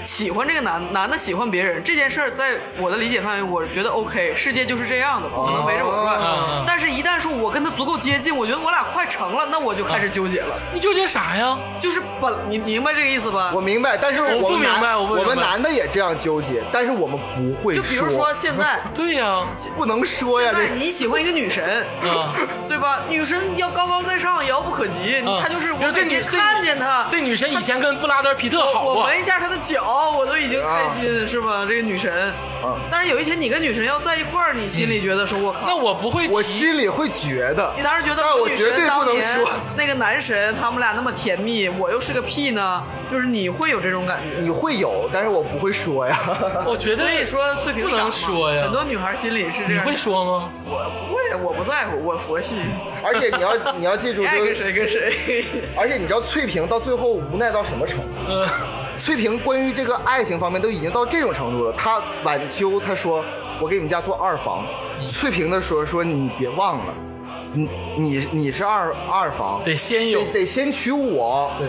[SPEAKER 2] 喜欢这个男男的喜欢别人这件事儿，在我的理解范围，我觉得 OK，世界就是这样的，不可能围着我转。
[SPEAKER 4] 哦
[SPEAKER 1] 嗯
[SPEAKER 2] 但是，一旦说我跟他足够接近，我觉得我俩快成了，那我就开始纠结了。
[SPEAKER 1] 你纠结啥呀？
[SPEAKER 2] 就是本你你明白这个意思吧？
[SPEAKER 4] 我明白，但是
[SPEAKER 1] 我不
[SPEAKER 4] 我们
[SPEAKER 1] 明白
[SPEAKER 4] 男
[SPEAKER 1] 我不明白
[SPEAKER 4] 们男的也这样纠结，但是我们不会
[SPEAKER 2] 就比如说 现在，
[SPEAKER 1] 对呀、
[SPEAKER 4] 不能说呀，
[SPEAKER 2] 对，
[SPEAKER 4] 这
[SPEAKER 2] 你喜欢一个女神，
[SPEAKER 1] 啊
[SPEAKER 2] 对吧？女神要高高在上，遥不可及，
[SPEAKER 1] 啊
[SPEAKER 2] 哎她就是我
[SPEAKER 1] 比如这
[SPEAKER 2] 每
[SPEAKER 1] 女
[SPEAKER 2] 天看见她，
[SPEAKER 1] 这女神以前跟布拉德皮特好啊
[SPEAKER 2] 我
[SPEAKER 1] 过，
[SPEAKER 2] 闻一下她的脚，我都已经开心，是吧？这个女神
[SPEAKER 4] 啊，
[SPEAKER 2] 但是有一天你跟女神要在一块儿，你心里觉得说，我靠，
[SPEAKER 1] 嗯那我不会
[SPEAKER 4] 我
[SPEAKER 1] 提
[SPEAKER 4] 心里会觉得，
[SPEAKER 2] 你当时觉得
[SPEAKER 4] 但我
[SPEAKER 2] 女
[SPEAKER 4] 绝
[SPEAKER 2] 神
[SPEAKER 4] 对不
[SPEAKER 2] 当
[SPEAKER 4] 能
[SPEAKER 2] 年
[SPEAKER 4] 说。
[SPEAKER 2] 那个男神他们俩那么甜蜜，我又是个屁呢，就是你会有这种感觉。
[SPEAKER 4] 你会有，但是我不会 说呀。
[SPEAKER 1] 我觉得
[SPEAKER 2] 所以说翠萍
[SPEAKER 1] 不能
[SPEAKER 2] 傻嘛
[SPEAKER 1] 说呀
[SPEAKER 2] 很多女孩心里是这
[SPEAKER 1] 你
[SPEAKER 2] 样。
[SPEAKER 1] 会说吗？
[SPEAKER 2] 不会，我不在乎，我佛系，
[SPEAKER 4] 而且你要你要 记住，
[SPEAKER 2] 你爱
[SPEAKER 1] 哎
[SPEAKER 4] 就
[SPEAKER 2] 跟
[SPEAKER 4] 是
[SPEAKER 2] 谁跟谁。
[SPEAKER 4] 而且你知道翠萍到最后无奈到什么程度？
[SPEAKER 1] 嗯、
[SPEAKER 4] 翠萍关于这个爱情方面都已经到这种程度了。她晚秋她说我给你们家做二房，
[SPEAKER 1] 嗯
[SPEAKER 4] 翠萍的说说你别忘了，你你你是二二房，
[SPEAKER 1] 得先有
[SPEAKER 4] 得得先娶我，
[SPEAKER 1] 对，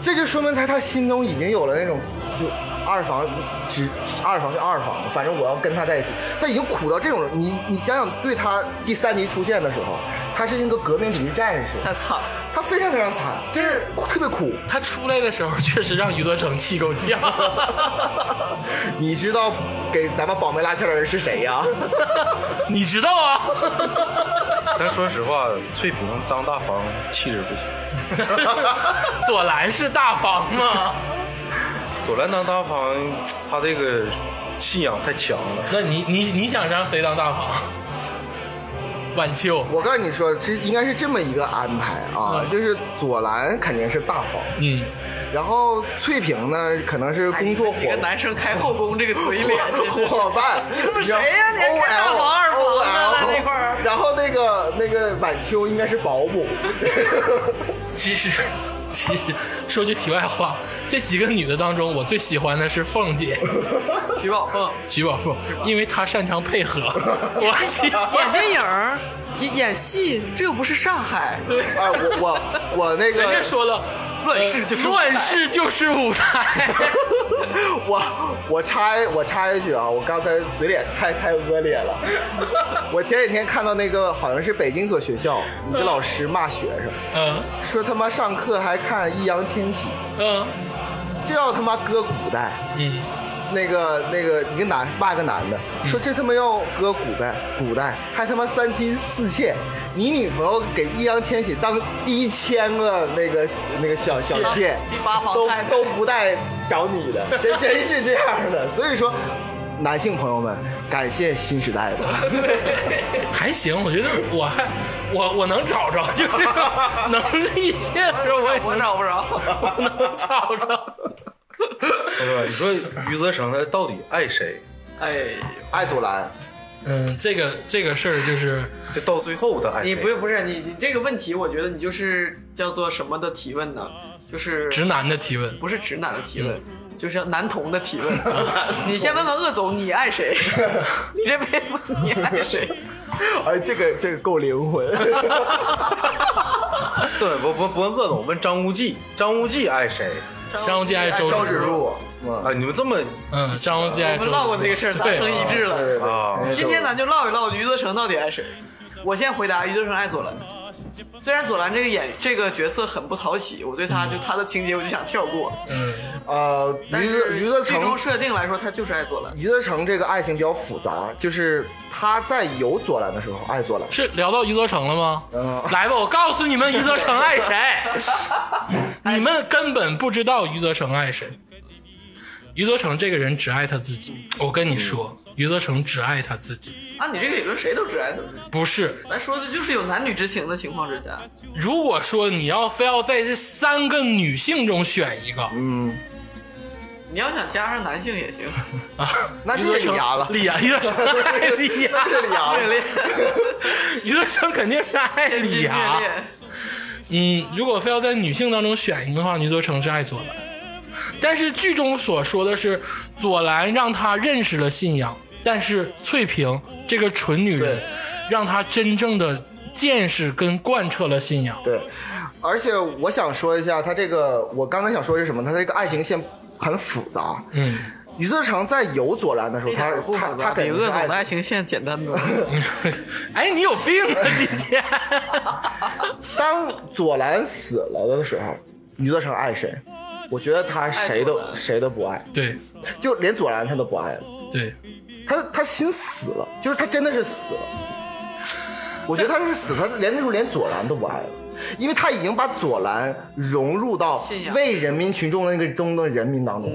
[SPEAKER 4] 这就说明在她心中已经有了那种就二房只二房就二房，反正我要跟她在一起。她已经苦到这种，你你想想，对她第三集出现的时候，她是一个革命主义战士，
[SPEAKER 2] 太惨了，
[SPEAKER 4] 她非常非常惨，就是特别苦。
[SPEAKER 1] 她出来的时候确实让余则成气够呛。
[SPEAKER 4] 你知道给咱们保媒拉纤的人是谁呀？
[SPEAKER 1] 你知道啊？
[SPEAKER 3] 但说实话，翠萍当大房气质不行，
[SPEAKER 1] 左蓝是大方嘛？
[SPEAKER 3] 左蓝当大房，她这个信仰太强了。
[SPEAKER 1] 那你你你想让谁当大方？晚秋，
[SPEAKER 4] 我告诉你说，其实应该是这么一个安排啊，
[SPEAKER 1] 嗯
[SPEAKER 4] 就是左蓝肯定是大方，
[SPEAKER 1] 嗯，
[SPEAKER 4] 然后翠萍呢可能是工作伙
[SPEAKER 2] 几个男生开后宫这个嘴脸， 真是
[SPEAKER 4] 伙伴，你
[SPEAKER 2] 那不谁呀你还跟大王二王呢在那块儿
[SPEAKER 4] 然后那个那个晚秋应该是保姆，
[SPEAKER 1] 其实其实说句题外话，这几个女的当中，我最喜欢的是凤姐。
[SPEAKER 2] 徐宝凤
[SPEAKER 1] 徐宝凤，因为她擅长配合，我喜
[SPEAKER 2] 演
[SPEAKER 1] 欢。
[SPEAKER 2] 电影儿、演演戏，这又不是上海， 对，
[SPEAKER 4] 哎，我我我那
[SPEAKER 1] 人
[SPEAKER 4] 个
[SPEAKER 1] 家说了，呃
[SPEAKER 2] 乱世就是舞台
[SPEAKER 1] 乱世就是舞台。
[SPEAKER 4] 我我插一我插一句啊，我刚才嘴脸太太恶劣了。我前几天看到那个好像是北京一所学校，一个老师骂学生，
[SPEAKER 1] 嗯
[SPEAKER 4] 说他妈上课还看易烊千玺，
[SPEAKER 1] 嗯，
[SPEAKER 4] 这要他妈搁古代，
[SPEAKER 1] 嗯，
[SPEAKER 4] 那个那个一个男骂一个男的，说这他妈要搁古代，古代还他妈三妻四妾，你女朋友给易烊千玺当第一千个那个那个小小妾，
[SPEAKER 2] 第八房
[SPEAKER 4] 都
[SPEAKER 2] 太太
[SPEAKER 4] 都不带找你 的，真真是这样的。所以说，男性朋友们，感谢新时代的，
[SPEAKER 1] 还行，我觉得我还我我能找着，就是能力切的时候我也
[SPEAKER 2] 我
[SPEAKER 1] 能
[SPEAKER 2] 找不 着。
[SPEAKER 1] 我能找着。
[SPEAKER 3] 对吧？你说余则成他到底爱谁？
[SPEAKER 2] 哎，
[SPEAKER 4] 爱祖蓝，
[SPEAKER 1] 嗯，这个这个事儿就是
[SPEAKER 3] 这到最后他爱谁？
[SPEAKER 2] 哎你不是不是你你这个问题，我觉得你就是叫做什么的提问呢？就是
[SPEAKER 1] 直男的提问，
[SPEAKER 2] 不是直男的提问，就是男童的提问。你先问问鄂总，你爱谁？你这辈子你爱谁？
[SPEAKER 4] 哎，这个这个够 灵 魂，
[SPEAKER 3] 对，不不不问鄂总，问张无忌，张无忌爱谁？
[SPEAKER 1] 张无忌爱周
[SPEAKER 4] 高指
[SPEAKER 1] 芷若，
[SPEAKER 4] 入，嗯
[SPEAKER 3] 啊，你们这么
[SPEAKER 1] 嗯，张无忌爱
[SPEAKER 2] 我
[SPEAKER 1] 周
[SPEAKER 2] 们
[SPEAKER 1] 芷
[SPEAKER 2] 唠过
[SPEAKER 1] 若
[SPEAKER 2] 这个事儿，达
[SPEAKER 1] 对
[SPEAKER 2] 成一致了。
[SPEAKER 4] 对对对，
[SPEAKER 3] 啊，
[SPEAKER 2] 今天咱就唠一唠余则成到底爱谁。我先回答余则成爱左蓝，虽然左蓝这个演这个角色很不讨喜，我对他就他的情节我就想跳过。
[SPEAKER 1] 嗯，
[SPEAKER 4] 呃，
[SPEAKER 2] 但
[SPEAKER 4] 余则
[SPEAKER 2] 是
[SPEAKER 4] 余则
[SPEAKER 2] 最
[SPEAKER 4] 成
[SPEAKER 2] 终设定来说，他就是爱左蓝。
[SPEAKER 4] 余则成这个爱情比较复杂，就是他在有左蓝的时候爱左蓝，
[SPEAKER 1] 是聊到余则成了吗？
[SPEAKER 4] 嗯
[SPEAKER 1] 来吧，我告诉你们余则成爱 谁，你们根本不知道余则成爱谁。余则成这个人只爱他自己，我跟你说，余则成只爱他自己，
[SPEAKER 2] 按啊你这个理论，谁都只爱他自己。
[SPEAKER 1] 不是
[SPEAKER 2] 咱说的就是有男女之情的情况之下，
[SPEAKER 1] 如果说你要非要在这三个女性中选一个
[SPEAKER 4] 嗯，
[SPEAKER 2] 你要想加上男性也行。
[SPEAKER 1] 啊，
[SPEAKER 4] 那
[SPEAKER 1] 余
[SPEAKER 4] 就
[SPEAKER 1] 则
[SPEAKER 4] 是
[SPEAKER 1] 成
[SPEAKER 4] 李 涯了
[SPEAKER 1] 李涯，余则 成爱李
[SPEAKER 4] 那
[SPEAKER 1] 涯，
[SPEAKER 4] 这里啊，
[SPEAKER 2] 虐 恋，
[SPEAKER 1] 余则成肯定是 爱李
[SPEAKER 2] 虐
[SPEAKER 1] 涯。
[SPEAKER 2] 恋，
[SPEAKER 1] 嗯，如果非要在女性当中选一个的话，余则成是爱左蓝。但是剧中所说的是，左蓝让他认识了信仰，但是翠萍这个蠢女人
[SPEAKER 4] 对，
[SPEAKER 1] 让他真正的见识跟贯彻了信仰。
[SPEAKER 4] 对，而且我想说一下，他这个我刚才想说是什么？他这个爱情线很复杂。
[SPEAKER 1] 嗯，
[SPEAKER 4] 余则成在有左蓝的时候，
[SPEAKER 2] 一点
[SPEAKER 4] 他
[SPEAKER 2] 儿不
[SPEAKER 4] 他
[SPEAKER 2] 复
[SPEAKER 4] 他
[SPEAKER 2] 杂，比
[SPEAKER 4] 给
[SPEAKER 2] 鄂总的爱
[SPEAKER 4] 爱
[SPEAKER 2] 情线简单多了。
[SPEAKER 1] 哎，你有病 啊！今天
[SPEAKER 4] 当左蓝死了的时候，余则成爱谁？我觉得他谁
[SPEAKER 2] 爱
[SPEAKER 4] 都
[SPEAKER 2] 左蓝
[SPEAKER 4] 谁都不爱，
[SPEAKER 1] 对
[SPEAKER 4] 就连左蓝他都不爱了。
[SPEAKER 1] 对，
[SPEAKER 4] 他他心死了，就是他真的是死了。我觉得他是死，他连那时候连左蓝都不爱了，因为他已经把左蓝融入到
[SPEAKER 2] 信仰嗯
[SPEAKER 4] 为人民群众的那个中的人民当中。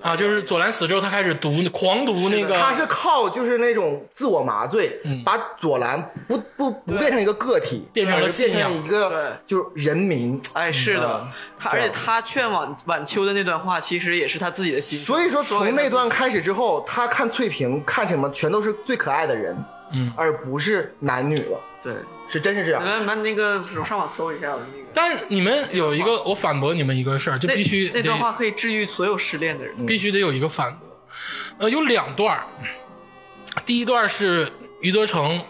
[SPEAKER 1] 啊，就是左蓝死之后，他开始读狂读那个，
[SPEAKER 4] 他是靠就是那种自我麻醉，把左蓝不不不变成一个个体，
[SPEAKER 1] 嗯变成了
[SPEAKER 4] 而是变
[SPEAKER 1] 信仰
[SPEAKER 4] 成一个就是人民。
[SPEAKER 2] 哎，是的
[SPEAKER 4] 嗯，
[SPEAKER 2] 他
[SPEAKER 4] 这
[SPEAKER 2] 而
[SPEAKER 4] 样
[SPEAKER 2] 且他劝晚晚秋的那段话，其实也是他自己的心声。
[SPEAKER 4] 所以说，
[SPEAKER 2] 给
[SPEAKER 4] 从
[SPEAKER 2] 他
[SPEAKER 4] 那段
[SPEAKER 2] 自己
[SPEAKER 4] 开始之后，他看翠萍看什么，全都是最可爱的人，
[SPEAKER 1] 嗯
[SPEAKER 4] 而不是男女了，
[SPEAKER 2] 对，
[SPEAKER 4] 是真是这样
[SPEAKER 2] 你。们那个我上网搜一下我的那个，
[SPEAKER 1] 但你们有一个，我反驳你们一个事儿，就
[SPEAKER 2] 那
[SPEAKER 1] 必须嗯
[SPEAKER 2] 那
[SPEAKER 1] 得
[SPEAKER 2] 段话可以治愈所有失恋的人。
[SPEAKER 1] 必须得有一个反驳。呃，有两段儿第一段是余则成，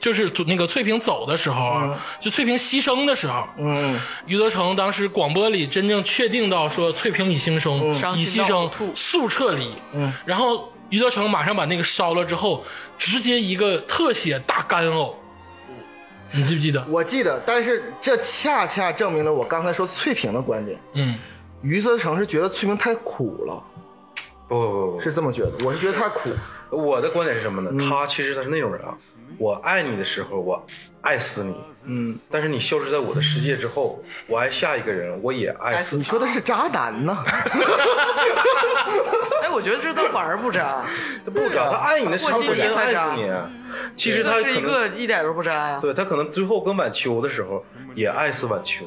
[SPEAKER 1] 就是左那个翠萍走的时候啊，就翠萍牺牲的时候，
[SPEAKER 4] 嗯，
[SPEAKER 1] 余则成当时广播里真正确定到说翠萍已牺牲，
[SPEAKER 2] 伤
[SPEAKER 1] 已
[SPEAKER 2] 心
[SPEAKER 1] 牺
[SPEAKER 2] 到
[SPEAKER 1] 牲
[SPEAKER 2] 呕吐，
[SPEAKER 1] 速撤离。
[SPEAKER 4] 嗯，
[SPEAKER 1] 然后余则成马上把那个烧了之后，直接一个特写大干呕。你记不记得？
[SPEAKER 4] 我记得，但是这恰恰证明了我刚才说翠萍的观点。
[SPEAKER 1] 嗯，
[SPEAKER 4] 余则成是觉得翠萍太苦了，
[SPEAKER 3] 不不不不
[SPEAKER 4] 是这么觉得。我是觉得太苦，
[SPEAKER 3] 我的观点是什么呢？他其实他是那种人啊，我爱你的时候，我爱死你，嗯，但是你消失在我的世界之后，我爱下一个人，我也爱死
[SPEAKER 4] 你
[SPEAKER 3] 你。
[SPEAKER 4] 说的是渣男呢？
[SPEAKER 2] 哎，我觉得这倒反而不啊渣，
[SPEAKER 3] 他不渣，他爱你的时
[SPEAKER 2] 霍
[SPEAKER 3] 候，啊他
[SPEAKER 2] 希
[SPEAKER 3] 也
[SPEAKER 2] 明
[SPEAKER 3] 爱
[SPEAKER 2] 才渣
[SPEAKER 3] 死你。啊其实
[SPEAKER 2] 这
[SPEAKER 3] 他
[SPEAKER 2] 是
[SPEAKER 3] 可
[SPEAKER 2] 一
[SPEAKER 3] 能，
[SPEAKER 2] 个一点都不渣啊呀。
[SPEAKER 3] 对他可能最后跟晚秋的时候也爱死晚 秋，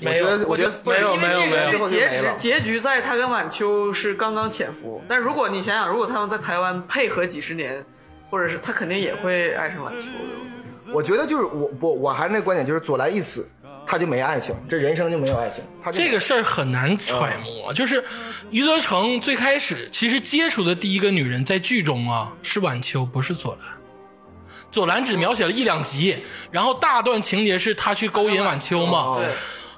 [SPEAKER 1] 没
[SPEAKER 4] 我觉
[SPEAKER 1] 有，
[SPEAKER 4] 得，我觉得
[SPEAKER 2] 不是
[SPEAKER 1] 没有
[SPEAKER 2] 因为
[SPEAKER 1] 没有
[SPEAKER 2] 这
[SPEAKER 1] 没
[SPEAKER 2] 是
[SPEAKER 1] 有
[SPEAKER 4] 最后就
[SPEAKER 2] 结
[SPEAKER 4] 没
[SPEAKER 2] 局
[SPEAKER 4] 了。
[SPEAKER 2] 结局在他跟晚秋是刚刚潜伏，但如果你想想，如果他们在台湾配合几十年，或者是他肯定也会爱上晚秋的。
[SPEAKER 4] 我觉得就是我我我还是那观点，就是左蓝一死，他就没爱情，这人生就没有爱情。他就
[SPEAKER 1] 这个事儿很难揣
[SPEAKER 4] 嗯
[SPEAKER 1] 摩，就是余则成最开始其实接触的第一个女人，在剧中啊是晚秋，不是左蓝。左蓝只描写了一两集，然后大段情节是他去勾引晚秋嘛，
[SPEAKER 4] 哦
[SPEAKER 2] 对，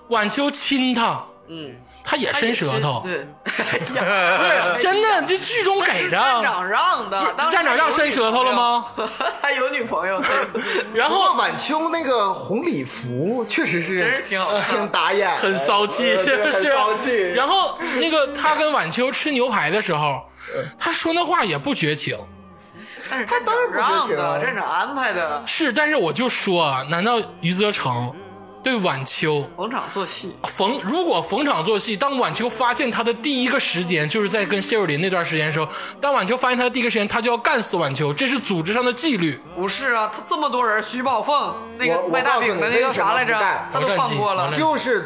[SPEAKER 1] 晚秋亲他，
[SPEAKER 2] 嗯，
[SPEAKER 1] 他也伸舌头，
[SPEAKER 2] 对，
[SPEAKER 1] 真的，这剧中给
[SPEAKER 2] 是站
[SPEAKER 1] 的。
[SPEAKER 2] 长让的，当时
[SPEAKER 1] 站长让伸舌头了吗？
[SPEAKER 2] 他有女 朋友，对
[SPEAKER 1] 然
[SPEAKER 4] 不过
[SPEAKER 1] 后
[SPEAKER 4] 晚秋那个红礼服确实是
[SPEAKER 2] 真是挺好看的
[SPEAKER 4] 挺打眼的，
[SPEAKER 1] 很骚气，
[SPEAKER 4] 呃
[SPEAKER 1] 是
[SPEAKER 4] 对
[SPEAKER 1] 不
[SPEAKER 4] 很
[SPEAKER 1] 是？
[SPEAKER 4] 骚气。
[SPEAKER 1] 然后那个他跟晚秋吃牛排的时候，
[SPEAKER 4] 嗯
[SPEAKER 1] 他说那话也不绝情。
[SPEAKER 2] 但是站
[SPEAKER 4] 当然
[SPEAKER 2] 长
[SPEAKER 4] 不知
[SPEAKER 2] 让
[SPEAKER 4] 情啊
[SPEAKER 2] 的，站长安排的，
[SPEAKER 1] 是，但是我就说啊，难道余则成对晚秋
[SPEAKER 2] 逢场作戏，
[SPEAKER 1] 逢如果逢场作戏，当晚秋发现他的第一个时间就是在跟谢若琳那段时间的时候，当晚秋发现他的第一个时间，他就要干死晚秋，这是组织上的纪律。
[SPEAKER 2] 不是啊，他这么多人，徐宝凤那
[SPEAKER 4] 嗯我
[SPEAKER 2] 个
[SPEAKER 4] 我
[SPEAKER 2] 卖大饼的那叫啥来着
[SPEAKER 4] 告
[SPEAKER 1] 不
[SPEAKER 2] 他
[SPEAKER 4] 诉你为什么，
[SPEAKER 1] 干
[SPEAKER 2] 都放过了
[SPEAKER 1] 我。干
[SPEAKER 4] 就是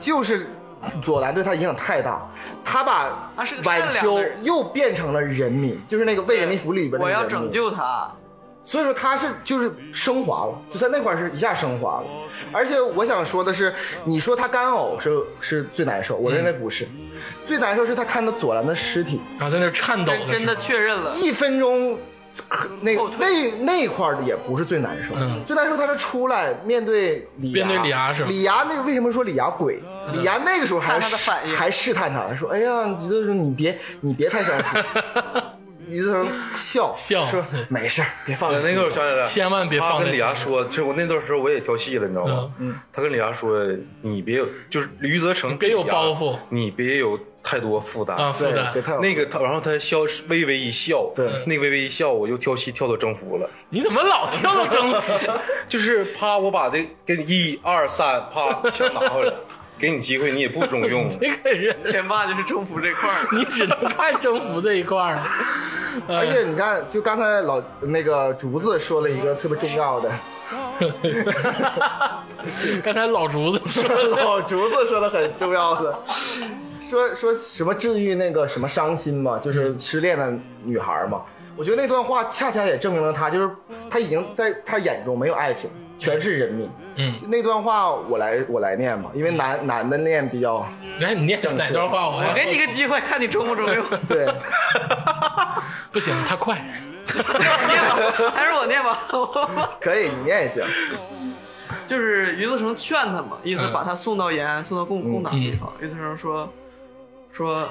[SPEAKER 4] 就是左蓝对他影响太大，他把
[SPEAKER 2] 他是个善
[SPEAKER 4] 晚
[SPEAKER 2] 良的
[SPEAKER 4] 秋
[SPEAKER 2] 人
[SPEAKER 4] 又变成了人民，就是那个为人民服务里边的
[SPEAKER 2] 我要
[SPEAKER 4] 人民
[SPEAKER 2] 拯，救他，
[SPEAKER 4] 所以说他是就是升华了，就在那块儿是一下升华了。而且我想说的是，你说他干呕是是最难受，我认
[SPEAKER 2] 嗯
[SPEAKER 4] 为不是，最难受是他看到左蓝的尸体，
[SPEAKER 1] 然后在那儿颤抖
[SPEAKER 2] 真真
[SPEAKER 1] 时
[SPEAKER 2] 的
[SPEAKER 1] 候
[SPEAKER 2] 确认了。
[SPEAKER 4] 一分钟。可那
[SPEAKER 2] 后退
[SPEAKER 4] 那那块儿的也不是最难受，
[SPEAKER 1] 嗯
[SPEAKER 4] 最难受他是出来面对李涯
[SPEAKER 1] 面对李涯是吧嗯
[SPEAKER 4] 李涯那个为什么说李涯鬼？李涯那个时候还
[SPEAKER 2] 看他的反应
[SPEAKER 4] 还试探他，说：“哎呀，你就是你别你别太伤 心。”于则成笑
[SPEAKER 1] 笑
[SPEAKER 4] 说：“没事儿，别放
[SPEAKER 3] 呃
[SPEAKER 4] 心。”
[SPEAKER 3] 那个我想起来了，
[SPEAKER 1] 千万别放
[SPEAKER 3] 他
[SPEAKER 1] 在
[SPEAKER 3] 跟李
[SPEAKER 1] 心
[SPEAKER 3] 涯
[SPEAKER 1] 上
[SPEAKER 3] 说，其实我那段时候我也调戏了，你知道吗？他跟李涯说，你别有，就是余则成，
[SPEAKER 1] 别有包袱
[SPEAKER 3] 你别有太多负担。
[SPEAKER 1] 啊，负
[SPEAKER 4] 对，
[SPEAKER 1] 担
[SPEAKER 4] 别。太
[SPEAKER 3] 那个他，然后他笑，微微一笑，
[SPEAKER 4] 对
[SPEAKER 1] 嗯
[SPEAKER 3] 那个微微一笑，我又跳戏跳到征服了，
[SPEAKER 1] 你怎么老跳到征服？
[SPEAKER 3] 就是啪，我把这给你一二三，啪，枪拿回来，给你机会，你也不中用。
[SPEAKER 1] 这个人，
[SPEAKER 2] 天霸就是征服这块儿的，
[SPEAKER 1] 你只能看征服这一块儿了。哎
[SPEAKER 4] 而且你看，就刚才老那个竹子说了一个特别重要的，
[SPEAKER 1] 刚才老竹子说的，
[SPEAKER 4] 老竹子说的很重要的，说说什么治愈那个什么伤心嘛，就是失恋的女孩嘛。我觉得那段话恰恰也证明了他，就是他已经在他眼中没有爱情，全是人命。
[SPEAKER 1] 嗯，
[SPEAKER 4] 那段话我来我来念吧，因为男男的念 比较
[SPEAKER 1] 来，你念哪段话？我
[SPEAKER 2] 我
[SPEAKER 1] 我
[SPEAKER 2] 给你个机会，看你中不中 用。
[SPEAKER 4] 对。
[SPEAKER 1] 不行，他快。
[SPEAKER 2] 还是我念吧，
[SPEAKER 4] 可以，你念一下。
[SPEAKER 2] 就是余则成劝他嘛，意思把他送到延安，送到共共党
[SPEAKER 1] 嗯
[SPEAKER 2] 地方。余则成说说，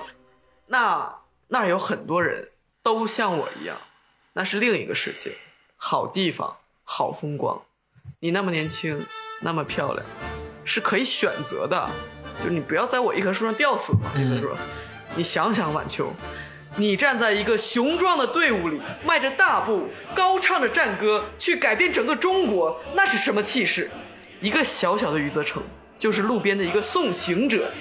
[SPEAKER 2] 那那儿有很多人都像我一样，那是另一个世界，好地方，好风光。你那么年轻，那么漂亮，是可以选择的，就你不要在我一棵树上吊死嘛。
[SPEAKER 1] 嗯
[SPEAKER 2] 余则说，你想想晚秋，你站在一个雄壮的队伍里，迈着大步，高唱着战歌，去改变整个中国，那是什么气势？一个小小的余则成，就是路边的一个送行者，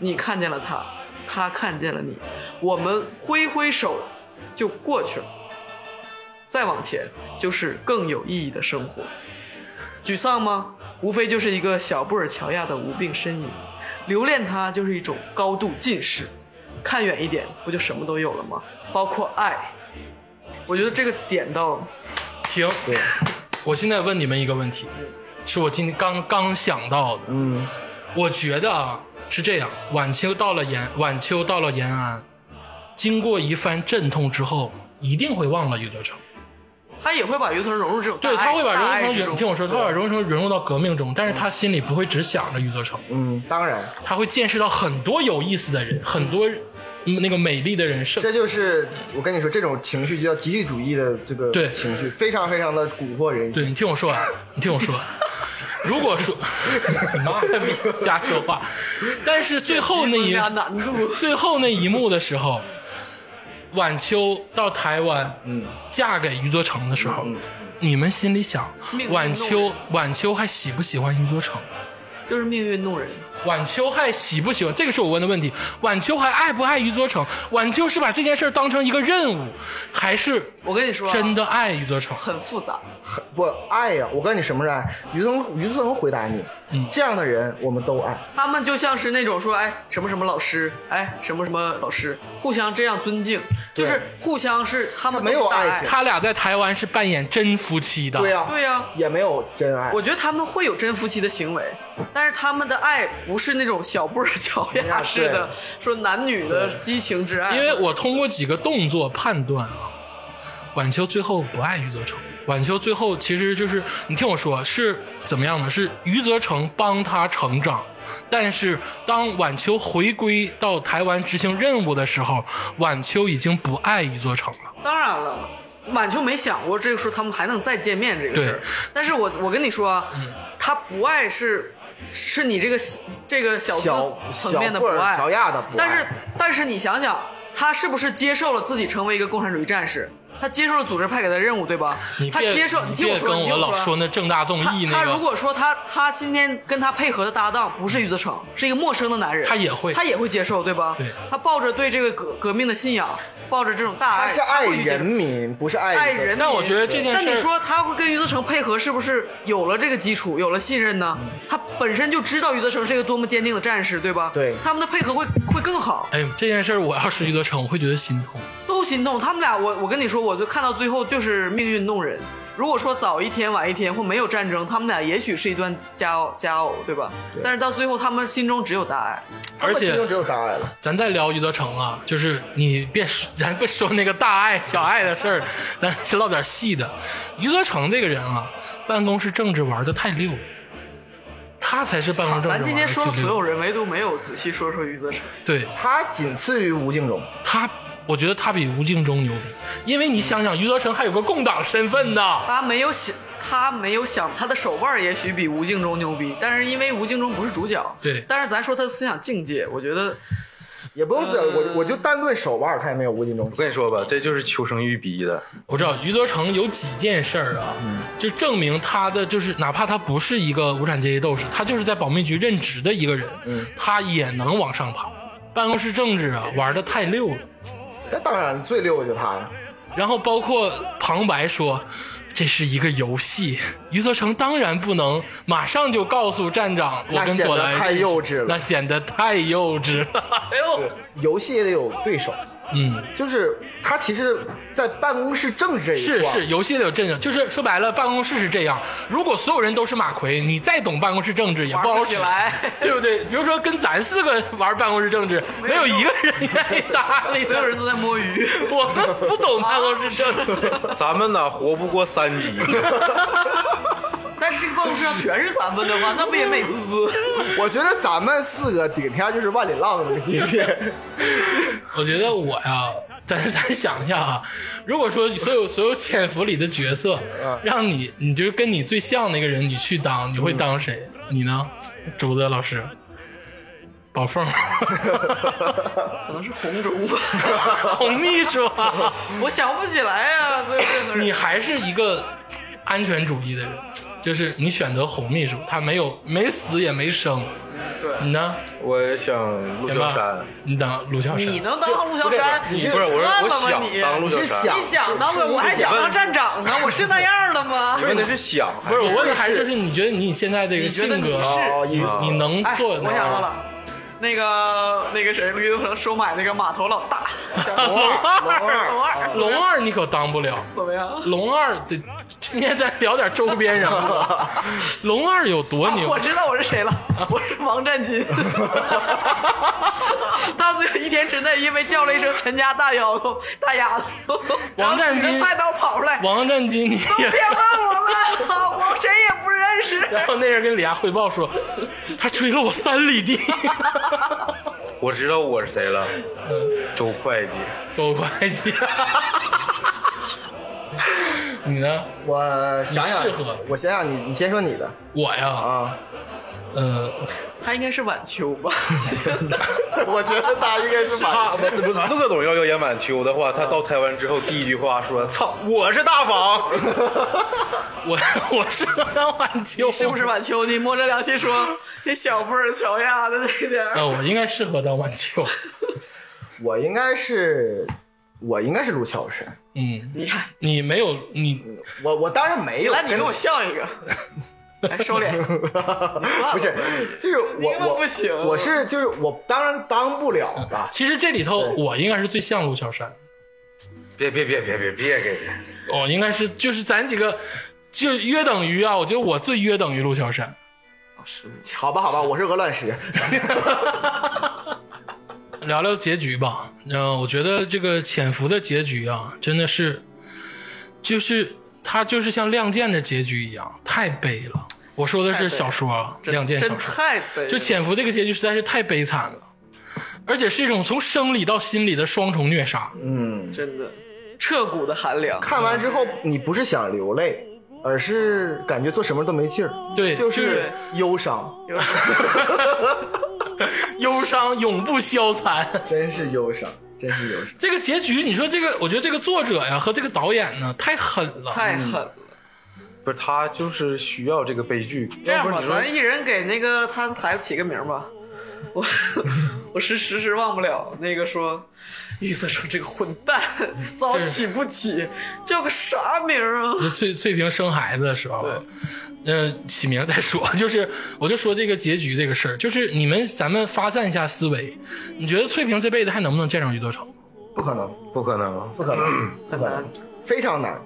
[SPEAKER 2] 你看见了他，他看见了你，我们挥挥手就过去了。再往前就是更有意义的生活。沮丧吗？无非就是一个小布尔乔亚的无病呻吟。留恋它就是一种高度近视，看远一点，不就什么都有了吗？包括爱。我觉得这个点到
[SPEAKER 1] 停。我现在问你们一个问题，是我今天刚刚想到的。
[SPEAKER 4] 嗯，
[SPEAKER 1] 我觉得啊，是这样，晚秋到了延，晚秋到了延安，经过一番阵痛之后，一定会忘了余则成。
[SPEAKER 2] 他也会把余则成融入这种
[SPEAKER 1] 对
[SPEAKER 2] 大
[SPEAKER 1] 他会把
[SPEAKER 2] 大爱
[SPEAKER 1] 荣
[SPEAKER 2] 之
[SPEAKER 1] 成，
[SPEAKER 2] 中
[SPEAKER 1] 你听我说，他会把荣成融入到革命中，但是他心里不会只想着余则成，
[SPEAKER 4] 嗯，当然，
[SPEAKER 1] 他会见识到很多有意思的人，很多嗯那个美丽的人生。
[SPEAKER 4] 这就是我跟你说，这种情绪就叫集体主义的这个
[SPEAKER 1] 对
[SPEAKER 4] 情绪，非常非常的蛊惑人
[SPEAKER 1] 对
[SPEAKER 4] 心。
[SPEAKER 1] 你听我说啊，你听我说啊，如果说，你妈呀，别瞎说话。但是最后那一。
[SPEAKER 2] 增加啊难度
[SPEAKER 1] 最后那一幕的时候，晚秋到台湾，嗯，嫁给余则成的时候，嗯你们心里想
[SPEAKER 2] 嗯命运弄，人
[SPEAKER 1] 晚秋晚秋还喜不喜欢余则成？
[SPEAKER 2] 就是命运弄人，
[SPEAKER 1] 晚秋还喜不喜欢？这个是我问的问题。晚秋还爱不爱余则成？晚秋是把这件事儿当成一个任务，还是
[SPEAKER 2] 我跟你说啊、
[SPEAKER 1] 真的爱余则成？
[SPEAKER 2] 很复杂。
[SPEAKER 4] 不爱呀、我告诉你什么是爱。于总，于总回答你，
[SPEAKER 1] 嗯
[SPEAKER 4] 这样的人我们都爱。
[SPEAKER 1] 啊
[SPEAKER 2] 他们就像是那种说，哎，什么什么老师，哎，什么什么老师，互相这样尊敬，就是互相是他们
[SPEAKER 4] 没有
[SPEAKER 2] 都是大
[SPEAKER 4] 爱
[SPEAKER 2] 爱
[SPEAKER 4] 情
[SPEAKER 1] 他俩在台湾是扮演真夫妻的。
[SPEAKER 4] 对呀、
[SPEAKER 2] 对呀、啊
[SPEAKER 4] 也没有真爱。
[SPEAKER 2] 我觉得他们会有真夫妻的行为，但是他们的爱不是那种小 布尔乔亚式的
[SPEAKER 4] 哎对
[SPEAKER 2] 说男女的激情之爱，
[SPEAKER 1] 因为我通过几个动作判断啊，晚秋最后不爱余则成。晚秋最后其实就是，你听我说是怎么样呢？是余则成帮他成长，但是当晚秋回归到台湾执行任务的时候，晚秋已经不爱一座城了。
[SPEAKER 2] 当然了，晚秋没想过这个时候他们还能再见面这个事儿
[SPEAKER 1] 对。
[SPEAKER 2] 但是我我跟你说啊，他不爱是是你这个这个小
[SPEAKER 4] 小
[SPEAKER 2] 资层面的不
[SPEAKER 4] 小棍
[SPEAKER 2] 爱，
[SPEAKER 4] 儿小亚的不爱
[SPEAKER 2] 但是但是你想想，他是不是接受了自己成为一个共产主义战士？他接受了组织派给他的任务，对吧
[SPEAKER 1] 你？
[SPEAKER 2] 他
[SPEAKER 1] 别
[SPEAKER 2] 接受，你
[SPEAKER 1] 你
[SPEAKER 2] 听我
[SPEAKER 1] 别
[SPEAKER 2] 说，
[SPEAKER 1] 跟
[SPEAKER 2] 你听
[SPEAKER 1] 我老
[SPEAKER 2] 说啊
[SPEAKER 1] 说那正大综
[SPEAKER 2] 他
[SPEAKER 1] 艺那
[SPEAKER 2] 他
[SPEAKER 1] 个，
[SPEAKER 2] 如果说他他今天跟他配合的搭档不是余则成，是一个陌生的男人，
[SPEAKER 1] 他也会
[SPEAKER 2] 他也会接受，对吧？
[SPEAKER 1] 对
[SPEAKER 2] 他抱着对这个革革命的信仰，抱着这种大爱，
[SPEAKER 4] 他是
[SPEAKER 2] 他
[SPEAKER 4] 爱
[SPEAKER 2] 会去接受
[SPEAKER 4] 人民，不是爱
[SPEAKER 2] 爱
[SPEAKER 4] 一个
[SPEAKER 2] 人。
[SPEAKER 1] 但我觉得这件事
[SPEAKER 2] 那你说他会跟余则成配合，是不是有了这个基础，有了信任
[SPEAKER 1] 嗯
[SPEAKER 2] 呢？他本身就知道余则成是一个多么坚定的战士，对吧？
[SPEAKER 4] 对
[SPEAKER 2] 他们的配合会会更好。
[SPEAKER 1] 哎，这件事儿我要是余则成，我会觉得心痛。
[SPEAKER 2] 都心动。他们俩，我我跟你说，我就看到最后就是命运弄人。如果说早一天晚一天或没有战争，他们俩也许是一段佳偶佳偶，对吧？但是到最后，他们心中只有大爱。
[SPEAKER 1] 而
[SPEAKER 4] 他们心
[SPEAKER 1] 且
[SPEAKER 4] 中只有大爱了。
[SPEAKER 1] 咱再聊余则成啊，就是你别说，咱不说那个大爱小爱的事儿，咱先唠点细的。余则成这个人啊，办公室政治玩的太溜，他才是办公室政治玩
[SPEAKER 2] 咱
[SPEAKER 1] 的
[SPEAKER 2] 今天说了
[SPEAKER 1] 最
[SPEAKER 2] 所
[SPEAKER 1] 溜
[SPEAKER 2] 有人，唯独没有仔细说说余则成。
[SPEAKER 1] 对
[SPEAKER 4] 他仅次于吴敬荣，
[SPEAKER 1] 他，我觉得他比吴敬中牛逼，因为你想想，余则成还有个共党身份呢。
[SPEAKER 2] 他没有想，他没有想，他的手腕也许比吴敬中牛逼，但是因为吴敬中不是主角，
[SPEAKER 1] 对
[SPEAKER 2] 但是咱说他的思想境界，我觉得
[SPEAKER 4] 也不用说，
[SPEAKER 2] 嗯
[SPEAKER 4] 我我就单论手腕，他也没有吴敬中
[SPEAKER 3] 我。跟你说吧，这就是求生欲逼的。
[SPEAKER 1] 我知道余则成有几件事儿啊，
[SPEAKER 4] 嗯
[SPEAKER 1] 就证明他的就是哪怕他不是一个无产阶级斗士，他就是在保密局任职的一个人，
[SPEAKER 4] 嗯
[SPEAKER 1] 他也能往上爬。办公室政治啊，玩的太溜了。
[SPEAKER 4] 那当然，最溜的就是他了。
[SPEAKER 1] 然后包括旁白说，这是一个游戏，余则成当然不能马上就告诉站长，我
[SPEAKER 4] 那
[SPEAKER 1] 跟
[SPEAKER 4] 显
[SPEAKER 1] 左
[SPEAKER 4] 得
[SPEAKER 1] 来
[SPEAKER 4] 太幼稚了
[SPEAKER 1] 那显得太幼稚 了。哎呦，
[SPEAKER 4] 游戏也得有对手，
[SPEAKER 1] 嗯。
[SPEAKER 4] 就是他其实，在办公室政治这一
[SPEAKER 1] 是
[SPEAKER 4] 块
[SPEAKER 1] 是，游戏里有阵营，就是说白了，办公室是这样。如果所有人都是马奎，你再懂办公室政治也不
[SPEAKER 2] 玩
[SPEAKER 1] 好
[SPEAKER 2] 不起
[SPEAKER 1] 使，
[SPEAKER 2] 来
[SPEAKER 1] 对不对？比如说跟咱四个玩办公室政治，没有一个人愿意搭 理，
[SPEAKER 2] 所有人，都在摸鱼。
[SPEAKER 1] 我们不懂办公室政治。
[SPEAKER 3] 咱们呢，活不过三级。
[SPEAKER 2] 但是这个办公室上全是咱们的话，那不也美滋滋？
[SPEAKER 4] 我觉得咱们四个顶天就是万里浪那个级 别。
[SPEAKER 1] 我觉得我呀，咱咱想一下啊，如果说所有所有潜伏里的角色，
[SPEAKER 2] 嗯
[SPEAKER 1] 让你你就是跟你最像那个人，你去当，你会当谁？你呢，竹子老师？宝凤，
[SPEAKER 2] 可能是红中吧，
[SPEAKER 1] 红秘书啊。
[SPEAKER 2] 我想不起来啊，所以这个人
[SPEAKER 1] 你还是一个安全主义的人，就是你选择红秘书，他没有没死也没生。
[SPEAKER 2] 对
[SPEAKER 1] 你呢？
[SPEAKER 3] 我想陆
[SPEAKER 1] 田
[SPEAKER 3] 小
[SPEAKER 1] 爸
[SPEAKER 3] 山，，
[SPEAKER 1] 你当陆小山。
[SPEAKER 2] 你能当上陆小山？
[SPEAKER 4] 不
[SPEAKER 2] 你
[SPEAKER 4] 是
[SPEAKER 3] 不是我
[SPEAKER 2] 算
[SPEAKER 3] 是
[SPEAKER 2] 了
[SPEAKER 3] 我
[SPEAKER 2] 吧
[SPEAKER 3] 想当陆
[SPEAKER 2] 你？
[SPEAKER 3] 小
[SPEAKER 4] 你是
[SPEAKER 3] 山
[SPEAKER 4] 想，
[SPEAKER 2] 你想当
[SPEAKER 4] 是
[SPEAKER 2] 我，我还想当站长呢，我是那样的吗
[SPEAKER 3] 你？问的是想还
[SPEAKER 1] 不是
[SPEAKER 3] 是
[SPEAKER 1] 我问的还是就是你觉得你现在这个
[SPEAKER 2] 你觉
[SPEAKER 1] 性
[SPEAKER 2] 得你
[SPEAKER 1] 格，
[SPEAKER 2] 是
[SPEAKER 4] 哦，一
[SPEAKER 1] 你能
[SPEAKER 2] 哎，
[SPEAKER 1] 做？啊
[SPEAKER 2] 我想到，了，那个那个谁，刘德成收买那个码头老大，小
[SPEAKER 4] 龙二，龙
[SPEAKER 2] 龙
[SPEAKER 4] 二，
[SPEAKER 2] 二
[SPEAKER 1] 龙二你可当不了。
[SPEAKER 2] 怎么样？
[SPEAKER 1] 龙二得今天咱聊点周边人物。龙二有多
[SPEAKER 2] 啊
[SPEAKER 1] 牛
[SPEAKER 2] 我？知道我是谁了，我是王占金。 他最后一天之内，因为叫了一声“陈家大丫头”，大丫头，然后
[SPEAKER 1] 王占
[SPEAKER 2] 举着
[SPEAKER 1] 金
[SPEAKER 2] 菜刀跑出来，
[SPEAKER 1] 王占金，你
[SPEAKER 2] 都别问我们了，我谁也不认识。
[SPEAKER 1] 然后那人跟李涯汇报说，他追了我三里地。
[SPEAKER 3] 我知道我是谁了，周会计。
[SPEAKER 1] 周会计。你呢？
[SPEAKER 4] 我想想，
[SPEAKER 1] 你适合
[SPEAKER 4] 我想想你，你先说你的
[SPEAKER 1] 我呀，
[SPEAKER 4] 啊。
[SPEAKER 1] 呃，
[SPEAKER 2] 他应该是晚秋吧？
[SPEAKER 4] 我觉得他应该是
[SPEAKER 3] 他
[SPEAKER 4] 把
[SPEAKER 3] 不不乐总要要演晚秋的话，他到台湾之后第一句话说：“操，我是大房。
[SPEAKER 1] 我 我是当晚秋，
[SPEAKER 2] 是不是？晚秋？你摸着良心说，这小布尔乔亚的那点儿
[SPEAKER 1] 呃，我应该适合当晚秋。
[SPEAKER 4] 我应该是，我应该是陆桥山。
[SPEAKER 1] 嗯，
[SPEAKER 2] 你看，
[SPEAKER 1] 你没有你，
[SPEAKER 4] 我我当然没有
[SPEAKER 2] 来，
[SPEAKER 4] 跟，
[SPEAKER 2] 你给我笑一个，来收敛， 你算了
[SPEAKER 4] 不是，就是
[SPEAKER 2] 明白
[SPEAKER 4] 我我
[SPEAKER 2] 不行
[SPEAKER 4] 我是就是我当然当不了了。
[SPEAKER 1] 其实这里头我应该是最像陆小山，”
[SPEAKER 3] 别别别别别别给别！
[SPEAKER 1] 我应该是就是咱几个就约等于啊，我觉得我最约等于陆小山。
[SPEAKER 4] 好吧，好吧，我是鹅卵石。
[SPEAKER 1] 聊聊结局吧。嗯、我觉得这个潜伏的结局啊，真的是，就是它就是像《亮剑》的结局一样，太悲了。我说的
[SPEAKER 2] 太
[SPEAKER 1] 是
[SPEAKER 2] 悲
[SPEAKER 1] 小说，
[SPEAKER 2] 真
[SPEAKER 1] 两件小
[SPEAKER 2] 真
[SPEAKER 1] 说。
[SPEAKER 2] 太悲了，
[SPEAKER 1] 就潜伏这个结局实在是太悲惨了，而且是一种从生理到心理的双重虐杀。
[SPEAKER 4] 嗯，
[SPEAKER 2] 真的彻骨的寒凉。
[SPEAKER 4] 看完之后你不是想流泪，而是感觉做什么都没劲儿，
[SPEAKER 1] 对
[SPEAKER 4] 就
[SPEAKER 1] 就是 是
[SPEAKER 4] 忧伤，
[SPEAKER 1] 忧伤永不消残。
[SPEAKER 4] 真是忧伤，真是忧伤。
[SPEAKER 1] 这个结局，你说这个，我觉得这个作者呀和这个导演呢太狠了。
[SPEAKER 2] 太狠了！
[SPEAKER 3] 不是他就是需要这个悲剧，
[SPEAKER 2] 这
[SPEAKER 3] 要
[SPEAKER 2] 样
[SPEAKER 3] 不
[SPEAKER 2] 吧
[SPEAKER 3] 然，你
[SPEAKER 2] 咱
[SPEAKER 3] 说
[SPEAKER 2] 一人给那个他孩子起个名儿吧。我我是时时忘不了那个说，玉色成这个混蛋，早起不起，叫个啥名儿啊？
[SPEAKER 1] 是翠翠萍生孩子的时候，呃，起名再说，就是我就说这个结局这个事儿，就是你们咱们发散一下思维，你觉得翠萍这辈子还能不能见上余德成？
[SPEAKER 4] 不可能，
[SPEAKER 3] 不可能，
[SPEAKER 4] 不可
[SPEAKER 1] 嗯
[SPEAKER 4] 能，不可能，非 常难，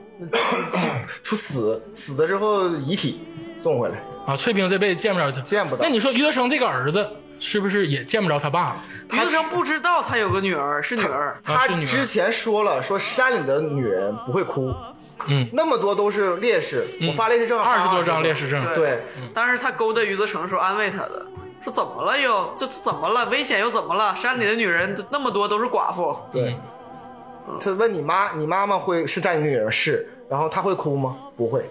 [SPEAKER 4] 处死，死了之后遗体送回来，
[SPEAKER 1] 啊，翠萍这辈子见不着他，
[SPEAKER 4] 见不到
[SPEAKER 1] 那你说余德成这个儿子是不是也见不着他爸了？
[SPEAKER 2] 余德生不知道他有个女儿是女儿，
[SPEAKER 1] 啊，
[SPEAKER 4] 他
[SPEAKER 1] 是女
[SPEAKER 4] 之
[SPEAKER 1] 儿，
[SPEAKER 4] 前说了，说山里的女人不会哭，
[SPEAKER 1] 嗯，
[SPEAKER 4] 那么多都是烈士，我发烈士证
[SPEAKER 1] 二十多
[SPEAKER 4] 发
[SPEAKER 1] 张
[SPEAKER 4] 了
[SPEAKER 1] 烈士证，
[SPEAKER 4] 对，
[SPEAKER 2] 当时他勾搭余则成的时候安慰他的，说怎么了又这这怎么了？危险又怎么了？山里的女人那么多都是寡妇，
[SPEAKER 4] 对，他问你妈，你妈妈会是占你女人是，然后她会哭吗？不会，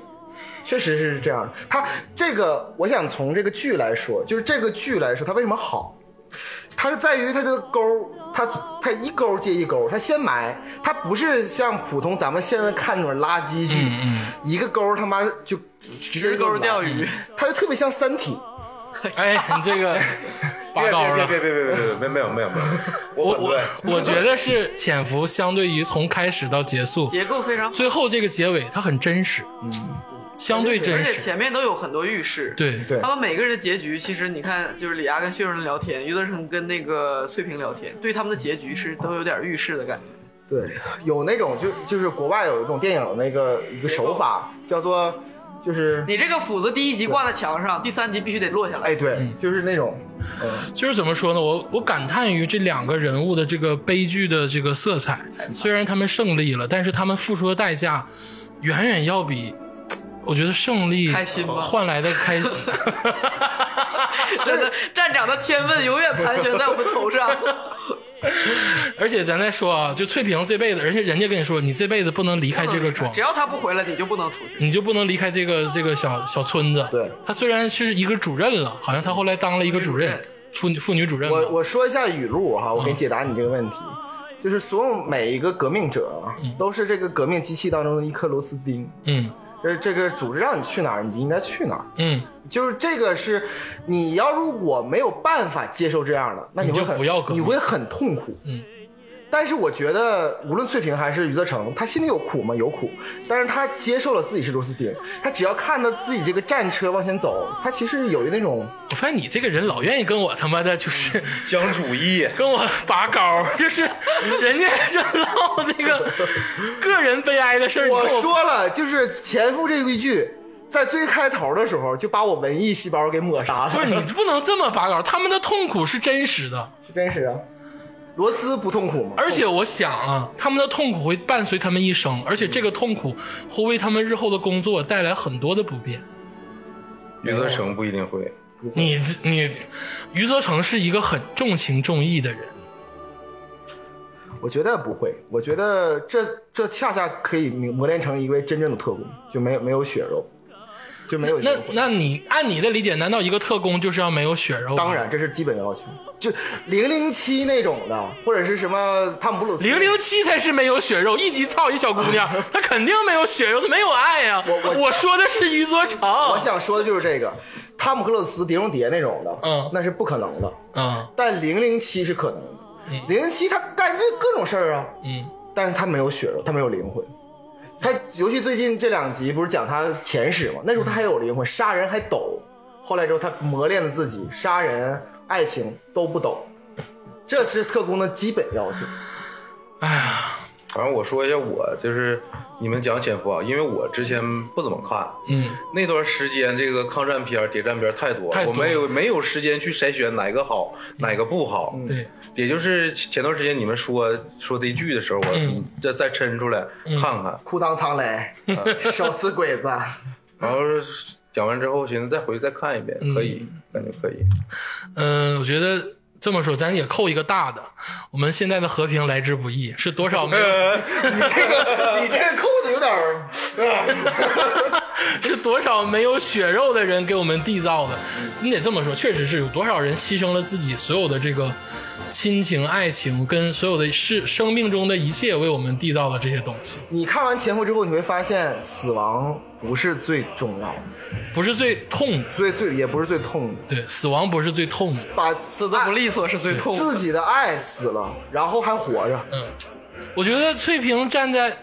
[SPEAKER 4] 确实是这样。他这个，我想从这个剧来说，就是这个剧来说，它为什么好？它是在于它这个钩儿，它它一钩接一钩，它先埋，它不是像普通咱们现在看那种垃圾剧，
[SPEAKER 1] 嗯
[SPEAKER 4] 一个钩儿他妈就直
[SPEAKER 2] 直钩钓
[SPEAKER 4] 鱼，
[SPEAKER 2] 鱼。
[SPEAKER 4] 它就特别像《三体》。
[SPEAKER 1] 哎，你这个拔高了。
[SPEAKER 3] 别别别别别别别没有没有 没有，
[SPEAKER 1] 我
[SPEAKER 3] 我
[SPEAKER 1] 我 我觉得是潜伏，相对于从开始到结束，
[SPEAKER 2] 结构非常好，
[SPEAKER 1] 最后这个结尾它很真实，嗯，相对
[SPEAKER 2] 而
[SPEAKER 1] 真
[SPEAKER 2] 且
[SPEAKER 1] 实，
[SPEAKER 2] 前面都有很多预示。
[SPEAKER 1] 对
[SPEAKER 4] 对
[SPEAKER 2] 他们每个人的结局，其实你看，就是李涯跟薛仁聊天，余则成跟那个翠萍聊天，对他们的结局是都有点预示的感觉。
[SPEAKER 4] 对，有那种就就是国外有一种电影那个一个手法叫做就是
[SPEAKER 2] 你这个斧子第一集挂在墙上，第三集必须得落下来。
[SPEAKER 4] 哎，对，
[SPEAKER 1] 嗯
[SPEAKER 4] 就是那种，呃
[SPEAKER 1] 就是怎么说呢？我我感叹于这两个人物的这个悲剧的这个色彩，虽然他们胜利了，但是他们付出的代价远远要比。我觉得胜利
[SPEAKER 2] 开心吗
[SPEAKER 1] 呃换来的开，
[SPEAKER 2] 真的，站长的天问永远盘旋在我们头上。
[SPEAKER 1] 而且咱再说啊，就翠萍这辈子，而且人家跟你说，你这辈子不能离哎开这个庄
[SPEAKER 2] 只，要他不回来，你就不能出去。
[SPEAKER 1] 你就不能离开这个这个小小村子。
[SPEAKER 4] 对，
[SPEAKER 1] 他虽然是一个主任了，好像他后来当了一个主任，妇女妇女主任吧。
[SPEAKER 4] 我我说一下语录哈，
[SPEAKER 1] 嗯
[SPEAKER 4] 我给你解答你这个问题，就是所有每一个革命者啊都是这个革命机器当中的一颗螺丝钉，
[SPEAKER 1] 嗯
[SPEAKER 4] 就是这个组织让你去哪儿，你就应该去哪儿。
[SPEAKER 1] 嗯，
[SPEAKER 4] 就是这个是，你要如果没有办法接受这样的，那
[SPEAKER 1] 你
[SPEAKER 4] 会
[SPEAKER 1] 就
[SPEAKER 4] 很
[SPEAKER 1] 不要革命
[SPEAKER 4] 你会很痛苦。
[SPEAKER 1] 嗯。
[SPEAKER 4] 但是我觉得，无论翠萍还是余则成，他心里有苦吗？有苦，但是他接受了自己是螺丝钉，他只要看到自己这个战车往前走，他其实有那种
[SPEAKER 1] 我发现你这个人老愿意跟我他妈的就是。
[SPEAKER 3] 讲主 义，
[SPEAKER 1] 跟我拔高，就是 人家就唠这个 个人悲哀的事儿。你
[SPEAKER 4] 我
[SPEAKER 1] 跟
[SPEAKER 4] 说了，就是前夫这一句，在最开头的时候就把我文艺细胞给抹杀了。
[SPEAKER 1] 不是你不能这么拔高，他们的痛苦是真实的，
[SPEAKER 4] 是真实啊，罗斯不痛苦吗？
[SPEAKER 1] 而且我想啊，他们的痛苦会伴随他们一生，而且这个痛苦会为他们日后的工作带来很多的不便。
[SPEAKER 3] 余则成不一定会，
[SPEAKER 1] 你你，余则成是一个很重情重义的人，
[SPEAKER 4] 我觉得不会，我觉得这这恰恰可以磨练成一位真正的特工，就没有没有血肉，就没有
[SPEAKER 1] 那
[SPEAKER 4] 灵魂
[SPEAKER 1] 那你按你的理解，难道一个特工就是要没有血肉？
[SPEAKER 4] 当，然，这是基本要求，就零零七那种的，或者是什么汤姆布鲁斯
[SPEAKER 1] 零零七才是没有血肉，一集操一小姑娘，她肯定没有血肉，她没有爱呀、
[SPEAKER 4] 我我
[SPEAKER 1] 说的是余则成，
[SPEAKER 4] 我想说的就是这个，汤姆克鲁斯、碟中谍那种的，
[SPEAKER 1] 嗯
[SPEAKER 4] 那是不可能的。
[SPEAKER 1] 嗯
[SPEAKER 4] 但零零七是可能
[SPEAKER 2] 嗯
[SPEAKER 4] 的，零零七他干这各种事儿啊，
[SPEAKER 1] 嗯
[SPEAKER 4] 但是他没有血肉，他没有灵魂。他尤其最近这两集不是讲他前世嘛，那时候他还有灵魂，杀人还抖，后来之后他磨练了自己，杀人、爱情都不抖，这是特工的基本要求。
[SPEAKER 1] 哎
[SPEAKER 3] 反正我说一下我就是你们讲潜伏啊，因为我之前不怎么看，
[SPEAKER 1] 嗯，
[SPEAKER 3] 那段时间这个抗战片儿、谍战片儿太多，
[SPEAKER 1] 太
[SPEAKER 3] 了，
[SPEAKER 1] 多
[SPEAKER 3] 我没有没有时间去筛选哪个好，哪个不好。
[SPEAKER 1] 对，
[SPEAKER 3] 也就是前段时间你们说说这一句的时候，我
[SPEAKER 1] 嗯
[SPEAKER 3] 再再抻出来看看，
[SPEAKER 4] 呃裤裆藏雷，手撕鬼子，
[SPEAKER 3] 然后讲完之后，寻思再回去再看一遍，可以，感觉可以。
[SPEAKER 1] 嗯，我觉得这么说，咱也扣一个大的。我们现在的和平来之不易，是多少没有？
[SPEAKER 4] 你 这个你这个扣的有点儿，啊
[SPEAKER 1] 是多少没有血肉的人给我们缔造的？你得这么说，确实是有多少人牺牲了自己所有的这个亲情、爱情，跟所有的是生命中的一切，为我们缔造的这些东西，
[SPEAKER 4] 你看完前夫之后，你会发现死亡不是最重要的，
[SPEAKER 1] 不是最痛的。
[SPEAKER 4] 最最也不是最痛的，
[SPEAKER 1] 对，死亡不是最痛的。
[SPEAKER 4] 把
[SPEAKER 2] 死的不利索是最痛
[SPEAKER 4] 自
[SPEAKER 2] 的。
[SPEAKER 4] 己的爱死了，然后还活着，
[SPEAKER 2] 嗯
[SPEAKER 1] 我觉得翠萍站在。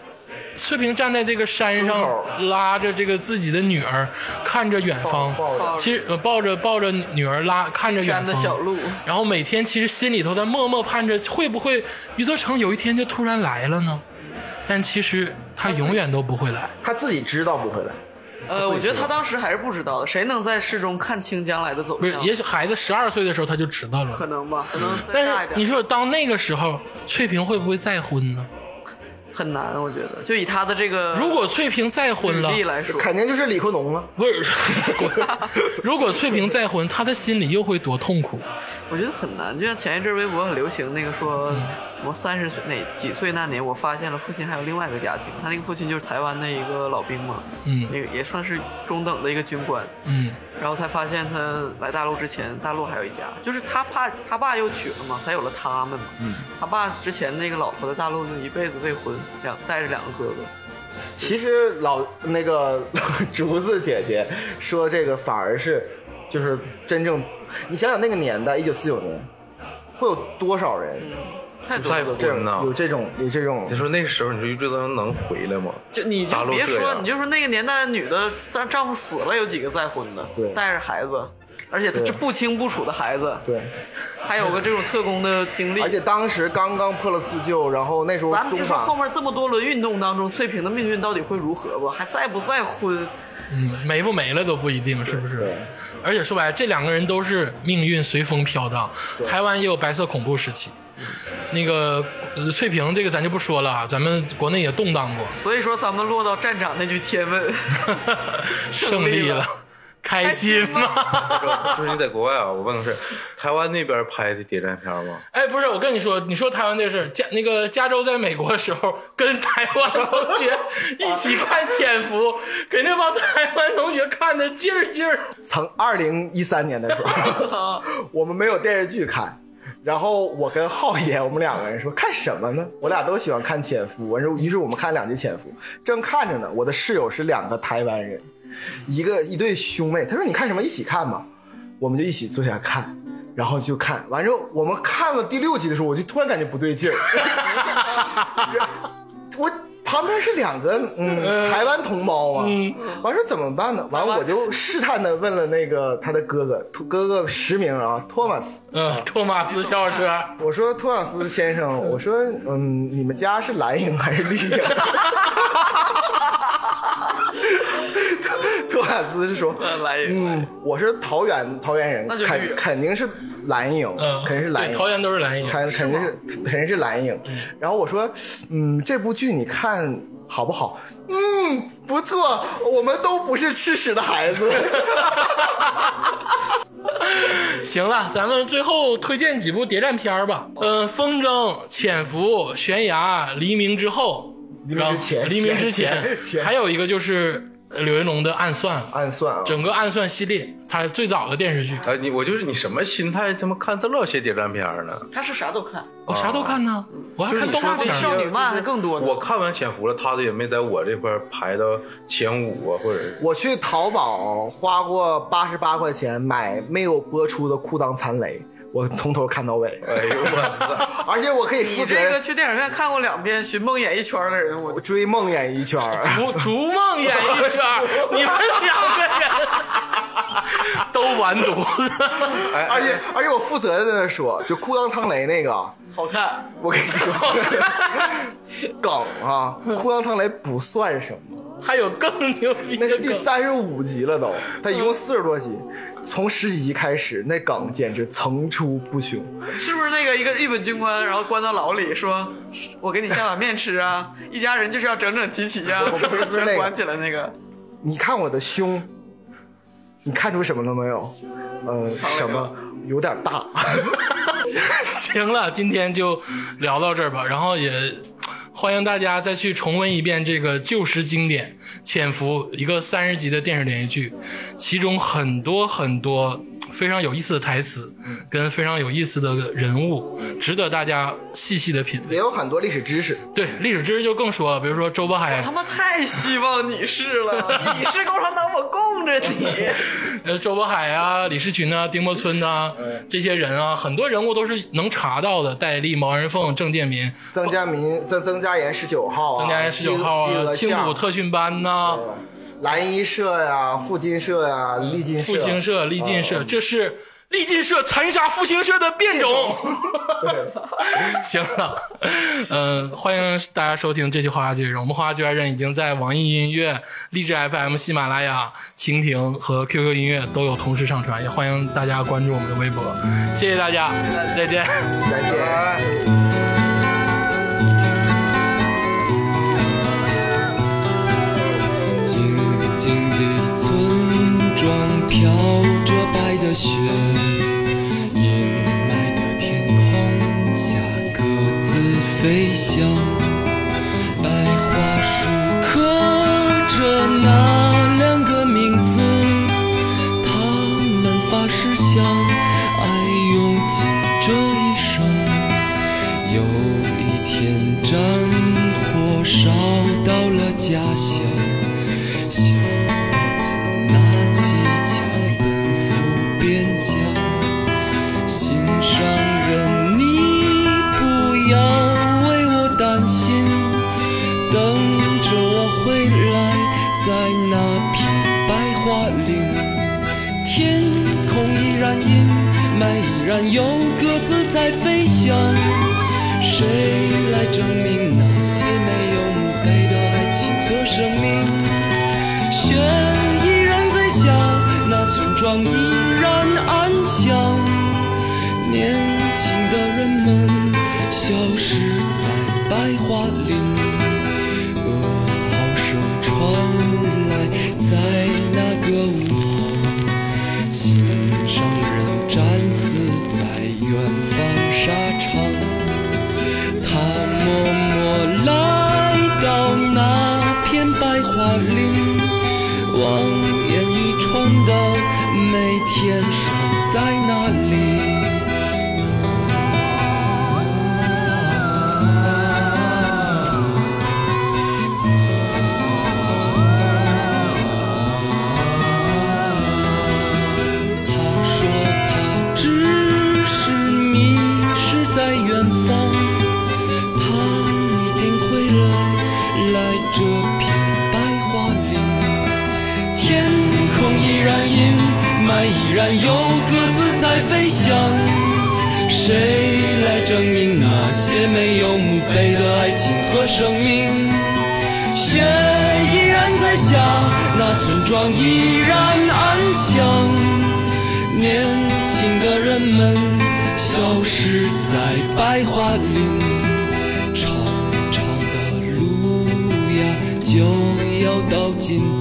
[SPEAKER 1] 翠萍站在这个山
[SPEAKER 4] 村口
[SPEAKER 1] 上，拉着这个自己的女儿，看着远方
[SPEAKER 4] 抱
[SPEAKER 2] 抱，着
[SPEAKER 1] 其实呃抱着抱着女儿拉，看着远
[SPEAKER 2] 山的
[SPEAKER 1] 方。
[SPEAKER 2] 小路，
[SPEAKER 1] 然后每天其实心里头在默默盼着，会不会余则成有一天就突然来了呢？但其实他永远都不会来。
[SPEAKER 4] 他自己知道不会来，
[SPEAKER 2] 呃，我觉得他当时还是不知道的，谁能在市中看清将来的走
[SPEAKER 1] 不是，
[SPEAKER 2] 向？
[SPEAKER 1] 也许孩子十二岁的时候他就知道了
[SPEAKER 2] 可。能吧，可能再
[SPEAKER 1] 但
[SPEAKER 2] 大一
[SPEAKER 1] 是
[SPEAKER 2] 点
[SPEAKER 1] 你说，当那个时候，翠萍会不会再婚呢？
[SPEAKER 2] 很难，我觉得，就以他的这个
[SPEAKER 1] 如果翠萍再
[SPEAKER 2] 履
[SPEAKER 1] 婚了，
[SPEAKER 2] 历来说，
[SPEAKER 4] 肯定就是李克农了。
[SPEAKER 1] 不是， 如果翠萍再婚，她的心里又会多痛苦？
[SPEAKER 2] 我觉得很难。就像前一阵微博很流行那个说
[SPEAKER 3] 嗯
[SPEAKER 2] 什么三十岁哪几岁那年，我发现了父亲还有另外一个家庭，他那个父亲就是台湾的一个老兵嘛，
[SPEAKER 1] 嗯
[SPEAKER 2] 那个也算是中等的一个军官。
[SPEAKER 1] 嗯
[SPEAKER 2] 然后才发现他来大陆之前，大陆还有一家，就是他怕他爸又娶了嘛，才有了他们嘛。嗯，他爸之前那个老婆在大陆就一辈子未婚，两带着两个哥哥。
[SPEAKER 4] 其实老那个 竹子姐姐说这个反而是，就是真正，你想想那个年代，一九四九年，会有多少人
[SPEAKER 2] 太
[SPEAKER 3] 不
[SPEAKER 2] 多
[SPEAKER 3] 在
[SPEAKER 2] 了
[SPEAKER 3] 乎
[SPEAKER 4] 这种
[SPEAKER 3] 真的
[SPEAKER 4] 有这种有这种
[SPEAKER 3] 你说那个时候，你说余罪能能回来吗？
[SPEAKER 2] 就你就
[SPEAKER 3] 大陆
[SPEAKER 2] 别
[SPEAKER 3] 这
[SPEAKER 2] 说，
[SPEAKER 3] 样
[SPEAKER 2] 你就说那个年代的女的，丈丈夫死了，有几个再婚的
[SPEAKER 4] 对，
[SPEAKER 2] 带着孩子，而且她
[SPEAKER 4] 对
[SPEAKER 2] 这不清不楚的孩子，
[SPEAKER 4] 对，
[SPEAKER 2] 还有个这种特工的经历
[SPEAKER 4] 而。且当时刚刚破了四旧，然后那时候
[SPEAKER 2] 咱们
[SPEAKER 4] 中
[SPEAKER 2] 别说后
[SPEAKER 4] 法
[SPEAKER 2] 面这么多轮运动当中，翠萍的命运到底会如何吧？还再不再婚？
[SPEAKER 1] 嗯，没不没了都不一定，是不是
[SPEAKER 4] 对？
[SPEAKER 1] 而且说白了，这两个人都是命运随风飘荡。台湾也有白色恐怖时期，那个呃翠萍这个咱就不说了啊，咱们国内也动荡过，
[SPEAKER 2] 所以说咱们落到站长那句天 问，
[SPEAKER 1] 胜
[SPEAKER 2] 胜
[SPEAKER 1] 利
[SPEAKER 2] 利了
[SPEAKER 1] 了，开心吗？
[SPEAKER 3] 就是你在国外啊，我问个事儿，台湾那边拍的谍战片吗？
[SPEAKER 1] 哎，不是，我跟你说，你说台湾这事儿，加那个加州在美国的时候，跟台湾同学一起
[SPEAKER 4] 啊
[SPEAKER 1] 看《潜伏》，给那帮台湾同学看的劲儿劲儿。
[SPEAKER 4] 曾二零一三年的时候，我们没有电视剧看。然后我跟浩爷，我们两个人说看什么呢？我俩都喜欢看《潜伏》，完之后，于是我们看两集《潜伏》，正看着呢，我的室友是两个台湾人，一个一对兄妹，他说你看什么一起看吧，我们就一起坐下看，然后就看完之后，我们看了第六集的时候，我就突然感觉不对劲儿， 然后我旁边是两个嗯台湾同胞嘛，完说怎么办呢？完我就试探的问了那个他的哥哥，托哥哥实名啊，托马斯，
[SPEAKER 1] 嗯， 托马斯笑车，
[SPEAKER 4] 我说托马斯先生，我说嗯，你们家是蓝营还是绿营？ 托托马斯是说，
[SPEAKER 2] 来人，
[SPEAKER 4] 嗯，我是桃园桃园人
[SPEAKER 2] 那，就绿
[SPEAKER 4] 肯
[SPEAKER 2] 营
[SPEAKER 4] 肯定是蓝营
[SPEAKER 1] 嗯，，
[SPEAKER 4] 肯定是蓝
[SPEAKER 1] 对
[SPEAKER 4] 营，
[SPEAKER 1] 桃园都是蓝营。
[SPEAKER 4] 肯肯定是肯定是蓝影。然后我说，嗯，这部剧你看好不好？嗯，不错，我们都不是吃屎的 孩子。
[SPEAKER 1] 行了，咱们最后推荐几部谍战片儿吧。嗯、风筝、潜伏、悬崖、黎明之后，
[SPEAKER 4] 黎明之前
[SPEAKER 1] 然后黎明之前
[SPEAKER 4] 前，前
[SPEAKER 1] 还有一个就是呃柳云龙的《暗算》，
[SPEAKER 4] 暗算啊，
[SPEAKER 1] 整个《暗算》系列，它最早的电视剧，
[SPEAKER 3] 啊，你我就是你什么心态，他妈看这老些谍战片呢？
[SPEAKER 2] 他是啥都 看，
[SPEAKER 1] 我啥都看呢，我还看动画
[SPEAKER 3] 就
[SPEAKER 1] 片
[SPEAKER 3] 是
[SPEAKER 1] 儿
[SPEAKER 3] 你说这
[SPEAKER 2] 少
[SPEAKER 1] 呢。
[SPEAKER 3] 些
[SPEAKER 2] 女漫的更多呢。
[SPEAKER 3] 我看完《潜伏》了，他的也没在我这块儿排到前五啊，或者是
[SPEAKER 4] 我去淘宝花过八十八块钱买没有播出的《裤裆残雷》，我从头看到尾，
[SPEAKER 3] 哎呦我操！
[SPEAKER 4] 而且我可以负
[SPEAKER 2] 你
[SPEAKER 4] 责
[SPEAKER 2] 这个
[SPEAKER 4] 任
[SPEAKER 2] 去电影院看过两遍《寻梦演艺圈》的人，我
[SPEAKER 4] 追梦演艺圈儿。
[SPEAKER 1] 逐逐梦演艺圈儿，你们两个人 都完犊子。
[SPEAKER 3] 哎，
[SPEAKER 4] 而且而且我负责任的说，就裤裆藏雷那个，
[SPEAKER 2] 好看。
[SPEAKER 4] 我跟你 说， 梗啊，裤裆藏雷不算什么，
[SPEAKER 1] 还有更牛逼
[SPEAKER 4] 那
[SPEAKER 1] 的
[SPEAKER 4] 是第
[SPEAKER 1] 梗，嗯
[SPEAKER 4] 三十五集了都，它一共四十多集，从十几集开始，那梗简直层出不穷。
[SPEAKER 2] 是不是那个一个日本军官，然后关到牢里，说：“我给你下碗面吃啊， 一家人就是要整整齐齐啊，
[SPEAKER 4] 不是不是那个
[SPEAKER 2] 全关起来那个。
[SPEAKER 4] 你看我的胸，你看出什么了没有？呃，什么有点 大。
[SPEAKER 1] 行了，今天就聊到这儿吧，然后也。欢迎大家再去重温一遍这个旧时经典《潜伏》，一个三十集的电视连续剧，其中很多很多非常有意思的台词，跟非常有意思的人物，值得大家细细的品
[SPEAKER 4] 也
[SPEAKER 1] 味。
[SPEAKER 4] 有很多历史知识，
[SPEAKER 1] 对历史知识就更说了，比如说周伯海
[SPEAKER 2] 他，妈太希望你是 了，你是共产党，我供着你。
[SPEAKER 1] 呃，周伯海啊，李士群啊，丁默村呐、这些人啊，很多人物都是能查到的，戴笠、毛人凤、郑建民、
[SPEAKER 4] 曾家民、曾曾家岩十九号、啊、
[SPEAKER 1] 曾家人十九号
[SPEAKER 4] 金
[SPEAKER 1] 啊，
[SPEAKER 4] 金
[SPEAKER 1] 青
[SPEAKER 4] 额
[SPEAKER 1] 浦
[SPEAKER 4] 巷
[SPEAKER 1] 特训班呐、
[SPEAKER 4] 蓝衣社呀、复金社呀、丽金社、
[SPEAKER 1] 复兴嗯社、力进社，这是力进社残杀复兴社的变种。 行了，嗯、欢迎大家收听这期《花花剧人》。我们《花花剧爱人》已经在网易音乐、荔枝 FM、喜马拉雅、蜻蜓和 QQ 音乐都有同时上传，也欢迎大家关注我们的微博。谢谢大家，再见。
[SPEAKER 4] 再见。
[SPEAKER 5] 静静的村庄飘着白的雪，阴霾的天空下各自飞翔。白桦树刻着那两个名字，他们发誓相爱，用尽这一生。有一天，战火烧到了家乡，小伙子拿起枪奔赴边疆。心上人，你不要为我担心，等着我回来，在那片白桦林。天空依然阴霾，依然有鸽子在飞翔。谁来证明那些没有墓碑的爱情和生命？雪依然在下，那村庄依然安详。年轻的人们消失在白桦林。噩耗声传来，在那个午后，心上人战死在远方沙场。他默默来到那片白桦林，望眼欲穿的每天守在那里。他说他只是迷失在远方，他一定会来，来这片白桦林。天空依然阴霾，依然有鸽子在飞翔。谁来证明那些没有墓碑的爱情和生命？雪依然在下，那村庄依然安详。年轻的人们消失在白桦林，长长的路呀就要到尽头。